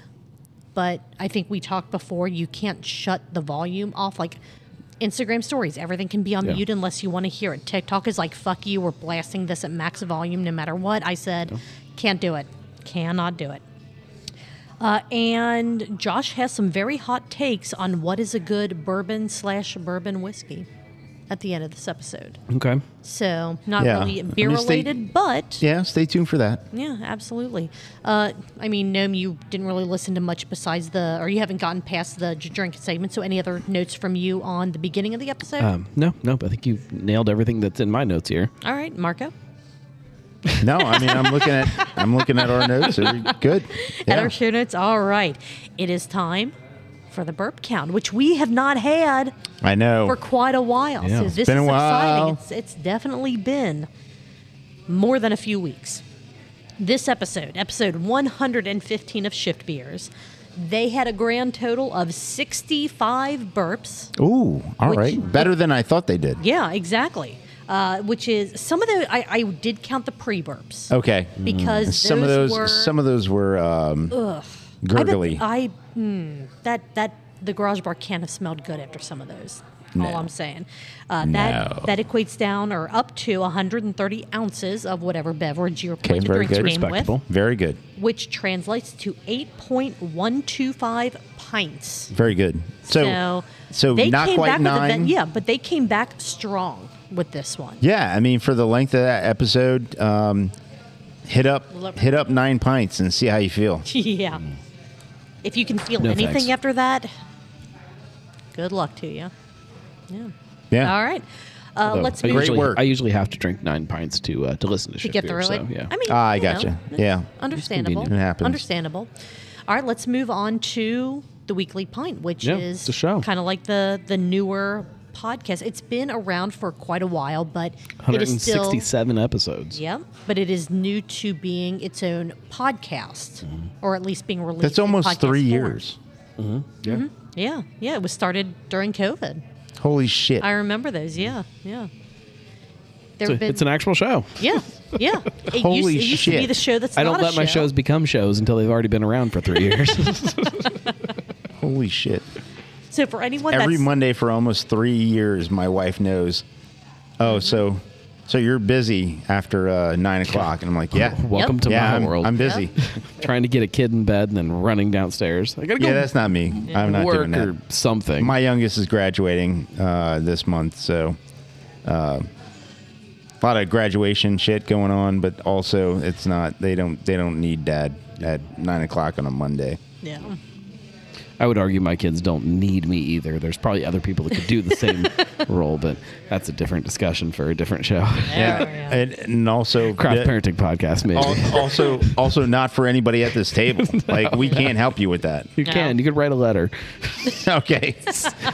[SPEAKER 4] but I think we talked before. You can't shut the volume off like. Instagram stories, everything can be on
[SPEAKER 3] Yeah.
[SPEAKER 4] mute unless you want to hear it. TikTok is like, fuck you, we're blasting this at max volume no matter what. I said, can't do it. Cannot do it. Uh, and Josh has some very hot takes on what is a good bourbon slash bourbon whiskey at the end of this episode.
[SPEAKER 3] okay.
[SPEAKER 4] So, not
[SPEAKER 2] Yeah.
[SPEAKER 4] really
[SPEAKER 2] I mean,
[SPEAKER 4] beer
[SPEAKER 2] stay-
[SPEAKER 4] related, but
[SPEAKER 2] Yeah, stay tuned for that.
[SPEAKER 4] yeah, absolutely. Uh, I mean, Noam, you didn't really listen to much besides the, or you haven't gotten past the j- drink segment. So, any other notes from you on the beginning of the episode?
[SPEAKER 3] Um, no, no. I think you nailed everything that's in my notes here.
[SPEAKER 4] All right, Marco.
[SPEAKER 2] No, I mean, I'm looking at I'm looking at our notes. They're good.
[SPEAKER 4] *laughs* At
[SPEAKER 2] Yeah.
[SPEAKER 4] our show notes. All right, it is time for the burp count, which we have not had
[SPEAKER 2] I know.
[SPEAKER 4] for quite a while.
[SPEAKER 3] Yeah.
[SPEAKER 4] So this
[SPEAKER 2] been a
[SPEAKER 4] is
[SPEAKER 2] while.
[SPEAKER 4] exciting. It's, it's definitely been more than a few weeks. This episode, episode 115 of Shift Beers, they had a grand total of 65 burps.
[SPEAKER 2] Ooh, all
[SPEAKER 4] Which-
[SPEAKER 2] right. Better than I thought they did.
[SPEAKER 4] Yeah, exactly. uh, which is some of the I, I did count the pre burps
[SPEAKER 2] Okay.
[SPEAKER 4] because
[SPEAKER 2] Oh, Some of those,
[SPEAKER 4] were,
[SPEAKER 2] some of those were um,
[SPEAKER 4] I bet
[SPEAKER 2] gurgly.
[SPEAKER 4] I, mm, that that the garage bar can't have smelled good after some of those. All I'm saying, uh,
[SPEAKER 2] No.
[SPEAKER 4] that that equates down or up to 130 ounces of whatever beverage you're
[SPEAKER 2] Okay,
[SPEAKER 4] putting to
[SPEAKER 2] very
[SPEAKER 4] drink
[SPEAKER 2] good.
[SPEAKER 4] your game
[SPEAKER 3] Respectable.
[SPEAKER 2] Very good.
[SPEAKER 4] with, which translates to 8.125 pints.
[SPEAKER 2] Very good. So, so,
[SPEAKER 4] they
[SPEAKER 2] not
[SPEAKER 4] came
[SPEAKER 2] quite
[SPEAKER 4] back With a,
[SPEAKER 2] nine.
[SPEAKER 4] ven- yeah, but they came back strong with this one.
[SPEAKER 2] Yeah, I mean, for the length of that episode, um, hit up
[SPEAKER 4] Love it.
[SPEAKER 2] hit up nine pints and see how you feel.
[SPEAKER 4] *laughs* Yeah. If you can feel
[SPEAKER 3] Mm. No
[SPEAKER 4] anything
[SPEAKER 3] thanks.
[SPEAKER 4] after that, good luck to you. Yeah.
[SPEAKER 2] Yeah.
[SPEAKER 4] All right. Uh,
[SPEAKER 3] Though,
[SPEAKER 4] let's
[SPEAKER 3] I
[SPEAKER 4] move
[SPEAKER 2] Great
[SPEAKER 3] usually,
[SPEAKER 2] work.
[SPEAKER 3] I usually have to drink nine pints to uh, to listen to
[SPEAKER 4] to get through
[SPEAKER 3] Shakespeare,
[SPEAKER 4] it.
[SPEAKER 3] So, yeah.
[SPEAKER 4] I mean,
[SPEAKER 2] Ah, I
[SPEAKER 4] you
[SPEAKER 2] gotcha.
[SPEAKER 4] know,
[SPEAKER 2] Yeah.
[SPEAKER 4] Understandable.
[SPEAKER 3] It's convenient.
[SPEAKER 2] It happens.
[SPEAKER 4] Understandable. All right, let's move on to the weekly pint, which
[SPEAKER 3] Yeah,
[SPEAKER 4] is
[SPEAKER 3] it's a show.
[SPEAKER 4] kind of like the the newer podcast. It's been around for quite a while, but it is still
[SPEAKER 3] 167 episodes.
[SPEAKER 4] yeah, but it is new to being its own podcast,
[SPEAKER 3] Mm-hmm.
[SPEAKER 4] or at least being released.
[SPEAKER 2] That's
[SPEAKER 4] in
[SPEAKER 2] almost
[SPEAKER 4] podcast
[SPEAKER 2] three
[SPEAKER 4] form.
[SPEAKER 2] years.
[SPEAKER 3] Yeah.
[SPEAKER 4] Mm-hmm. Yeah, yeah, it was started during COVID.
[SPEAKER 2] Holy shit!
[SPEAKER 4] I remember those. Yeah, yeah. There
[SPEAKER 3] It's,
[SPEAKER 4] have
[SPEAKER 3] a,
[SPEAKER 4] been
[SPEAKER 3] it's an actual show.
[SPEAKER 4] yeah, yeah. It used,
[SPEAKER 2] Holy
[SPEAKER 4] it used to be
[SPEAKER 2] shit.
[SPEAKER 4] the show that's
[SPEAKER 3] I don't
[SPEAKER 4] not a
[SPEAKER 3] let my
[SPEAKER 4] show.
[SPEAKER 3] shows become shows until they've already been around for three
[SPEAKER 4] *laughs*
[SPEAKER 3] years. *laughs*
[SPEAKER 2] Holy shit!
[SPEAKER 4] So for
[SPEAKER 2] *laughs*
[SPEAKER 4] anyone
[SPEAKER 2] Every
[SPEAKER 4] that's
[SPEAKER 2] Monday for almost three years, my wife knows. Oh, so so you're busy after uh, nine o'clock, and I'm like, yeah,
[SPEAKER 3] Welcome
[SPEAKER 4] Yep.
[SPEAKER 3] to
[SPEAKER 2] yeah,
[SPEAKER 3] my
[SPEAKER 2] I'm,
[SPEAKER 3] world.
[SPEAKER 2] I'm busy.
[SPEAKER 3] *laughs* trying to get a kid in bed and then running downstairs. I gotta go
[SPEAKER 2] Yeah, that's not me. I'm not
[SPEAKER 3] work
[SPEAKER 2] doing that.
[SPEAKER 3] or something.
[SPEAKER 2] My youngest is graduating uh, this month, so uh, a lot of graduation shit going on. But also, it's not they don't they don't need dad at nine o'clock on a Monday.
[SPEAKER 4] Yeah.
[SPEAKER 3] I would argue my kids don't need me either. There's probably other people that could do the
[SPEAKER 4] *laughs*
[SPEAKER 3] same role, but that's a different discussion for a different show. *laughs*
[SPEAKER 2] and, and also
[SPEAKER 3] Craft
[SPEAKER 2] the-
[SPEAKER 3] parenting podcast, maybe.
[SPEAKER 2] al- Also, also not for anybody at this
[SPEAKER 4] *laughs*
[SPEAKER 2] table. Like we can't help you with that. *laughs*
[SPEAKER 3] you can. You could write a letter.
[SPEAKER 4] *laughs*
[SPEAKER 2] Okay,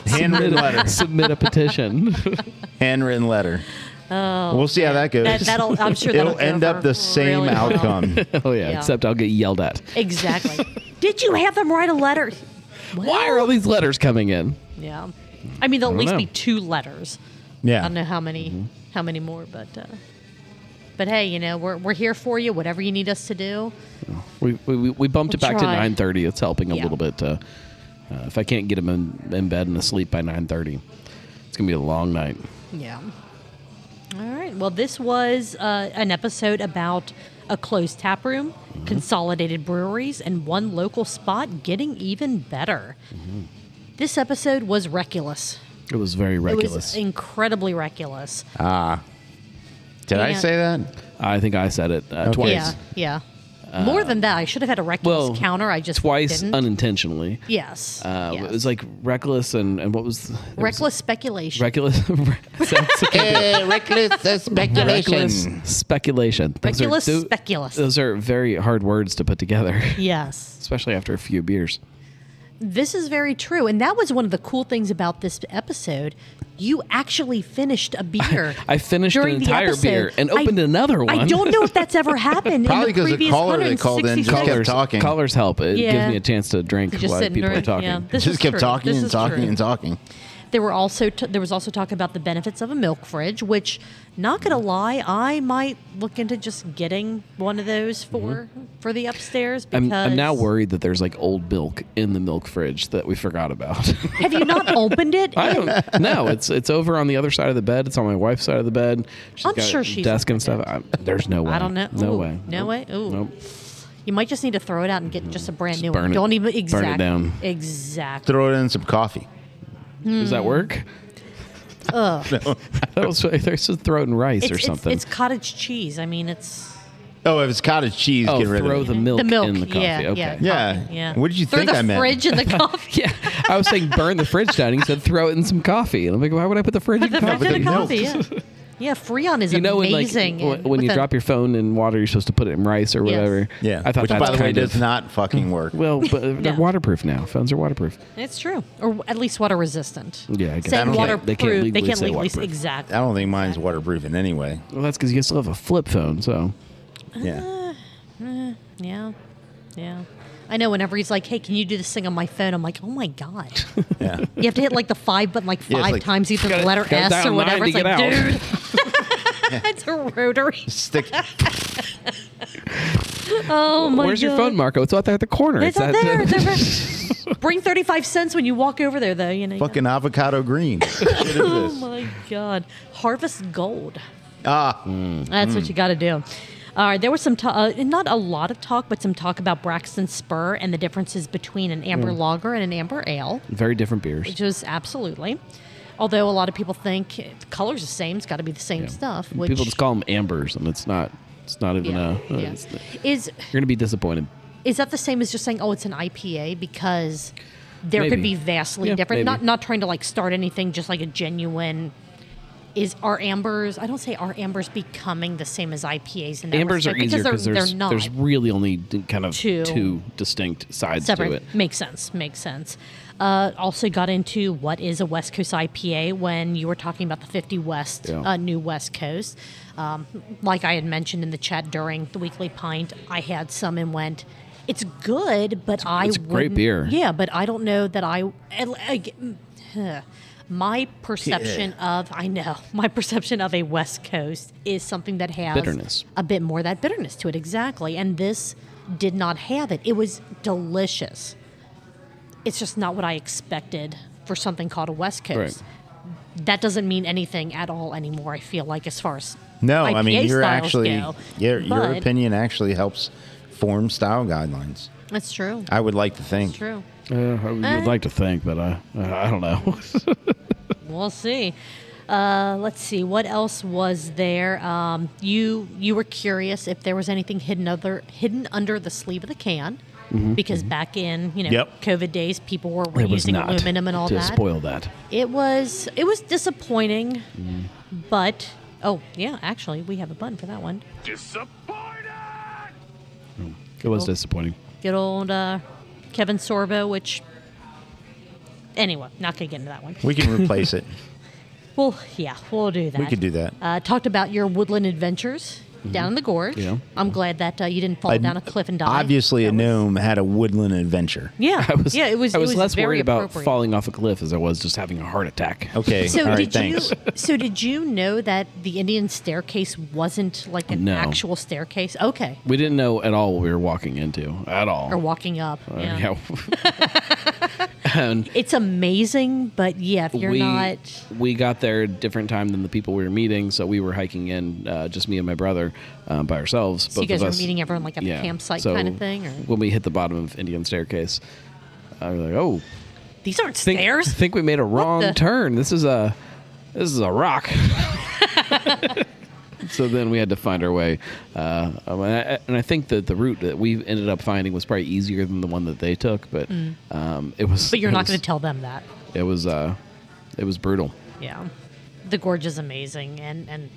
[SPEAKER 2] handwritten letter.
[SPEAKER 3] *laughs* Submit a petition. *laughs*
[SPEAKER 2] Handwritten letter. Oh, we'll see how that goes.
[SPEAKER 4] That,
[SPEAKER 2] *laughs*
[SPEAKER 4] that'll, I'm sure that'll
[SPEAKER 2] It'll
[SPEAKER 4] go
[SPEAKER 2] end up
[SPEAKER 4] over
[SPEAKER 2] the same
[SPEAKER 4] really well. *laughs*
[SPEAKER 2] outcome.
[SPEAKER 3] oh yeah,
[SPEAKER 4] Yeah.
[SPEAKER 3] except I'll get yelled at.
[SPEAKER 4] Exactly. Did you have them write a letter?
[SPEAKER 3] Why are all these letters coming in?
[SPEAKER 4] Yeah. I mean, there'll at
[SPEAKER 3] I don't
[SPEAKER 4] least be
[SPEAKER 3] know.
[SPEAKER 4] two letters. I
[SPEAKER 2] yeah.
[SPEAKER 4] don't know how many, how many more, but, uh, but hey, you know, we're, we're here for you. Whatever you need us to do.
[SPEAKER 3] We, we, we- we bumped it
[SPEAKER 4] We'll
[SPEAKER 3] back
[SPEAKER 4] try.
[SPEAKER 3] to 9.30. It's helping a
[SPEAKER 4] Yeah.
[SPEAKER 3] little bit. Uh, uh, if I can't get him in, in bed and asleep by 9.30, it's going to be a long night.
[SPEAKER 4] Yeah. All right. Well, this was uh, an episode about a closed tap room,
[SPEAKER 3] Mm-hmm.
[SPEAKER 4] consolidated breweries, and one local spot getting even better.
[SPEAKER 3] Mm-hmm.
[SPEAKER 4] This episode was reckless.
[SPEAKER 3] It was very
[SPEAKER 4] It was
[SPEAKER 3] reckless.
[SPEAKER 4] incredibly reckless.
[SPEAKER 2] Ah. Did I
[SPEAKER 4] Yeah.
[SPEAKER 2] say that?
[SPEAKER 3] I think I said it uh, twice.
[SPEAKER 4] Yeah, yeah. More than that, I should have had a reckless
[SPEAKER 3] well,
[SPEAKER 4] counter. I just
[SPEAKER 3] Twice
[SPEAKER 4] didn't.
[SPEAKER 3] unintentionally.
[SPEAKER 4] yes.
[SPEAKER 3] Uh,
[SPEAKER 4] yes.
[SPEAKER 3] It was like reckless and, and what was... The, there was
[SPEAKER 4] reckless speculation.
[SPEAKER 3] Reckless, *laughs*
[SPEAKER 4] *laughs*
[SPEAKER 2] reckless
[SPEAKER 3] reckless speculation. Those are-
[SPEAKER 4] Reckless
[SPEAKER 3] tho-
[SPEAKER 4] speculous.
[SPEAKER 3] Those are very hard words to put together, *laughs*
[SPEAKER 4] yes.
[SPEAKER 3] especially after a few beers.
[SPEAKER 4] This is very true, and that was one of the cool things about this episode. You actually finished a beer.
[SPEAKER 3] *laughs* I finished an
[SPEAKER 4] during the
[SPEAKER 3] entire
[SPEAKER 4] episode.
[SPEAKER 3] beer and
[SPEAKER 4] I-
[SPEAKER 3] opened another one.
[SPEAKER 4] I don't know if
[SPEAKER 3] *laughs*
[SPEAKER 4] that's ever happened.
[SPEAKER 2] Probably
[SPEAKER 4] in the
[SPEAKER 2] 'cause the
[SPEAKER 4] previous
[SPEAKER 2] caller that called in
[SPEAKER 4] 166
[SPEAKER 2] kept
[SPEAKER 4] episodes.
[SPEAKER 2] talking.
[SPEAKER 3] Callers help. It
[SPEAKER 4] Yeah.
[SPEAKER 3] gives me a chance to drink
[SPEAKER 4] Just
[SPEAKER 3] while
[SPEAKER 4] sitting
[SPEAKER 3] people are
[SPEAKER 4] during-
[SPEAKER 3] talking.
[SPEAKER 4] yeah. This is
[SPEAKER 2] just kept
[SPEAKER 4] true.
[SPEAKER 2] talking
[SPEAKER 4] This
[SPEAKER 2] and
[SPEAKER 4] is
[SPEAKER 2] talking
[SPEAKER 4] true.
[SPEAKER 2] and talking.
[SPEAKER 4] There were also t- there was also talk about the benefits of a milk fridge, which, not gonna lie, I might look into just getting one of those for for the upstairs. Because
[SPEAKER 3] Mm-hmm. I'm, I'm now worried that there's like old milk in the milk fridge that we forgot about. *laughs*
[SPEAKER 4] Have you not opened it?
[SPEAKER 3] I don't know. It's it's over on the other side of the bed. It's on my wife's side of the bed. She's
[SPEAKER 4] I'm
[SPEAKER 3] got
[SPEAKER 4] sure
[SPEAKER 3] a
[SPEAKER 4] she's
[SPEAKER 3] desk and stuff. I, there's no way.
[SPEAKER 4] I don't know.
[SPEAKER 3] No
[SPEAKER 4] Ooh,
[SPEAKER 3] way.
[SPEAKER 4] No way. Ooh.
[SPEAKER 3] Nope.
[SPEAKER 4] You might just need to throw it out and get just a brand new
[SPEAKER 3] burn
[SPEAKER 4] one.
[SPEAKER 3] it.
[SPEAKER 4] Don't
[SPEAKER 3] Burn
[SPEAKER 4] even
[SPEAKER 3] it
[SPEAKER 4] exactly.
[SPEAKER 3] down.
[SPEAKER 4] Exactly.
[SPEAKER 2] Throw it in some coffee.
[SPEAKER 3] Does
[SPEAKER 4] Mm.
[SPEAKER 3] that work? *laughs* that was there's a throat and rice
[SPEAKER 4] It's,
[SPEAKER 3] or
[SPEAKER 4] it's-
[SPEAKER 3] something.
[SPEAKER 4] it's cottage cheese. I mean, it's
[SPEAKER 2] Oh, if it's cottage cheese,
[SPEAKER 3] oh,
[SPEAKER 2] get rid
[SPEAKER 3] throw
[SPEAKER 2] of
[SPEAKER 3] the
[SPEAKER 2] it.
[SPEAKER 3] milk,
[SPEAKER 4] the milk.
[SPEAKER 3] in the coffee.
[SPEAKER 4] Yeah,
[SPEAKER 3] okay.
[SPEAKER 4] yeah.
[SPEAKER 2] Yeah.
[SPEAKER 4] yeah.
[SPEAKER 2] What did you
[SPEAKER 4] Throw
[SPEAKER 2] think
[SPEAKER 4] the
[SPEAKER 2] I meant? *laughs*
[SPEAKER 4] fridge and the coffee.
[SPEAKER 3] Yeah, I was saying burn the fridge down. He said throw it in some coffee. And I'm like, why would I put the fridge in
[SPEAKER 4] the
[SPEAKER 3] coffee?
[SPEAKER 4] fridge and the
[SPEAKER 2] milk.
[SPEAKER 4] coffee. Yeah. Yeah, Freon is
[SPEAKER 3] you know when like
[SPEAKER 4] amazing.
[SPEAKER 3] when,
[SPEAKER 4] and
[SPEAKER 3] when
[SPEAKER 4] with
[SPEAKER 3] you
[SPEAKER 4] a-
[SPEAKER 3] drop your phone in water, you're supposed to put it in rice or
[SPEAKER 4] Yes.
[SPEAKER 3] whatever.
[SPEAKER 2] Yeah.
[SPEAKER 3] I thought
[SPEAKER 2] Which,
[SPEAKER 3] that's
[SPEAKER 2] by the way,
[SPEAKER 3] kind of-
[SPEAKER 2] does not fucking
[SPEAKER 4] *laughs*
[SPEAKER 2] work.
[SPEAKER 3] Well, but they're waterproof now. Phones are waterproof.
[SPEAKER 4] It's true, or at least water resistant.
[SPEAKER 3] Yeah, I guess.
[SPEAKER 4] Saying
[SPEAKER 2] They
[SPEAKER 4] waterproof,
[SPEAKER 2] can't-
[SPEAKER 4] they
[SPEAKER 3] they
[SPEAKER 4] can't
[SPEAKER 3] can't
[SPEAKER 4] legally,
[SPEAKER 3] legally say waterproof.
[SPEAKER 2] I
[SPEAKER 4] exactly.
[SPEAKER 2] don't think mine's waterproofing anyway.
[SPEAKER 3] Well, that's because you still have a flip phone. So
[SPEAKER 2] Yeah.
[SPEAKER 4] Yeah, yeah. I know. Whenever he's like, "Hey, can you do this thing on my phone?" I'm like, "Oh my god!"
[SPEAKER 2] Yeah.
[SPEAKER 4] You have to hit like the five button like
[SPEAKER 2] Yeah,
[SPEAKER 4] five
[SPEAKER 2] it's like,
[SPEAKER 4] times, either the
[SPEAKER 3] gotta-
[SPEAKER 4] letter
[SPEAKER 3] gotta
[SPEAKER 4] S
[SPEAKER 3] dial
[SPEAKER 4] or
[SPEAKER 3] nine
[SPEAKER 4] whatever.
[SPEAKER 3] to
[SPEAKER 4] It's like,
[SPEAKER 3] get out.
[SPEAKER 4] dude,
[SPEAKER 3] *laughs*
[SPEAKER 4] *laughs* it's a rotary.
[SPEAKER 5] Stick.
[SPEAKER 4] Oh my
[SPEAKER 3] Where's your
[SPEAKER 4] God.
[SPEAKER 3] phone, Marco? It's out there at the corner.
[SPEAKER 4] It's out
[SPEAKER 3] that- *laughs*
[SPEAKER 4] there. It's over there. Bring thirty-five cents when you walk over there, though. You know. yeah.
[SPEAKER 2] Fucking avocado
[SPEAKER 4] *laughs*
[SPEAKER 2] green. What the shit is
[SPEAKER 4] Oh
[SPEAKER 2] this?
[SPEAKER 4] my God! Harvest gold.
[SPEAKER 2] Ah,
[SPEAKER 4] That's
[SPEAKER 3] Mm.
[SPEAKER 4] what you got to do. All right, there was some ta- uh, not a lot of talk, but some talk about Braxton Spur and the differences between an amber
[SPEAKER 3] Mm.
[SPEAKER 4] lager and an amber ale,
[SPEAKER 3] Very different beers.
[SPEAKER 4] which is absolutely. Although a lot of people think the color's the same, it's got to be the same stuff. Which
[SPEAKER 3] People just call them ambers, and it's not. It's not even
[SPEAKER 4] yeah,
[SPEAKER 3] a.
[SPEAKER 4] yeah.
[SPEAKER 3] it's-
[SPEAKER 4] is
[SPEAKER 3] you're gonna be disappointed.
[SPEAKER 4] is that the same as just saying, oh, it's an IPA because there could
[SPEAKER 3] Maybe.
[SPEAKER 4] be vastly
[SPEAKER 3] Yeah,
[SPEAKER 4] different.
[SPEAKER 3] maybe.
[SPEAKER 4] Not not trying to like start anything, just like a genuine. Is our ambers? I don't say our ambers becoming the same as IPAs in that
[SPEAKER 3] Ambers are
[SPEAKER 4] respect, because
[SPEAKER 3] easier because
[SPEAKER 4] they're,
[SPEAKER 3] there's
[SPEAKER 4] they're not
[SPEAKER 3] there's really only d- kind of
[SPEAKER 4] Two.
[SPEAKER 3] two, distinct sides to
[SPEAKER 4] separate.
[SPEAKER 3] it.
[SPEAKER 4] Makes sense. Makes sense. Uh, also got into what is a West Coast IPA when you were talking about the 50 West,
[SPEAKER 3] Yeah.
[SPEAKER 4] uh, new West Coast. Um, like I had mentioned in the chat during the weekly pint, I had some and went. It's good, but I
[SPEAKER 3] it's a great
[SPEAKER 4] wouldn't-
[SPEAKER 3] beer.
[SPEAKER 4] Yeah, but I don't know that I. I- I- My perception of I know *laughs* my perception of a West Coast is something that has
[SPEAKER 3] Bitterness.
[SPEAKER 4] a bit more of that bitterness to it exactly and this did not have it it was delicious it's just not what i expected for something called a west coast that doesn't mean anything at all anymore i feel like as far as
[SPEAKER 2] no. I
[SPEAKER 4] IPA
[SPEAKER 2] mean, you're
[SPEAKER 4] styles
[SPEAKER 2] actually
[SPEAKER 4] go,
[SPEAKER 2] your your
[SPEAKER 4] but-
[SPEAKER 2] opinion actually helps form style guidelines.
[SPEAKER 4] that's true
[SPEAKER 2] I would like to think.
[SPEAKER 4] true
[SPEAKER 3] Uh, I would
[SPEAKER 4] Eh.
[SPEAKER 3] like to think, but I uh, I don't know. *laughs*
[SPEAKER 4] we'll see uh, let's see what else was there. Um, you you were curious if there was anything hidden other hidden under the sleeve of the can, because back in you know
[SPEAKER 2] Yep.
[SPEAKER 4] COVID days, people were
[SPEAKER 3] Mm-hmm, it was
[SPEAKER 4] reusing
[SPEAKER 3] not
[SPEAKER 4] aluminum and all
[SPEAKER 3] to
[SPEAKER 4] that.
[SPEAKER 3] spoil that.
[SPEAKER 4] It was it was disappointing,
[SPEAKER 3] Mm-hmm.
[SPEAKER 4] but oh yeah, actually we have a button for that one.
[SPEAKER 3] It was disappointing. *laughs*
[SPEAKER 4] Good old uh, Kevin Sorbo, which anyway, not gonna get into that one.
[SPEAKER 2] We can replace it.
[SPEAKER 4] Well, yeah, we'll do that.
[SPEAKER 2] We could do that.
[SPEAKER 4] Uh, talked about your woodland adventures down in the gorge.
[SPEAKER 3] Mm-hmm. Yeah.
[SPEAKER 4] I'm glad that uh, you didn't fall
[SPEAKER 2] I-
[SPEAKER 4] down a cliff and *laughs* die.
[SPEAKER 2] Obviously, a
[SPEAKER 4] That was-
[SPEAKER 2] gnome had a woodland adventure.
[SPEAKER 4] Yeah,
[SPEAKER 3] I was
[SPEAKER 4] yeah, it was.
[SPEAKER 3] I
[SPEAKER 4] it
[SPEAKER 3] was, less
[SPEAKER 4] very
[SPEAKER 3] worried about
[SPEAKER 4] appropriate.
[SPEAKER 3] falling off a cliff as I was just having a heart attack.
[SPEAKER 2] Okay.
[SPEAKER 4] So
[SPEAKER 2] All right.
[SPEAKER 4] did
[SPEAKER 2] thanks.
[SPEAKER 4] you? So did you know that the Indian staircase wasn't like an
[SPEAKER 3] No.
[SPEAKER 4] actual staircase? Okay,
[SPEAKER 3] *laughs* We didn't know at all what we were walking into at all.
[SPEAKER 4] or walking up.
[SPEAKER 3] Uh,
[SPEAKER 4] yeah.
[SPEAKER 3] *laughs* yeah. and
[SPEAKER 4] It's amazing, but yeah, if you're
[SPEAKER 3] we
[SPEAKER 4] not,
[SPEAKER 3] we got there a different time than the people we were meeting, so we were hiking in, uh, just me and my brother, um, by ourselves.
[SPEAKER 4] so you
[SPEAKER 3] both
[SPEAKER 4] guys
[SPEAKER 3] of
[SPEAKER 4] were
[SPEAKER 3] us.
[SPEAKER 4] meeting everyone like at
[SPEAKER 3] yeah.
[SPEAKER 4] the campsite
[SPEAKER 3] So
[SPEAKER 4] kind of thing, or
[SPEAKER 3] When we hit the bottom of Indian Staircase, I was like, "Oh,
[SPEAKER 4] these aren't
[SPEAKER 3] think,
[SPEAKER 4] stairs.
[SPEAKER 3] think we made a wrong
[SPEAKER 4] *laughs* the-
[SPEAKER 3] turn. This is a this is a rock."
[SPEAKER 4] *laughs*
[SPEAKER 3] so then we had to find our way, uh, um, and, I, and I think that the route that we ended up finding was probably easier than the one that they took, but um, it was.
[SPEAKER 4] Mm. but you're
[SPEAKER 3] it
[SPEAKER 4] not
[SPEAKER 3] was-
[SPEAKER 4] going to tell them that.
[SPEAKER 3] It was uh, it was brutal.
[SPEAKER 4] Yeah, the gorge is amazing, and and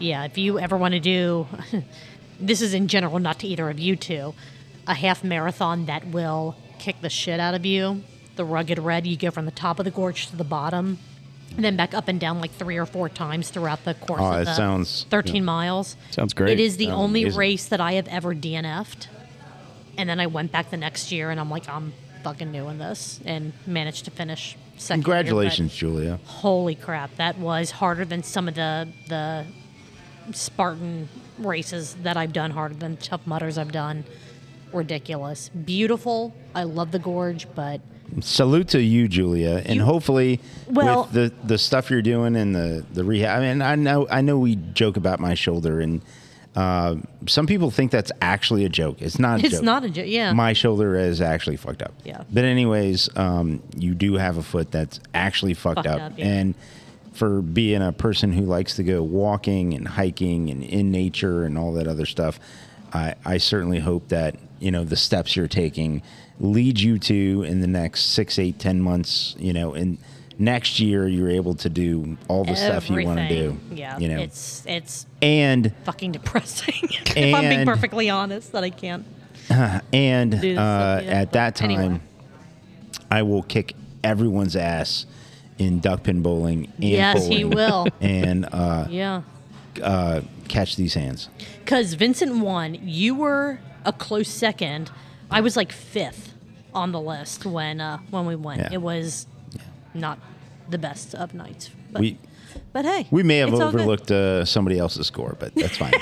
[SPEAKER 4] yeah, if you ever want to do, *laughs* this is in general not to either of you two, a half marathon that will kick the shit out of you. The rugged red, you go from the top of the gorge to the bottom, and then back up and down like three or four times throughout the course
[SPEAKER 2] Oh,
[SPEAKER 4] of
[SPEAKER 2] it
[SPEAKER 4] the
[SPEAKER 2] sounds-
[SPEAKER 4] 13 miles.
[SPEAKER 3] Sounds great.
[SPEAKER 4] It is the
[SPEAKER 2] Sounds
[SPEAKER 4] only
[SPEAKER 2] amazing.
[SPEAKER 4] race that I have ever DNF'd. And then I went back the next year and I'm like, I'm fucking doing this and managed to finish second. year, but
[SPEAKER 2] Congratulations, Julia.
[SPEAKER 4] holy crap, that was harder than some of the the Spartan races that I've done, harder than Tough Mutters I've done. Ridiculous. Beautiful. I love the gorge, but
[SPEAKER 2] Salute to you, Julia, and
[SPEAKER 4] You-
[SPEAKER 2] hopefully
[SPEAKER 4] Well-
[SPEAKER 2] with the the stuff you're doing and the the rehab. I mean, I know I know we joke about my shoulder, and uh, some people think that's actually a joke. It's not. A
[SPEAKER 4] it's
[SPEAKER 2] joke.
[SPEAKER 4] not a jo- yeah.
[SPEAKER 2] My shoulder is actually fucked up.
[SPEAKER 4] Yeah.
[SPEAKER 2] But anyways, um, you do have a foot that's actually fucked,
[SPEAKER 4] Fucked
[SPEAKER 2] up,
[SPEAKER 4] up, yeah.
[SPEAKER 2] and for being a person who likes to go walking and hiking and in nature and all that other stuff, I, I certainly hope that you know the steps you're taking lead you to in the next six, eight, ten months. You know, in next year you're able to do all the stuff you want to do.
[SPEAKER 4] Everything. Yeah.
[SPEAKER 2] You know,
[SPEAKER 4] It's it's
[SPEAKER 2] and
[SPEAKER 4] fucking *laughs* depressing. if I'm being
[SPEAKER 2] And-
[SPEAKER 4] perfectly honest, that I can't.
[SPEAKER 2] And
[SPEAKER 4] this
[SPEAKER 2] uh,
[SPEAKER 4] stuff, yeah.
[SPEAKER 2] at that time,
[SPEAKER 4] Anyway.
[SPEAKER 2] I will kick everyone's ass in duckpin bowling. And
[SPEAKER 4] Yes, he
[SPEAKER 2] bowling *laughs*
[SPEAKER 4] will.
[SPEAKER 2] And uh,
[SPEAKER 4] Yeah.
[SPEAKER 2] uh, catch these hands.
[SPEAKER 4] Because Vincent won. You were a close second. I was like fifth on the list when uh, when we went.
[SPEAKER 2] Yeah.
[SPEAKER 4] It was not the best of nights. But
[SPEAKER 2] We
[SPEAKER 4] But hey,
[SPEAKER 2] We may have
[SPEAKER 4] it's all good.
[SPEAKER 2] overlooked uh, somebody else's score, but that's
[SPEAKER 4] *laughs*
[SPEAKER 2] fine.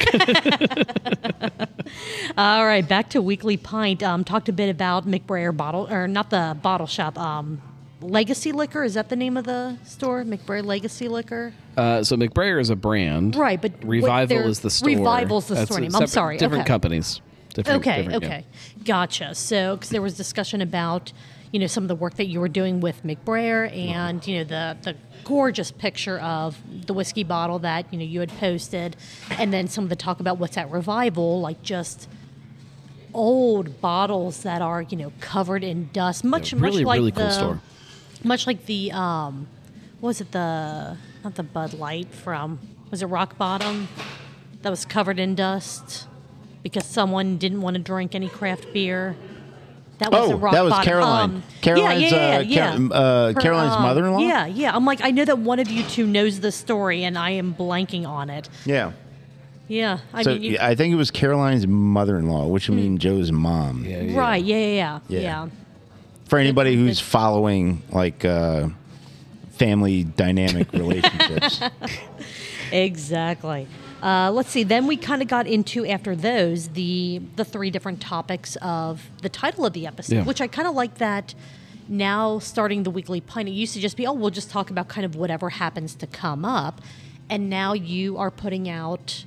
[SPEAKER 4] All right, back to Weekly Pint. Um, talked a bit about McBrayer Bottle, or not the bottle shop, um, Legacy Liquor. Is that the name of the store? McBrayer Legacy Liquor?
[SPEAKER 3] Uh, so McBrayer is a brand,
[SPEAKER 4] Right, but what
[SPEAKER 3] Revival
[SPEAKER 4] they're-
[SPEAKER 3] is the store.
[SPEAKER 4] Revival's the
[SPEAKER 3] That's
[SPEAKER 4] store
[SPEAKER 3] a
[SPEAKER 4] name. I'm
[SPEAKER 3] separate-
[SPEAKER 4] sorry,
[SPEAKER 3] Different
[SPEAKER 4] okay.
[SPEAKER 3] companies. Different,
[SPEAKER 4] Okay,
[SPEAKER 3] different, yeah.
[SPEAKER 4] okay. Gotcha. So, because there was discussion about, you know, some of the work that you were doing with McBrayer and, you know, the, the gorgeous picture of the whiskey bottle that, you know, you had posted. And then some of the talk about what's at Revival, like just old bottles that are, you know, covered in dust, much, much
[SPEAKER 3] Really,
[SPEAKER 4] like
[SPEAKER 3] really
[SPEAKER 4] the,
[SPEAKER 3] cool store.
[SPEAKER 4] much like the, um, what was it the, not the Bud Light from, was it Rock Bottom that was covered in dust? because someone didn't want to drink any craft beer. That
[SPEAKER 2] Oh,
[SPEAKER 4] wasn't rock
[SPEAKER 2] that was
[SPEAKER 4] bottom.
[SPEAKER 2] Caroline.
[SPEAKER 4] Um,
[SPEAKER 2] Caroline's,
[SPEAKER 4] yeah, yeah, yeah, yeah.
[SPEAKER 2] uh, Car- uh,
[SPEAKER 4] Her,
[SPEAKER 2] Caroline's
[SPEAKER 4] um,
[SPEAKER 2] mother-in-law?
[SPEAKER 4] Yeah, yeah. I'm like, I know that one of you two knows this story, and I am blanking on it.
[SPEAKER 2] yeah.
[SPEAKER 4] Yeah, I
[SPEAKER 2] so
[SPEAKER 4] mean, you, Hmm.
[SPEAKER 2] yeah, I think it was Caroline's mother-in-law, which would mean Joe's mom.
[SPEAKER 3] Yeah, yeah.
[SPEAKER 4] right? Yeah, yeah, yeah,
[SPEAKER 2] Yeah.
[SPEAKER 4] yeah.
[SPEAKER 2] For anybody
[SPEAKER 4] Good-
[SPEAKER 2] who's
[SPEAKER 4] good.
[SPEAKER 2] following like uh, family dynamic
[SPEAKER 4] *laughs*
[SPEAKER 2] relationships,
[SPEAKER 4] Exactly. Uh, let's see. Then we kind of got into after those the the three different topics of the title of the episode,
[SPEAKER 3] Yeah.
[SPEAKER 4] which I kind of like that. Now starting the weekly pint, it used to just be oh we'll just talk about kind of whatever happens to come up, and now you are putting out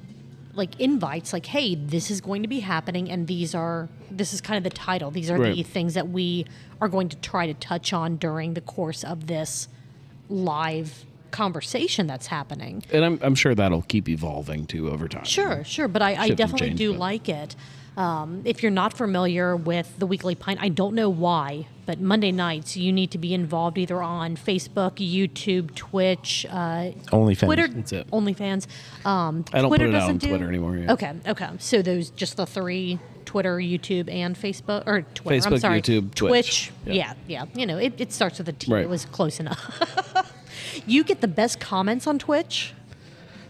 [SPEAKER 4] like invites like hey this is going to be happening and these are this is kind of the title these are the
[SPEAKER 3] Right.
[SPEAKER 4] things that we are going to try to touch on during the course of this live conversation that's happening
[SPEAKER 3] And I'm, I'm sure that'll keep evolving too over time.
[SPEAKER 4] Sure, sure, but I, I
[SPEAKER 3] Shift and
[SPEAKER 4] definitely
[SPEAKER 3] change,
[SPEAKER 4] do
[SPEAKER 3] but-
[SPEAKER 4] like it. Um, if you're not familiar with the Weekly Pint, I don't know why, but Monday nights you need to be involved either on Facebook, YouTube, Twitch, uh,
[SPEAKER 2] only family.
[SPEAKER 4] Twitter,
[SPEAKER 3] That's it.
[SPEAKER 4] OnlyFans. Um,
[SPEAKER 3] I don't
[SPEAKER 4] Twitter
[SPEAKER 3] put it out
[SPEAKER 4] doesn't
[SPEAKER 3] on
[SPEAKER 4] do-
[SPEAKER 3] Twitter anymore. yeah.
[SPEAKER 4] Okay, okay. So those just the three: Twitter, YouTube, and Facebook or Twitter. I'm
[SPEAKER 3] Facebook,
[SPEAKER 4] sorry,
[SPEAKER 3] YouTube, Twitch.
[SPEAKER 4] Yeah. yeah, You know, it, it starts with a T.
[SPEAKER 3] Right.
[SPEAKER 4] It was close enough. *laughs* you get the best comments on Twitch.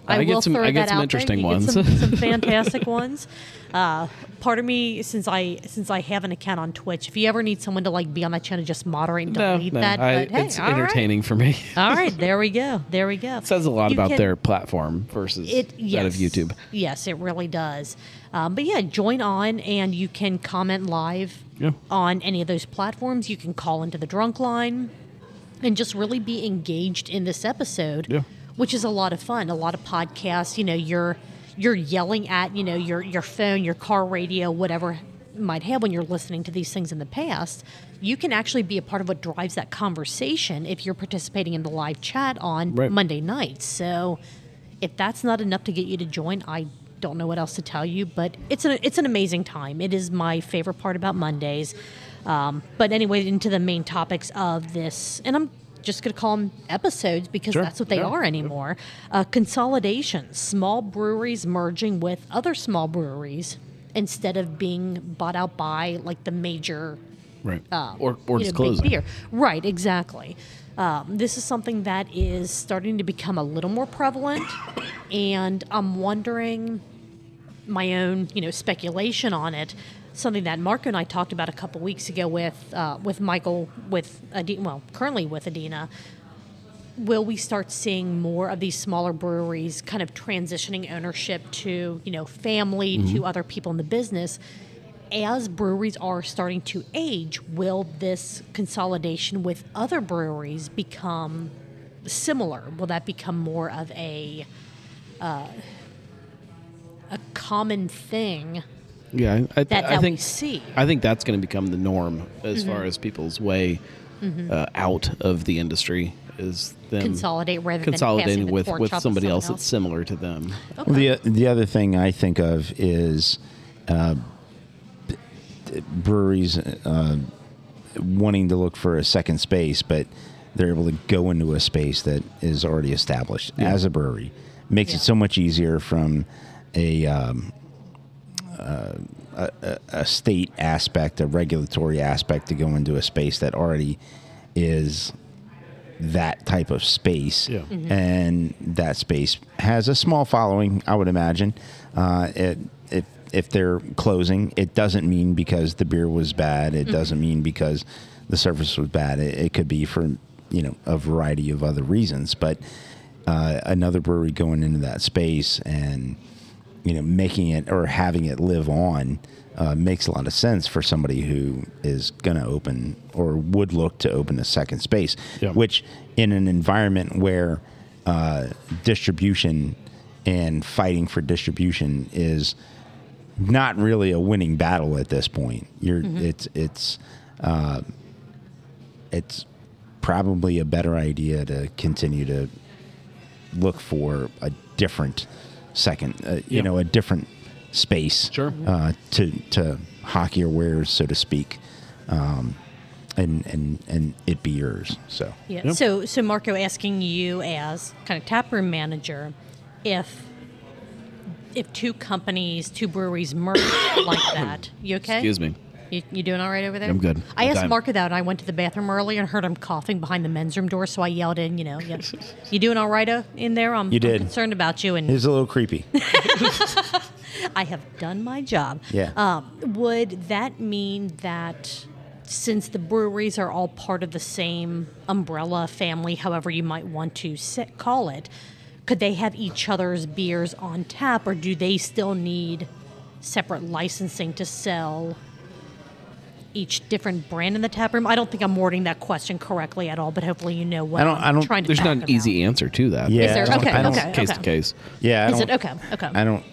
[SPEAKER 4] I,
[SPEAKER 3] I get
[SPEAKER 4] will
[SPEAKER 3] some-
[SPEAKER 4] throw
[SPEAKER 3] I get
[SPEAKER 4] that
[SPEAKER 3] some
[SPEAKER 4] out
[SPEAKER 3] interesting
[SPEAKER 4] there. You
[SPEAKER 3] ones. *laughs*
[SPEAKER 4] Get some, *laughs* some fantastic ones. Uh, part of me, since I since I have an account on Twitch, if you ever need someone to like be on that channel, just moderate and
[SPEAKER 3] No,
[SPEAKER 4] delete
[SPEAKER 3] no,
[SPEAKER 4] that.
[SPEAKER 3] I,
[SPEAKER 4] but hey,
[SPEAKER 3] it's
[SPEAKER 4] all right.
[SPEAKER 3] entertaining for me. *laughs*
[SPEAKER 4] All right, there we go. There we go.
[SPEAKER 3] says a lot
[SPEAKER 4] You
[SPEAKER 3] about
[SPEAKER 4] can-
[SPEAKER 3] their platform versus
[SPEAKER 4] it yes.
[SPEAKER 3] that of YouTube.
[SPEAKER 4] Yes, it really does. Um, but yeah, join on and you can comment live
[SPEAKER 3] Yeah.
[SPEAKER 4] on any of those platforms. You can call into the drunk line and just really be engaged in this episode,
[SPEAKER 3] Yeah.
[SPEAKER 4] which is a lot of fun. A lot of podcasts, you know, you're you're yelling at you know your your phone, your car radio, whatever you might have when you're listening to these things in the past. You can actually be a part of what drives that conversation if you're participating in the live chat on
[SPEAKER 3] Right.
[SPEAKER 4] Monday nights. So if that's not enough to get you to join, I don't know what else to tell you. But it's an it's an amazing time. It is my favorite part about Mondays. Um, but anyway, into the main topics of this, and I'm just going to call them episodes because
[SPEAKER 3] Sure,
[SPEAKER 4] that's what they
[SPEAKER 3] yeah.
[SPEAKER 4] are anymore. Uh, consolidation, small breweries merging with other small breweries instead of being bought out by like the major
[SPEAKER 3] Right. or or
[SPEAKER 4] Uh, you know,
[SPEAKER 3] disclosing.
[SPEAKER 4] big beer. Right, exactly. Um, this is something that is starting to become a little more prevalent, and I'm wondering my own, you know, speculation on it. Something that Marco and I talked about a couple weeks ago with uh, with Michael, with Adina, well, currently with Adina. Will we start seeing more of these smaller breweries kind of transitioning ownership to, you know, family,
[SPEAKER 3] Mm-hmm.
[SPEAKER 4] to other people in the business? as breweries are starting to age, will this consolidation with other breweries become similar? Will that become more of a uh, a common thing?
[SPEAKER 3] Yeah, I, I, th-
[SPEAKER 4] that
[SPEAKER 3] I
[SPEAKER 4] we
[SPEAKER 3] think
[SPEAKER 4] see. Mm-hmm.
[SPEAKER 3] I think that's going to become the norm as far as people's way uh, out of the industry is them
[SPEAKER 4] Consolidate rather than passing
[SPEAKER 3] consolidating
[SPEAKER 4] the
[SPEAKER 3] with
[SPEAKER 4] pork
[SPEAKER 3] with
[SPEAKER 4] chop to
[SPEAKER 3] somebody
[SPEAKER 4] someone
[SPEAKER 3] else
[SPEAKER 4] else.
[SPEAKER 3] that's similar to them.
[SPEAKER 2] The the other thing I think of is uh, b- breweries uh, wanting to look for a second space, but they're able to go into a space that is already established as a brewery. Makes it
[SPEAKER 4] Yeah.
[SPEAKER 2] so much easier from a, um, uh, a, a a state aspect, a regulatory aspect, to go into a space that already is that type of space,
[SPEAKER 3] Yeah.
[SPEAKER 2] and that space has a small following, I would imagine. Uh, it, if if they're closing, it doesn't mean because the beer was bad. It doesn't mean because the service was bad. It, it could be for you know a variety of other reasons, but uh, another brewery going into that space and you know making it or having it live on uh, makes a lot of sense for somebody who is going to open or would look to open a second space,
[SPEAKER 3] Yeah.
[SPEAKER 2] which in an environment where uh, distribution and fighting for distribution is not really a winning battle at this point. You're
[SPEAKER 4] Mm-hmm.
[SPEAKER 2] it's it's uh, it's probably a better idea to continue to look for a different second, uh, you
[SPEAKER 3] Yeah.
[SPEAKER 2] know, a different space
[SPEAKER 3] Sure.
[SPEAKER 2] uh, to to hock your wares, so to speak, um, and and and it be yours. So
[SPEAKER 4] Yeah.
[SPEAKER 3] Yep.
[SPEAKER 4] So, so Marco asking you as kind of taproom manager, if if two companies, two breweries merge *coughs* like that, you okay?
[SPEAKER 3] Excuse me.
[SPEAKER 4] You, you doing all right over there?
[SPEAKER 3] I'm good.
[SPEAKER 4] I
[SPEAKER 3] I'm
[SPEAKER 4] asked
[SPEAKER 3] fine.
[SPEAKER 4] Marco that, and I went to the bathroom earlier and heard him coughing behind the men's room door, so I yelled in, you know, you, you doing all right uh, in there? I'm,
[SPEAKER 2] You
[SPEAKER 4] I'm
[SPEAKER 2] did.
[SPEAKER 4] concerned about you, and
[SPEAKER 2] it's a little creepy.
[SPEAKER 4] I have done my job.
[SPEAKER 2] Yeah.
[SPEAKER 4] Um, would that mean that since the breweries are all part of the same umbrella family, however you might want to sit, call it, could they have each other's beers on tap, or do they still need separate licensing to sell? Each different brand in the tap room. I don't think I'm wording that question correctly at all, but hopefully you know what
[SPEAKER 2] I don't-
[SPEAKER 4] am
[SPEAKER 2] I don't-
[SPEAKER 4] trying to.
[SPEAKER 3] There's
[SPEAKER 4] talk
[SPEAKER 3] not an
[SPEAKER 4] about.
[SPEAKER 3] easy answer to that.
[SPEAKER 2] Yeah.
[SPEAKER 4] Is there?
[SPEAKER 2] I don't-
[SPEAKER 4] Okay,
[SPEAKER 2] I don't-
[SPEAKER 4] okay,
[SPEAKER 3] Case
[SPEAKER 4] okay.
[SPEAKER 3] to case.
[SPEAKER 2] Yeah, I
[SPEAKER 4] Is it
[SPEAKER 2] don't-
[SPEAKER 4] okay? Okay.
[SPEAKER 2] I don't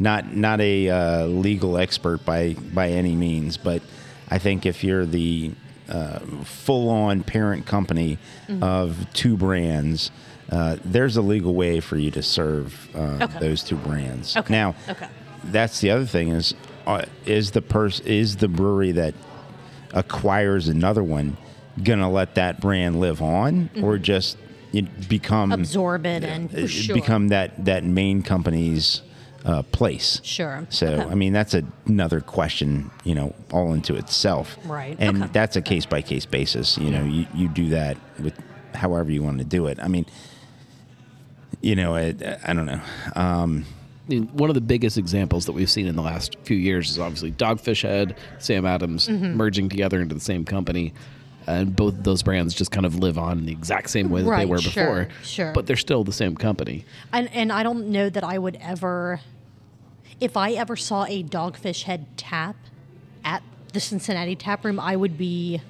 [SPEAKER 2] not not a uh, legal expert by by any means, but I think if you're the uh, full on parent company
[SPEAKER 4] Mm-hmm.
[SPEAKER 2] of two brands, uh, there's a legal way for you to serve uh,
[SPEAKER 4] Okay.
[SPEAKER 2] those two brands.
[SPEAKER 4] Okay.
[SPEAKER 2] Now,
[SPEAKER 4] Okay.
[SPEAKER 2] that's the other thing is uh, is the pers- is the brewery that acquires another one gonna let that brand live on or just it become
[SPEAKER 4] Mm-hmm. absorb it and
[SPEAKER 2] it
[SPEAKER 4] sure.
[SPEAKER 2] become that that main company's uh, place.
[SPEAKER 4] Sure.
[SPEAKER 2] So
[SPEAKER 4] Okay.
[SPEAKER 2] I mean that's another question, you know, all into itself.
[SPEAKER 4] Right.
[SPEAKER 2] And
[SPEAKER 4] Okay.
[SPEAKER 2] that's a case by case basis. You know, you, you do that with however you want to do it. I mean, you know, I, I don't know.
[SPEAKER 3] I mean, one of the biggest examples that we've seen in the last few years is obviously Dogfish Head, Sam Adams
[SPEAKER 4] Mm-hmm.
[SPEAKER 3] merging together into the same company. And both of those brands just kind of live on in the exact same way that they
[SPEAKER 4] Right,
[SPEAKER 3] were
[SPEAKER 4] sure,
[SPEAKER 3] before.
[SPEAKER 4] sure.
[SPEAKER 3] But they're still the same company.
[SPEAKER 4] And and I don't know that I would ever, if I ever saw a dogfish head tap at the Cincinnati tap room, I would be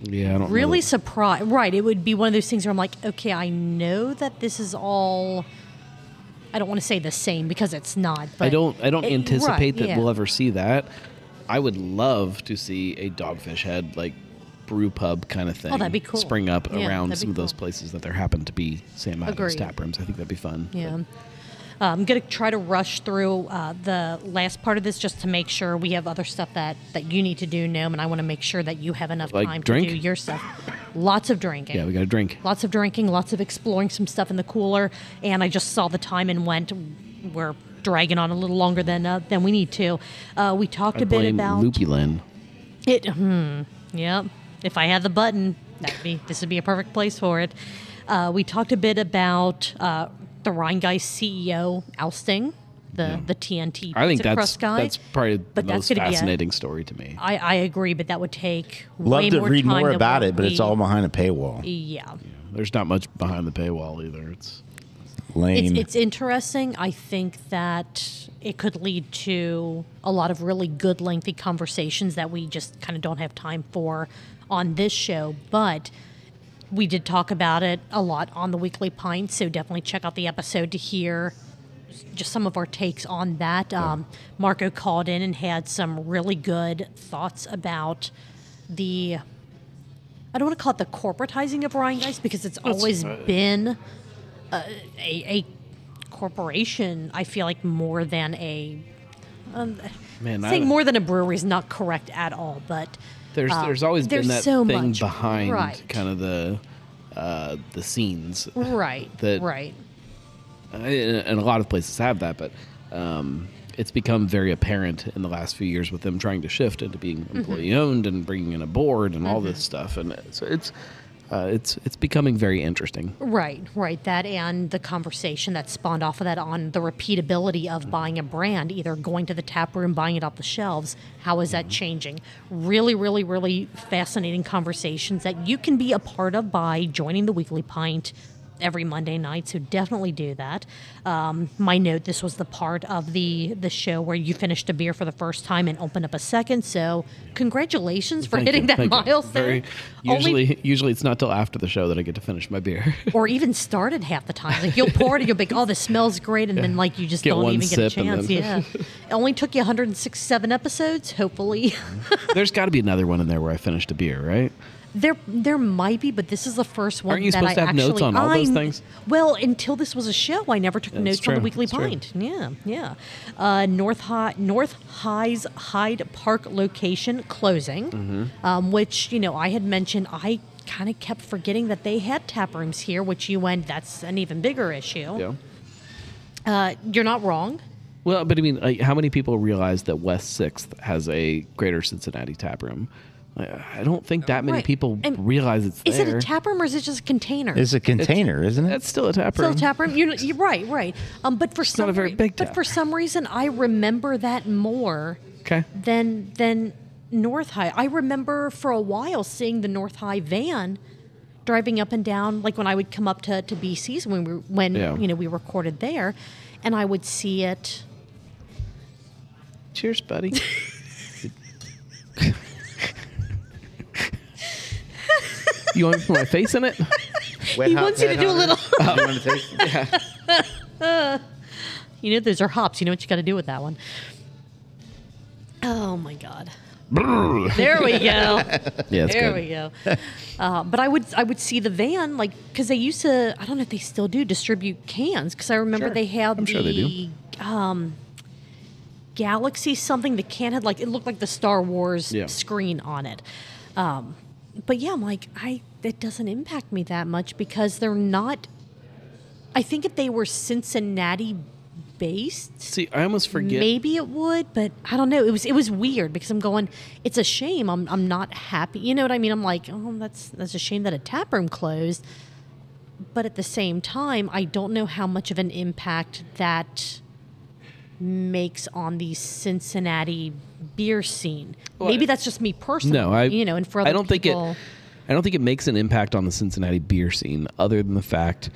[SPEAKER 3] Yeah, I don't
[SPEAKER 4] really
[SPEAKER 3] know.
[SPEAKER 4] surprised. Right, it would be one of those things where I'm like, okay, I know that this is all. I don't want to say the same because it's not. But
[SPEAKER 3] I don't. I don't
[SPEAKER 4] it-
[SPEAKER 3] anticipate
[SPEAKER 4] right,
[SPEAKER 3] that
[SPEAKER 4] yeah.
[SPEAKER 3] we'll ever see that. I would love to see a Dogfish Head like brew pub kind of thing.
[SPEAKER 4] Oh, that'd be cool.
[SPEAKER 3] Spring up
[SPEAKER 4] Yeah,
[SPEAKER 3] around
[SPEAKER 4] that'd be
[SPEAKER 3] some of those
[SPEAKER 4] cool.
[SPEAKER 3] places that there happen to be Sam Adams
[SPEAKER 4] Agreed.
[SPEAKER 3] tap rooms. I think that'd be fun.
[SPEAKER 4] Yeah. Uh, I'm going to try to rush through uh, the last part of this just to make sure we have other stuff that, that you need to do, Noam, and I want to make sure that you have enough
[SPEAKER 3] Like
[SPEAKER 4] time
[SPEAKER 3] drink?
[SPEAKER 4] to do your stuff. Lots of drinking.
[SPEAKER 3] Yeah, we got a drink.
[SPEAKER 4] lots of drinking, lots of exploring some stuff in the cooler, and I just saw the time and went. We're dragging on a little longer than uh, than we need to. Uh, we talked
[SPEAKER 3] I
[SPEAKER 4] a bit
[SPEAKER 3] blame
[SPEAKER 4] about
[SPEAKER 3] Loopy Lynn.
[SPEAKER 4] it. Hmm. Yep. If I had the button, that'd be this would be a perfect place for it. Uh, we talked a bit about uh, the Rheingeist E CEO ousting the the TNT.
[SPEAKER 3] I think that's
[SPEAKER 4] pizza crust guy.
[SPEAKER 3] that's probably
[SPEAKER 4] but
[SPEAKER 3] the
[SPEAKER 4] that's
[SPEAKER 3] most
[SPEAKER 4] gonna be a-
[SPEAKER 3] fascinating story to me.
[SPEAKER 4] I, I agree, but that would take way
[SPEAKER 2] Love to
[SPEAKER 4] more
[SPEAKER 2] read
[SPEAKER 4] time
[SPEAKER 2] more
[SPEAKER 4] than
[SPEAKER 2] about
[SPEAKER 4] what
[SPEAKER 2] it, but it's
[SPEAKER 4] we-
[SPEAKER 2] all behind a paywall.
[SPEAKER 4] yeah.
[SPEAKER 3] There's not much behind the paywall either. It's
[SPEAKER 2] Lame.
[SPEAKER 4] It's, it's interesting. I think that it could lead to a lot of really good, lengthy conversations that we just kind of don't have time for on this show. But we did talk about it a lot on the Weekly Pint, so definitely check out the episode to hear just some of our takes on that. Um, Marco called in and had some really good thoughts about the. I don't want to call it the corporatizing of Ryan Geist because it's always been a, a corporation. I feel like more than a
[SPEAKER 3] man. I,
[SPEAKER 4] saying more than a brewery is not correct at all. But
[SPEAKER 3] there's
[SPEAKER 4] uh,
[SPEAKER 3] there's always
[SPEAKER 4] there's
[SPEAKER 3] been that
[SPEAKER 4] so
[SPEAKER 3] thing
[SPEAKER 4] much.
[SPEAKER 3] behind
[SPEAKER 4] Right.
[SPEAKER 3] kind of the uh, the scenes
[SPEAKER 4] right,
[SPEAKER 3] that-
[SPEAKER 4] right,
[SPEAKER 3] Uh, and a lot of places have that, but um, it's become very apparent in the last few years with them trying to shift into being
[SPEAKER 4] Mm-hmm.
[SPEAKER 3] employee owned and bringing in a board and all this stuff, and so it's uh, it's it's becoming very interesting.
[SPEAKER 4] right, right. That and the conversation that spawned off of that on the repeatability
[SPEAKER 3] Mm-hmm.
[SPEAKER 4] of buying a brand, either going to the tap room, buying it off the shelves. How is
[SPEAKER 3] Mm-hmm.
[SPEAKER 4] that changing? Really, really, really fascinating conversations that you can be a part of by joining the Weekly Pint. every Monday night, so definitely do that. Um, my note: this was the part of the the show where you finished a beer for the first time and opened up a second. So congratulations for
[SPEAKER 3] Thank you,
[SPEAKER 4] hitting that
[SPEAKER 3] thank you.
[SPEAKER 4] milestone,
[SPEAKER 3] Very-
[SPEAKER 4] Only-
[SPEAKER 3] usually, usually it's not till after the show that I get to finish my beer. *laughs*
[SPEAKER 4] or even started half the time. Like you'll pour it, and you'll be like, "Oh, this smells great," and then like you just
[SPEAKER 3] Get
[SPEAKER 4] don't
[SPEAKER 3] one
[SPEAKER 4] even get a
[SPEAKER 3] sip and
[SPEAKER 4] chance.
[SPEAKER 3] then-
[SPEAKER 4] Yeah, it only took you 167 episodes. Hopefully,
[SPEAKER 3] Mm-hmm. There's got to be another one in there where I finished a beer, right?
[SPEAKER 4] there there might be, but this is the first one.
[SPEAKER 3] Aren't you
[SPEAKER 4] that
[SPEAKER 3] supposed
[SPEAKER 4] I
[SPEAKER 3] to have
[SPEAKER 4] actually,
[SPEAKER 3] notes on all those
[SPEAKER 4] I'm-
[SPEAKER 3] things?
[SPEAKER 4] Well, until this was a show, I never took notes on the
[SPEAKER 3] true.
[SPEAKER 4] Weekly
[SPEAKER 3] That's true.
[SPEAKER 4] Pint. Yeah, yeah. Uh, North High, North High's Hyde Park location closing,
[SPEAKER 3] Mm-hmm.
[SPEAKER 4] um, which you know I had mentioned. I kind of kept forgetting that they had tap rooms here, which you went. That's an even bigger issue.
[SPEAKER 3] Yeah.
[SPEAKER 4] Uh, you're not wrong.
[SPEAKER 3] Well, but I mean, like, how many people realize that West Sixth has a Greater Cincinnati tap room? I I don't think that many
[SPEAKER 4] Oh, Right.
[SPEAKER 3] people
[SPEAKER 4] And
[SPEAKER 3] realize it's
[SPEAKER 4] Is
[SPEAKER 3] there.
[SPEAKER 4] it a tap room or is it just a container?
[SPEAKER 6] It's a container, isn't it?
[SPEAKER 3] That's still a tap
[SPEAKER 4] still
[SPEAKER 3] room.
[SPEAKER 4] a tap room? You're, you're right, right. Um, but for some
[SPEAKER 3] not a very
[SPEAKER 4] re-
[SPEAKER 3] big
[SPEAKER 4] but
[SPEAKER 3] tap
[SPEAKER 4] for some reason, I remember that more
[SPEAKER 3] Okay.
[SPEAKER 4] than than North High. I remember for a while seeing the North High van driving up and down, like when I would come up to, to BC's when we when
[SPEAKER 3] Yeah.
[SPEAKER 4] you know we recorded there, and I would see it.
[SPEAKER 3] Cheers, buddy.
[SPEAKER 4] *laughs*
[SPEAKER 3] you want me to put my face in it?
[SPEAKER 4] He wants you to do a little.
[SPEAKER 3] *laughs*
[SPEAKER 2] *laughs*
[SPEAKER 6] little.
[SPEAKER 4] You know, those are hops. You know what you got to do with that one. Oh my God. there
[SPEAKER 3] *laughs*
[SPEAKER 4] we go.
[SPEAKER 3] Yeah, it's
[SPEAKER 4] there
[SPEAKER 3] good. *laughs*
[SPEAKER 4] we go. Uh, but I would I would see the van like because they used to I don't know if they still do distribute cans because I remember
[SPEAKER 3] Sure.
[SPEAKER 4] they had
[SPEAKER 3] I'm
[SPEAKER 4] the
[SPEAKER 3] sure they
[SPEAKER 4] um Galaxy something the can had like it looked like the Star Wars
[SPEAKER 3] Yeah.
[SPEAKER 4] screen on it. Um, but yeah, I'm like I it doesn't impact me that much because they're not. I think if they were Cincinnati based,
[SPEAKER 3] See, I almost forget.
[SPEAKER 4] Maybe it would, but I don't know. It was it was weird because I'm going. It's a shame. I'm I'm not happy. You know what I mean? I'm like, oh, that's that's a shame that a tap room closed. But at the same time, I don't know how much of an impact that makes on the Cincinnati beer scene. Maybe that's just me personally.
[SPEAKER 3] No, I
[SPEAKER 4] you know, and for other
[SPEAKER 3] I don't
[SPEAKER 4] people,
[SPEAKER 3] think it. I don't think it makes an impact on the Cincinnati beer scene, other than the fact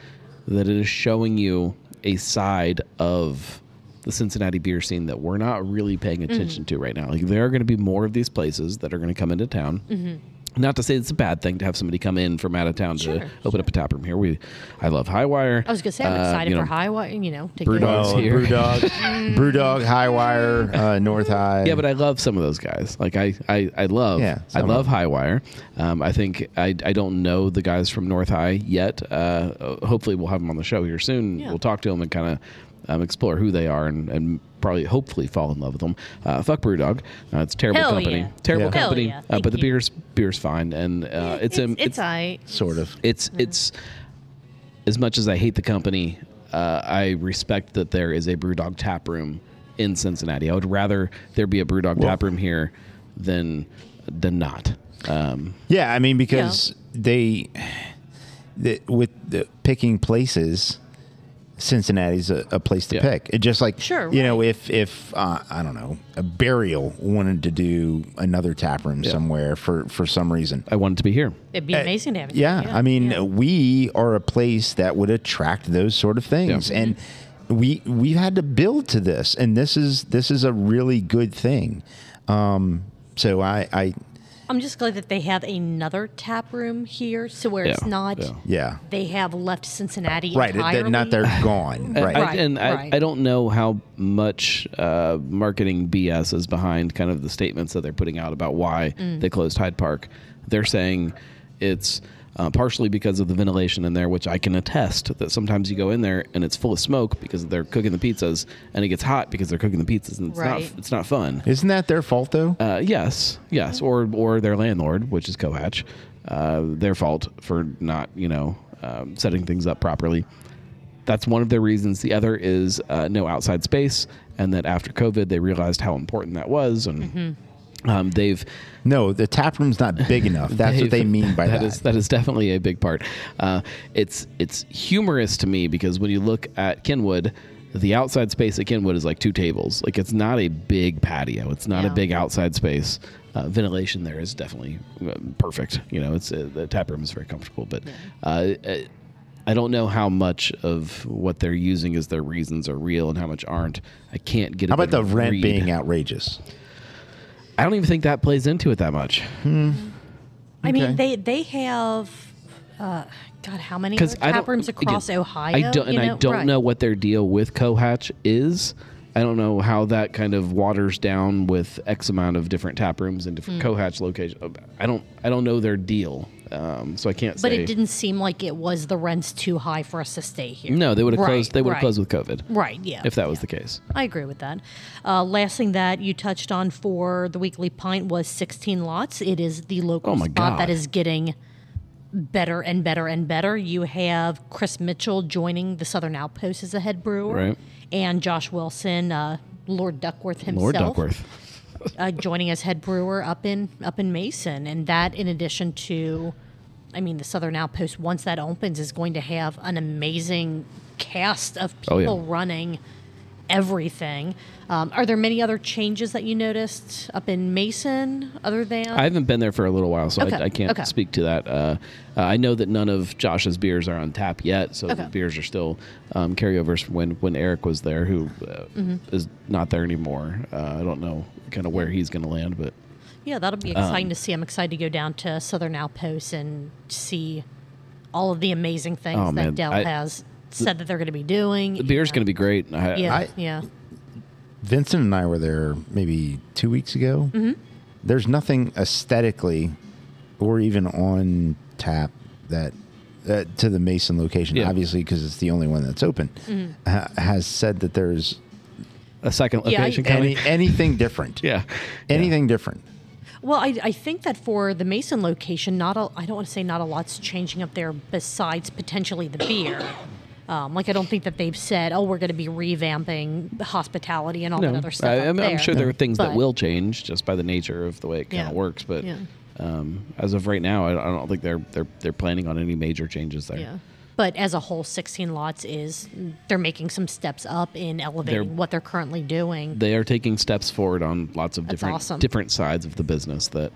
[SPEAKER 3] that it is showing you a side of the Cincinnati beer scene that we're not really paying
[SPEAKER 4] Mm-hmm.
[SPEAKER 3] attention to right now. Like there are going to be more of these places that are going to come into town. Not to say it's a bad thing to have somebody come in from out of town
[SPEAKER 4] Mm-hmm. Sure,
[SPEAKER 3] to open up a tap room here. We, I love Highwire.
[SPEAKER 4] I was gonna say I'm
[SPEAKER 3] Uh,
[SPEAKER 4] excited
[SPEAKER 3] you know,
[SPEAKER 4] for high. Wa- You know, to
[SPEAKER 3] Brew
[SPEAKER 4] get-
[SPEAKER 3] Dog.
[SPEAKER 6] Oh,
[SPEAKER 3] Dogs here.
[SPEAKER 6] Brewdog, Brewdog, Highwire,
[SPEAKER 4] *laughs*
[SPEAKER 6] uh, North High.
[SPEAKER 3] Yeah, but I love some of those guys. Like I, I, I love,
[SPEAKER 6] Yeah,
[SPEAKER 3] I
[SPEAKER 6] some
[SPEAKER 3] love
[SPEAKER 6] of them.
[SPEAKER 3] Highwire. Um, I think I, I don't know the guys from North High yet. Uh, uh, hopefully, we'll have them on the show here soon.
[SPEAKER 4] Yeah.
[SPEAKER 3] We'll talk to them and kind of um, explore who they are and, and probably hopefully fall in love with them. Uh, fuck Brewdog, uh, it's a terrible
[SPEAKER 4] Hell
[SPEAKER 3] company,
[SPEAKER 4] yeah.
[SPEAKER 3] terrible
[SPEAKER 6] Yeah.
[SPEAKER 4] Hell
[SPEAKER 3] company.
[SPEAKER 4] yeah.
[SPEAKER 3] Uh,
[SPEAKER 4] Thank
[SPEAKER 3] but the
[SPEAKER 4] you.
[SPEAKER 3] beer's beer's fine, and uh, it's, a
[SPEAKER 4] it's I.
[SPEAKER 6] sort of.
[SPEAKER 3] it's it's as much as I hate the company, uh, I respect that there is a BrewDog tap room in Cincinnati. I would rather there be a BrewDog tap room here than than not. Um,
[SPEAKER 6] Yeah, I mean because they, the, with the picking places, Cincinnati's a, a place to
[SPEAKER 3] Yeah.
[SPEAKER 6] pick. It just like
[SPEAKER 4] Sure,
[SPEAKER 6] you know, if if uh, I don't know, a burial wanted to do another tap room somewhere for for some reason.
[SPEAKER 3] I wanted to be here.
[SPEAKER 4] It'd be amazing to have. it.
[SPEAKER 6] Yeah, I mean,
[SPEAKER 4] yeah.
[SPEAKER 6] we are a place that would attract those sort of things,
[SPEAKER 3] Yeah.
[SPEAKER 6] and
[SPEAKER 4] Mm-hmm.
[SPEAKER 6] we we've had to build to this, and this is this is a really good thing. Um, so I, I
[SPEAKER 4] I'm just glad that they have another tap room here, so where it's
[SPEAKER 3] Yeah,
[SPEAKER 4] not
[SPEAKER 3] yeah.
[SPEAKER 6] yeah,
[SPEAKER 4] they have left Cincinnati
[SPEAKER 6] right,
[SPEAKER 4] entirely.
[SPEAKER 6] they're not they're gone,
[SPEAKER 3] And
[SPEAKER 6] right?
[SPEAKER 3] I,
[SPEAKER 4] Right,
[SPEAKER 3] and
[SPEAKER 4] right.
[SPEAKER 3] I, I don't know how much uh, marketing BS is behind kind of the statements that they're putting out about why
[SPEAKER 4] Mm.
[SPEAKER 3] they closed Hyde Park. They're saying it's uh, partially because of the ventilation in there, which I can attest that sometimes you go in there and it's full of smoke because they're cooking the pizzas, and it gets hot because they're cooking the pizzas, and it's
[SPEAKER 4] Right.
[SPEAKER 3] not it's not fun.
[SPEAKER 6] Isn't that their fault though?
[SPEAKER 3] Uh, yes, yes, or or their landlord, which is Cohatch, uh, their fault for not you know um, setting things up properly. That's one of their reasons. The other is uh, no outside space, and that after COVID, they realized how important that was, and um, they've
[SPEAKER 6] no, the tap room's not
[SPEAKER 3] *laughs*
[SPEAKER 6] big enough. That's what they
[SPEAKER 3] they've-
[SPEAKER 6] mean by that.
[SPEAKER 3] Is, that is definitely a big part. Uh, it's it's humorous to me because when you look at Kenwood, the outside space at Kenwood is like two tables. Like it's not a big patio. It's not
[SPEAKER 4] Yeah.
[SPEAKER 3] a big outside space. Uh, ventilation there is definitely uh, perfect. You know, it's uh, the tap room is very comfortable, but uh, uh, I don't know how much of what they're using as their reasons are real and how much aren't. I can't get.
[SPEAKER 2] How about the
[SPEAKER 3] good
[SPEAKER 2] rent
[SPEAKER 3] read.
[SPEAKER 2] being outrageous?
[SPEAKER 3] I don't even think that plays into it that much
[SPEAKER 4] I
[SPEAKER 2] Okay.
[SPEAKER 4] mean, they they have, uh, God, how many
[SPEAKER 3] because I
[SPEAKER 4] tap
[SPEAKER 3] don't-
[SPEAKER 4] rooms across
[SPEAKER 3] again,
[SPEAKER 4] Ohio?
[SPEAKER 3] I don't, and
[SPEAKER 4] you
[SPEAKER 3] I don't
[SPEAKER 4] Right.
[SPEAKER 3] know what their deal with Cohatch is. I don't know how that kind of waters down with X amount of different tap rooms and
[SPEAKER 4] Hmm.
[SPEAKER 3] different Cohatch locations. Oh, I don't, I don't know their deal, um, so I can't
[SPEAKER 4] But
[SPEAKER 3] say.
[SPEAKER 4] it didn't seem like it was the rents too high for us to stay here.
[SPEAKER 3] No, they would have
[SPEAKER 4] Right,
[SPEAKER 3] closed. They would have
[SPEAKER 4] right.
[SPEAKER 3] closed with COVID.
[SPEAKER 4] Right. Yeah.
[SPEAKER 3] If that was the case,
[SPEAKER 4] I agree with that. Uh, last thing that you touched on for the weekly pint was 16 lots. It is the local
[SPEAKER 3] Oh my
[SPEAKER 4] spot
[SPEAKER 3] God.
[SPEAKER 4] that is getting better and better and better. You have Chris Mitchell joining the Southern Outpost as the head brewer,
[SPEAKER 3] Right.
[SPEAKER 4] and Josh Wilson, uh, Lord Duckworth himself,
[SPEAKER 3] Lord Duckworth.
[SPEAKER 4] uh, joining as head brewer up in up in Mason, and that in addition to, I mean, the Southern Outpost once that opens is going to have an amazing cast of people
[SPEAKER 3] Oh, yeah.
[SPEAKER 4] running everything. Um, are there many other changes that you noticed up in Mason other than?
[SPEAKER 3] I haven't been there for a little while, so
[SPEAKER 4] Okay,
[SPEAKER 3] I, I can't
[SPEAKER 4] okay.
[SPEAKER 3] speak to that. Uh, uh, I know that none of Josh's beers are on tap yet, so the
[SPEAKER 4] Okay.
[SPEAKER 3] beers are still um, carryovers from when, when Eric was there, who uh,
[SPEAKER 4] Mm-hmm.
[SPEAKER 3] is not there anymore. Uh, I don't know kind of where he's going to land, but
[SPEAKER 4] yeah, that'll be
[SPEAKER 3] Um,
[SPEAKER 4] exciting to see. I'm excited to go down to Southern Outpost and see all of the amazing things
[SPEAKER 3] Oh,
[SPEAKER 4] that
[SPEAKER 3] man,
[SPEAKER 4] Dell
[SPEAKER 3] I-
[SPEAKER 4] has said that they're going to be doing.
[SPEAKER 3] the beer's going to be great. I,
[SPEAKER 4] Yeah,
[SPEAKER 2] I-
[SPEAKER 4] yeah.
[SPEAKER 2] Vincent and I were there maybe two weeks ago. There's nothing aesthetically or even on tap that uh, to the Mason location,
[SPEAKER 3] Yeah.
[SPEAKER 2] obviously, because it's the only one that's open, ha- has said that there's
[SPEAKER 3] a second
[SPEAKER 4] Yeah, I-
[SPEAKER 3] location coming.
[SPEAKER 2] any, anything different.
[SPEAKER 3] *laughs* yeah,
[SPEAKER 2] Anything different.
[SPEAKER 4] Well, I, I think that for the Mason location, not a, I don't want to say not a lot's changing up there besides potentially the beer. Um, like I don't think that they've said, oh, we're going to be revamping the hospitality and all that
[SPEAKER 3] No,
[SPEAKER 4] other stuff.
[SPEAKER 3] I,
[SPEAKER 4] up
[SPEAKER 3] am
[SPEAKER 4] there.
[SPEAKER 3] I'm sure there are things that
[SPEAKER 4] But-
[SPEAKER 3] will change just by the nature of the way it kind
[SPEAKER 4] Yeah.
[SPEAKER 3] of works, but.
[SPEAKER 4] Yeah.
[SPEAKER 3] Um, as of right now, I, I don't think they're they're they're planning on any major changes there.
[SPEAKER 4] Yeah. But as a whole, 16 lots is they're making some steps up in elevating
[SPEAKER 3] They're-
[SPEAKER 4] what they're currently doing.
[SPEAKER 3] they are taking steps forward on lots of
[SPEAKER 4] That's
[SPEAKER 3] different
[SPEAKER 4] awesome.
[SPEAKER 3] different sides of the business that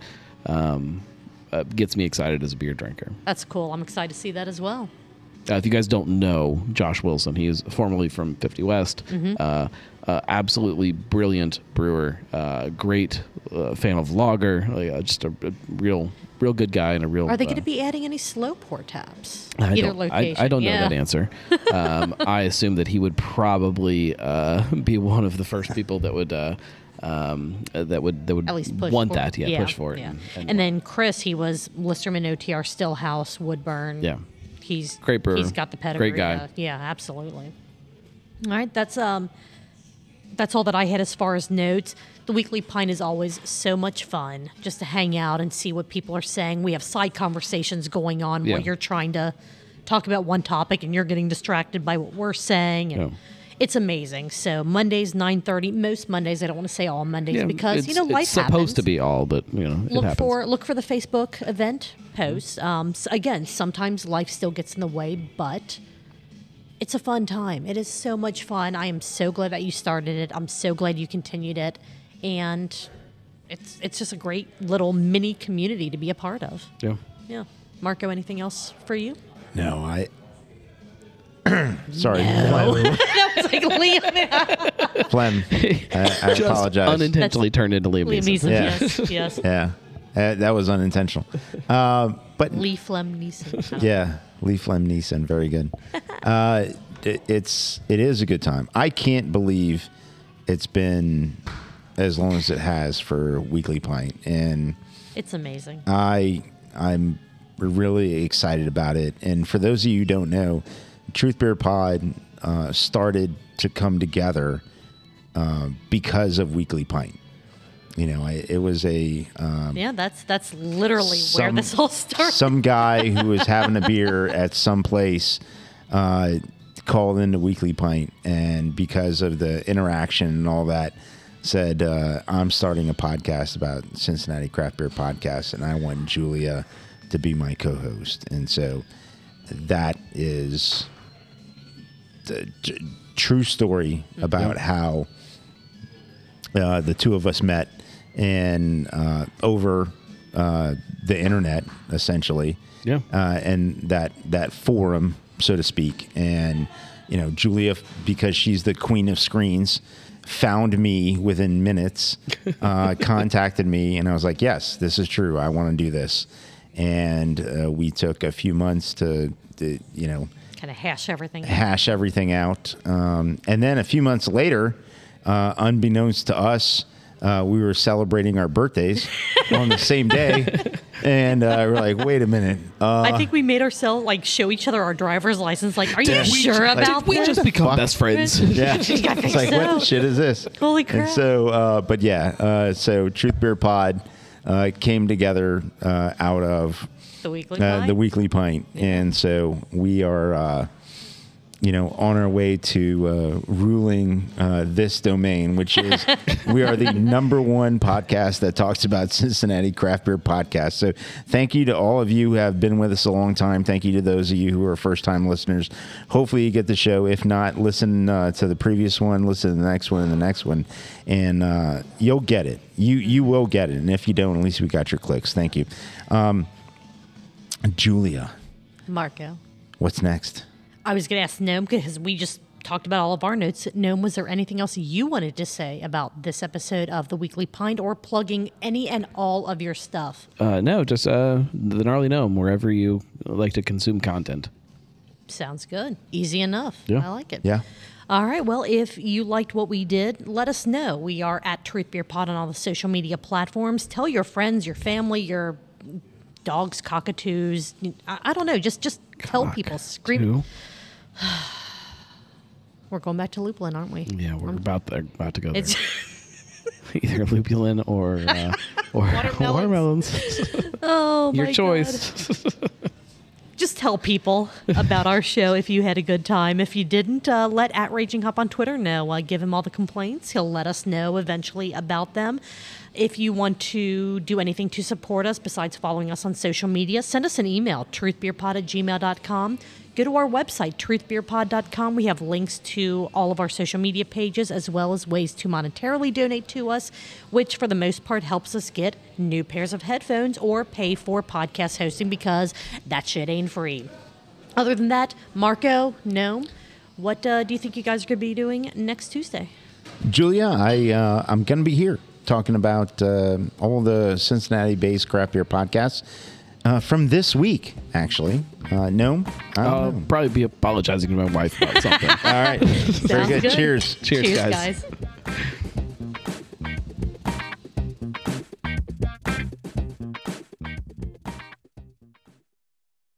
[SPEAKER 3] um, uh, gets me excited as a beer drinker.
[SPEAKER 4] That's cool. I'm excited to see that as well.
[SPEAKER 3] Uh, if you guys don't know Josh Wilson, he is formerly from 50 West.
[SPEAKER 4] Mm-hmm.
[SPEAKER 3] Uh, uh, absolutely brilliant brewer, uh, great uh, fan of lager, like, uh, just a, a real, real good guy and a real.
[SPEAKER 4] Are they
[SPEAKER 3] uh,
[SPEAKER 4] going to be adding any slow pour taps?
[SPEAKER 3] I
[SPEAKER 4] Either
[SPEAKER 3] don't, I-
[SPEAKER 4] location.
[SPEAKER 3] I, don't know
[SPEAKER 4] Yeah.
[SPEAKER 3] that answer. Um,
[SPEAKER 4] *laughs*
[SPEAKER 3] I assume that he would probably uh, *laughs* be one of the first people that would uh, um, uh, that would that would
[SPEAKER 4] at least push
[SPEAKER 3] want
[SPEAKER 4] for
[SPEAKER 3] that.
[SPEAKER 4] it.
[SPEAKER 3] Yeah, push for it.
[SPEAKER 4] yeah.
[SPEAKER 3] And,
[SPEAKER 4] And, then Chris, he was Listerman OTR Stillhouse Woodburn.
[SPEAKER 3] Yeah.
[SPEAKER 4] he's
[SPEAKER 3] Great brewer.
[SPEAKER 4] He's got the
[SPEAKER 3] Great
[SPEAKER 4] pedigree.
[SPEAKER 3] guy.
[SPEAKER 4] uh, Yeah, absolutely. All right, that's um, that's all that I had as far as notes. The weekly pint is always so much fun, just to hang out and see what people are saying. We have side conversations going on
[SPEAKER 3] Yeah.
[SPEAKER 4] where you're trying to talk about one topic and you're getting distracted by what we're saying. And
[SPEAKER 3] Yeah.
[SPEAKER 4] It's amazing. So Mondays nine thirty, most Mondays. I don't want to say all Mondays because you
[SPEAKER 3] it's-
[SPEAKER 4] know life
[SPEAKER 3] it's supposed to
[SPEAKER 4] happens
[SPEAKER 3] be all, but you know it happens.
[SPEAKER 4] look
[SPEAKER 3] Mm-hmm.
[SPEAKER 4] for look for the Facebook event posts. Um, s again, sometimes life still gets in the way, but it's a fun time. It is so much fun. I am so glad that you started it. I'm so glad you continued it, and it's it's just a great little mini community to be a part of.
[SPEAKER 3] yeah.
[SPEAKER 4] Yeah, Marco, anything else for you?
[SPEAKER 3] *laughs*
[SPEAKER 2] No, I. *clears throat* Sorry,
[SPEAKER 4] that was like Liam.
[SPEAKER 2] phlegm. phlegm. I, I
[SPEAKER 3] *laughs* Just
[SPEAKER 2] apologize.
[SPEAKER 3] Unintentionally turned into Liam
[SPEAKER 4] Liam
[SPEAKER 3] Neeson.
[SPEAKER 2] Yeah.
[SPEAKER 3] *laughs*
[SPEAKER 4] Neeson. Yes, yes.
[SPEAKER 2] yeah, Uh, that was unintentional. Uh, but
[SPEAKER 4] Lee Flem Neeson.
[SPEAKER 3] *laughs*
[SPEAKER 4] I don't-
[SPEAKER 2] Yeah, Lee Flem Neeson, very good. uh, it, it's it is a good time. I can't believe it's been as long as it has for Weekly Pint, and
[SPEAKER 4] It's amazing.
[SPEAKER 3] Um,
[SPEAKER 2] I I'm really excited about it. And for those of you who don't know, Truth Beer Pod uh, started to come together uh, because of Weekly Pint. You know, I, it was a
[SPEAKER 4] yeah, that's that's literally where
[SPEAKER 2] some-
[SPEAKER 4] this all started.
[SPEAKER 2] Some guy who was having a
[SPEAKER 4] *laughs*
[SPEAKER 2] beer at some place uh, called into Weekly Pint, and because of the interaction and all that, said, uh, "I'm starting a podcast about Cincinnati craft beer podcast, and I want Julia to be my co-host." And so that is the t- true story about how uh, the two of us met and uh, over uh, the internet essentially
[SPEAKER 3] Yeah.
[SPEAKER 2] uh, and that that forum so to speak. And you know, Julia, because she's the queen of screens, found me within minutes, uh, contacted me, and I was like, "Yes, this is true. I want to do this." And uh, we took a few months to, to you know,
[SPEAKER 4] Kind of hash everything.
[SPEAKER 2] hash everything out. Um, and then a few months later, uh, unbeknownst to us, uh, we were celebrating our
[SPEAKER 4] *laughs*
[SPEAKER 2] birthdays on the same day. And uh, we're like, wait a minute.
[SPEAKER 4] *laughs*
[SPEAKER 2] Uh, *laughs*
[SPEAKER 4] I think we made ourselves like show each other our driver's license. Like, are you
[SPEAKER 2] we
[SPEAKER 4] sure
[SPEAKER 2] just-
[SPEAKER 4] about
[SPEAKER 2] did we
[SPEAKER 4] this?
[SPEAKER 2] just
[SPEAKER 3] become
[SPEAKER 2] Fuck.
[SPEAKER 3] best
[SPEAKER 4] *laughs*
[SPEAKER 3] friends.
[SPEAKER 2] yeah.
[SPEAKER 4] I think
[SPEAKER 2] it's like, what the
[SPEAKER 4] so.
[SPEAKER 2] shit is this?
[SPEAKER 4] Holy crap.
[SPEAKER 2] And so, uh, but yeah, uh, so Truth Beer Pod uh, came together uh, out of
[SPEAKER 4] the weekly
[SPEAKER 2] uh,
[SPEAKER 4] pie?
[SPEAKER 2] the weekly pint, and so we are, uh, you know, on our way to uh, ruling uh, this domain, which is
[SPEAKER 4] *laughs*
[SPEAKER 2] we are the number one podcast that talks about *laughs* Cincinnati craft beer podcast. So, thank you to all of you who have been with us a long time. Thank you to those of you who are first time listeners. Hopefully, you get the show. If not, listen uh, to the previous one, listen to the next one, and the next one, and uh, you'll get it. You you will get it. And if you don't, at least we got your clicks. Thank you. Uh, Julia,
[SPEAKER 4] Marco.
[SPEAKER 2] what's next?
[SPEAKER 4] I was going to ask Gnome because we just talked about all of our notes. Gnome, was there anything else you wanted to say about this episode of the Weekly Pint or plugging any and all of your stuff?
[SPEAKER 3] Uh, no, just uh, the gnarly gnome wherever you like to consume content.
[SPEAKER 4] Sounds good. Easy enough.
[SPEAKER 3] Yeah.
[SPEAKER 4] I like it.
[SPEAKER 2] Yeah.
[SPEAKER 4] All right. Well, if you liked what we did, let us know. We are at Truth Beer Pod on all the social media platforms. Tell your friends, your family, your dogs, cockatoos. I, I don't know. Just just tell people. Scream.
[SPEAKER 3] Two.
[SPEAKER 4] We're going back to Lupulin, aren't we?
[SPEAKER 3] Yeah, we're about there, about to go there.
[SPEAKER 4] It's
[SPEAKER 3] Either lupulin or *laughs* uh, or
[SPEAKER 4] Watermelons.
[SPEAKER 3] watermelons. *laughs*
[SPEAKER 4] oh my
[SPEAKER 3] Your
[SPEAKER 4] God.
[SPEAKER 3] choice.
[SPEAKER 4] Just tell people about our show if you had a good time. If you didn't, uh, let at Raging Hop on Twitter know. Uh, give him all the complaints. He'll let us know eventually about them. If you want to do anything to support us besides following us on social media, send us an email, truthbeerpod at gmail.com. Go to our website, truthbeerpod.com. We have links to all of our social media pages as well as ways to monetarily donate to us, which for the most part helps us get new pairs of headphones or pay for podcast hosting because that shit ain't free. Other than that, Marco, Gnome, what uh, do you think you guys are going to be doing next Tuesday?
[SPEAKER 2] Julia, I uh, I'm going to be here talking about uh, all the Cincinnati-based craft beer podcasts uh, from this week, actually. Uh, no, I don't
[SPEAKER 3] I'll
[SPEAKER 2] know.
[SPEAKER 3] *laughs* probably be apologizing to my wife about something.
[SPEAKER 2] All right, *laughs* very
[SPEAKER 4] Sounds
[SPEAKER 2] good. Cheers.
[SPEAKER 3] Cheers, guys.
[SPEAKER 4] guys.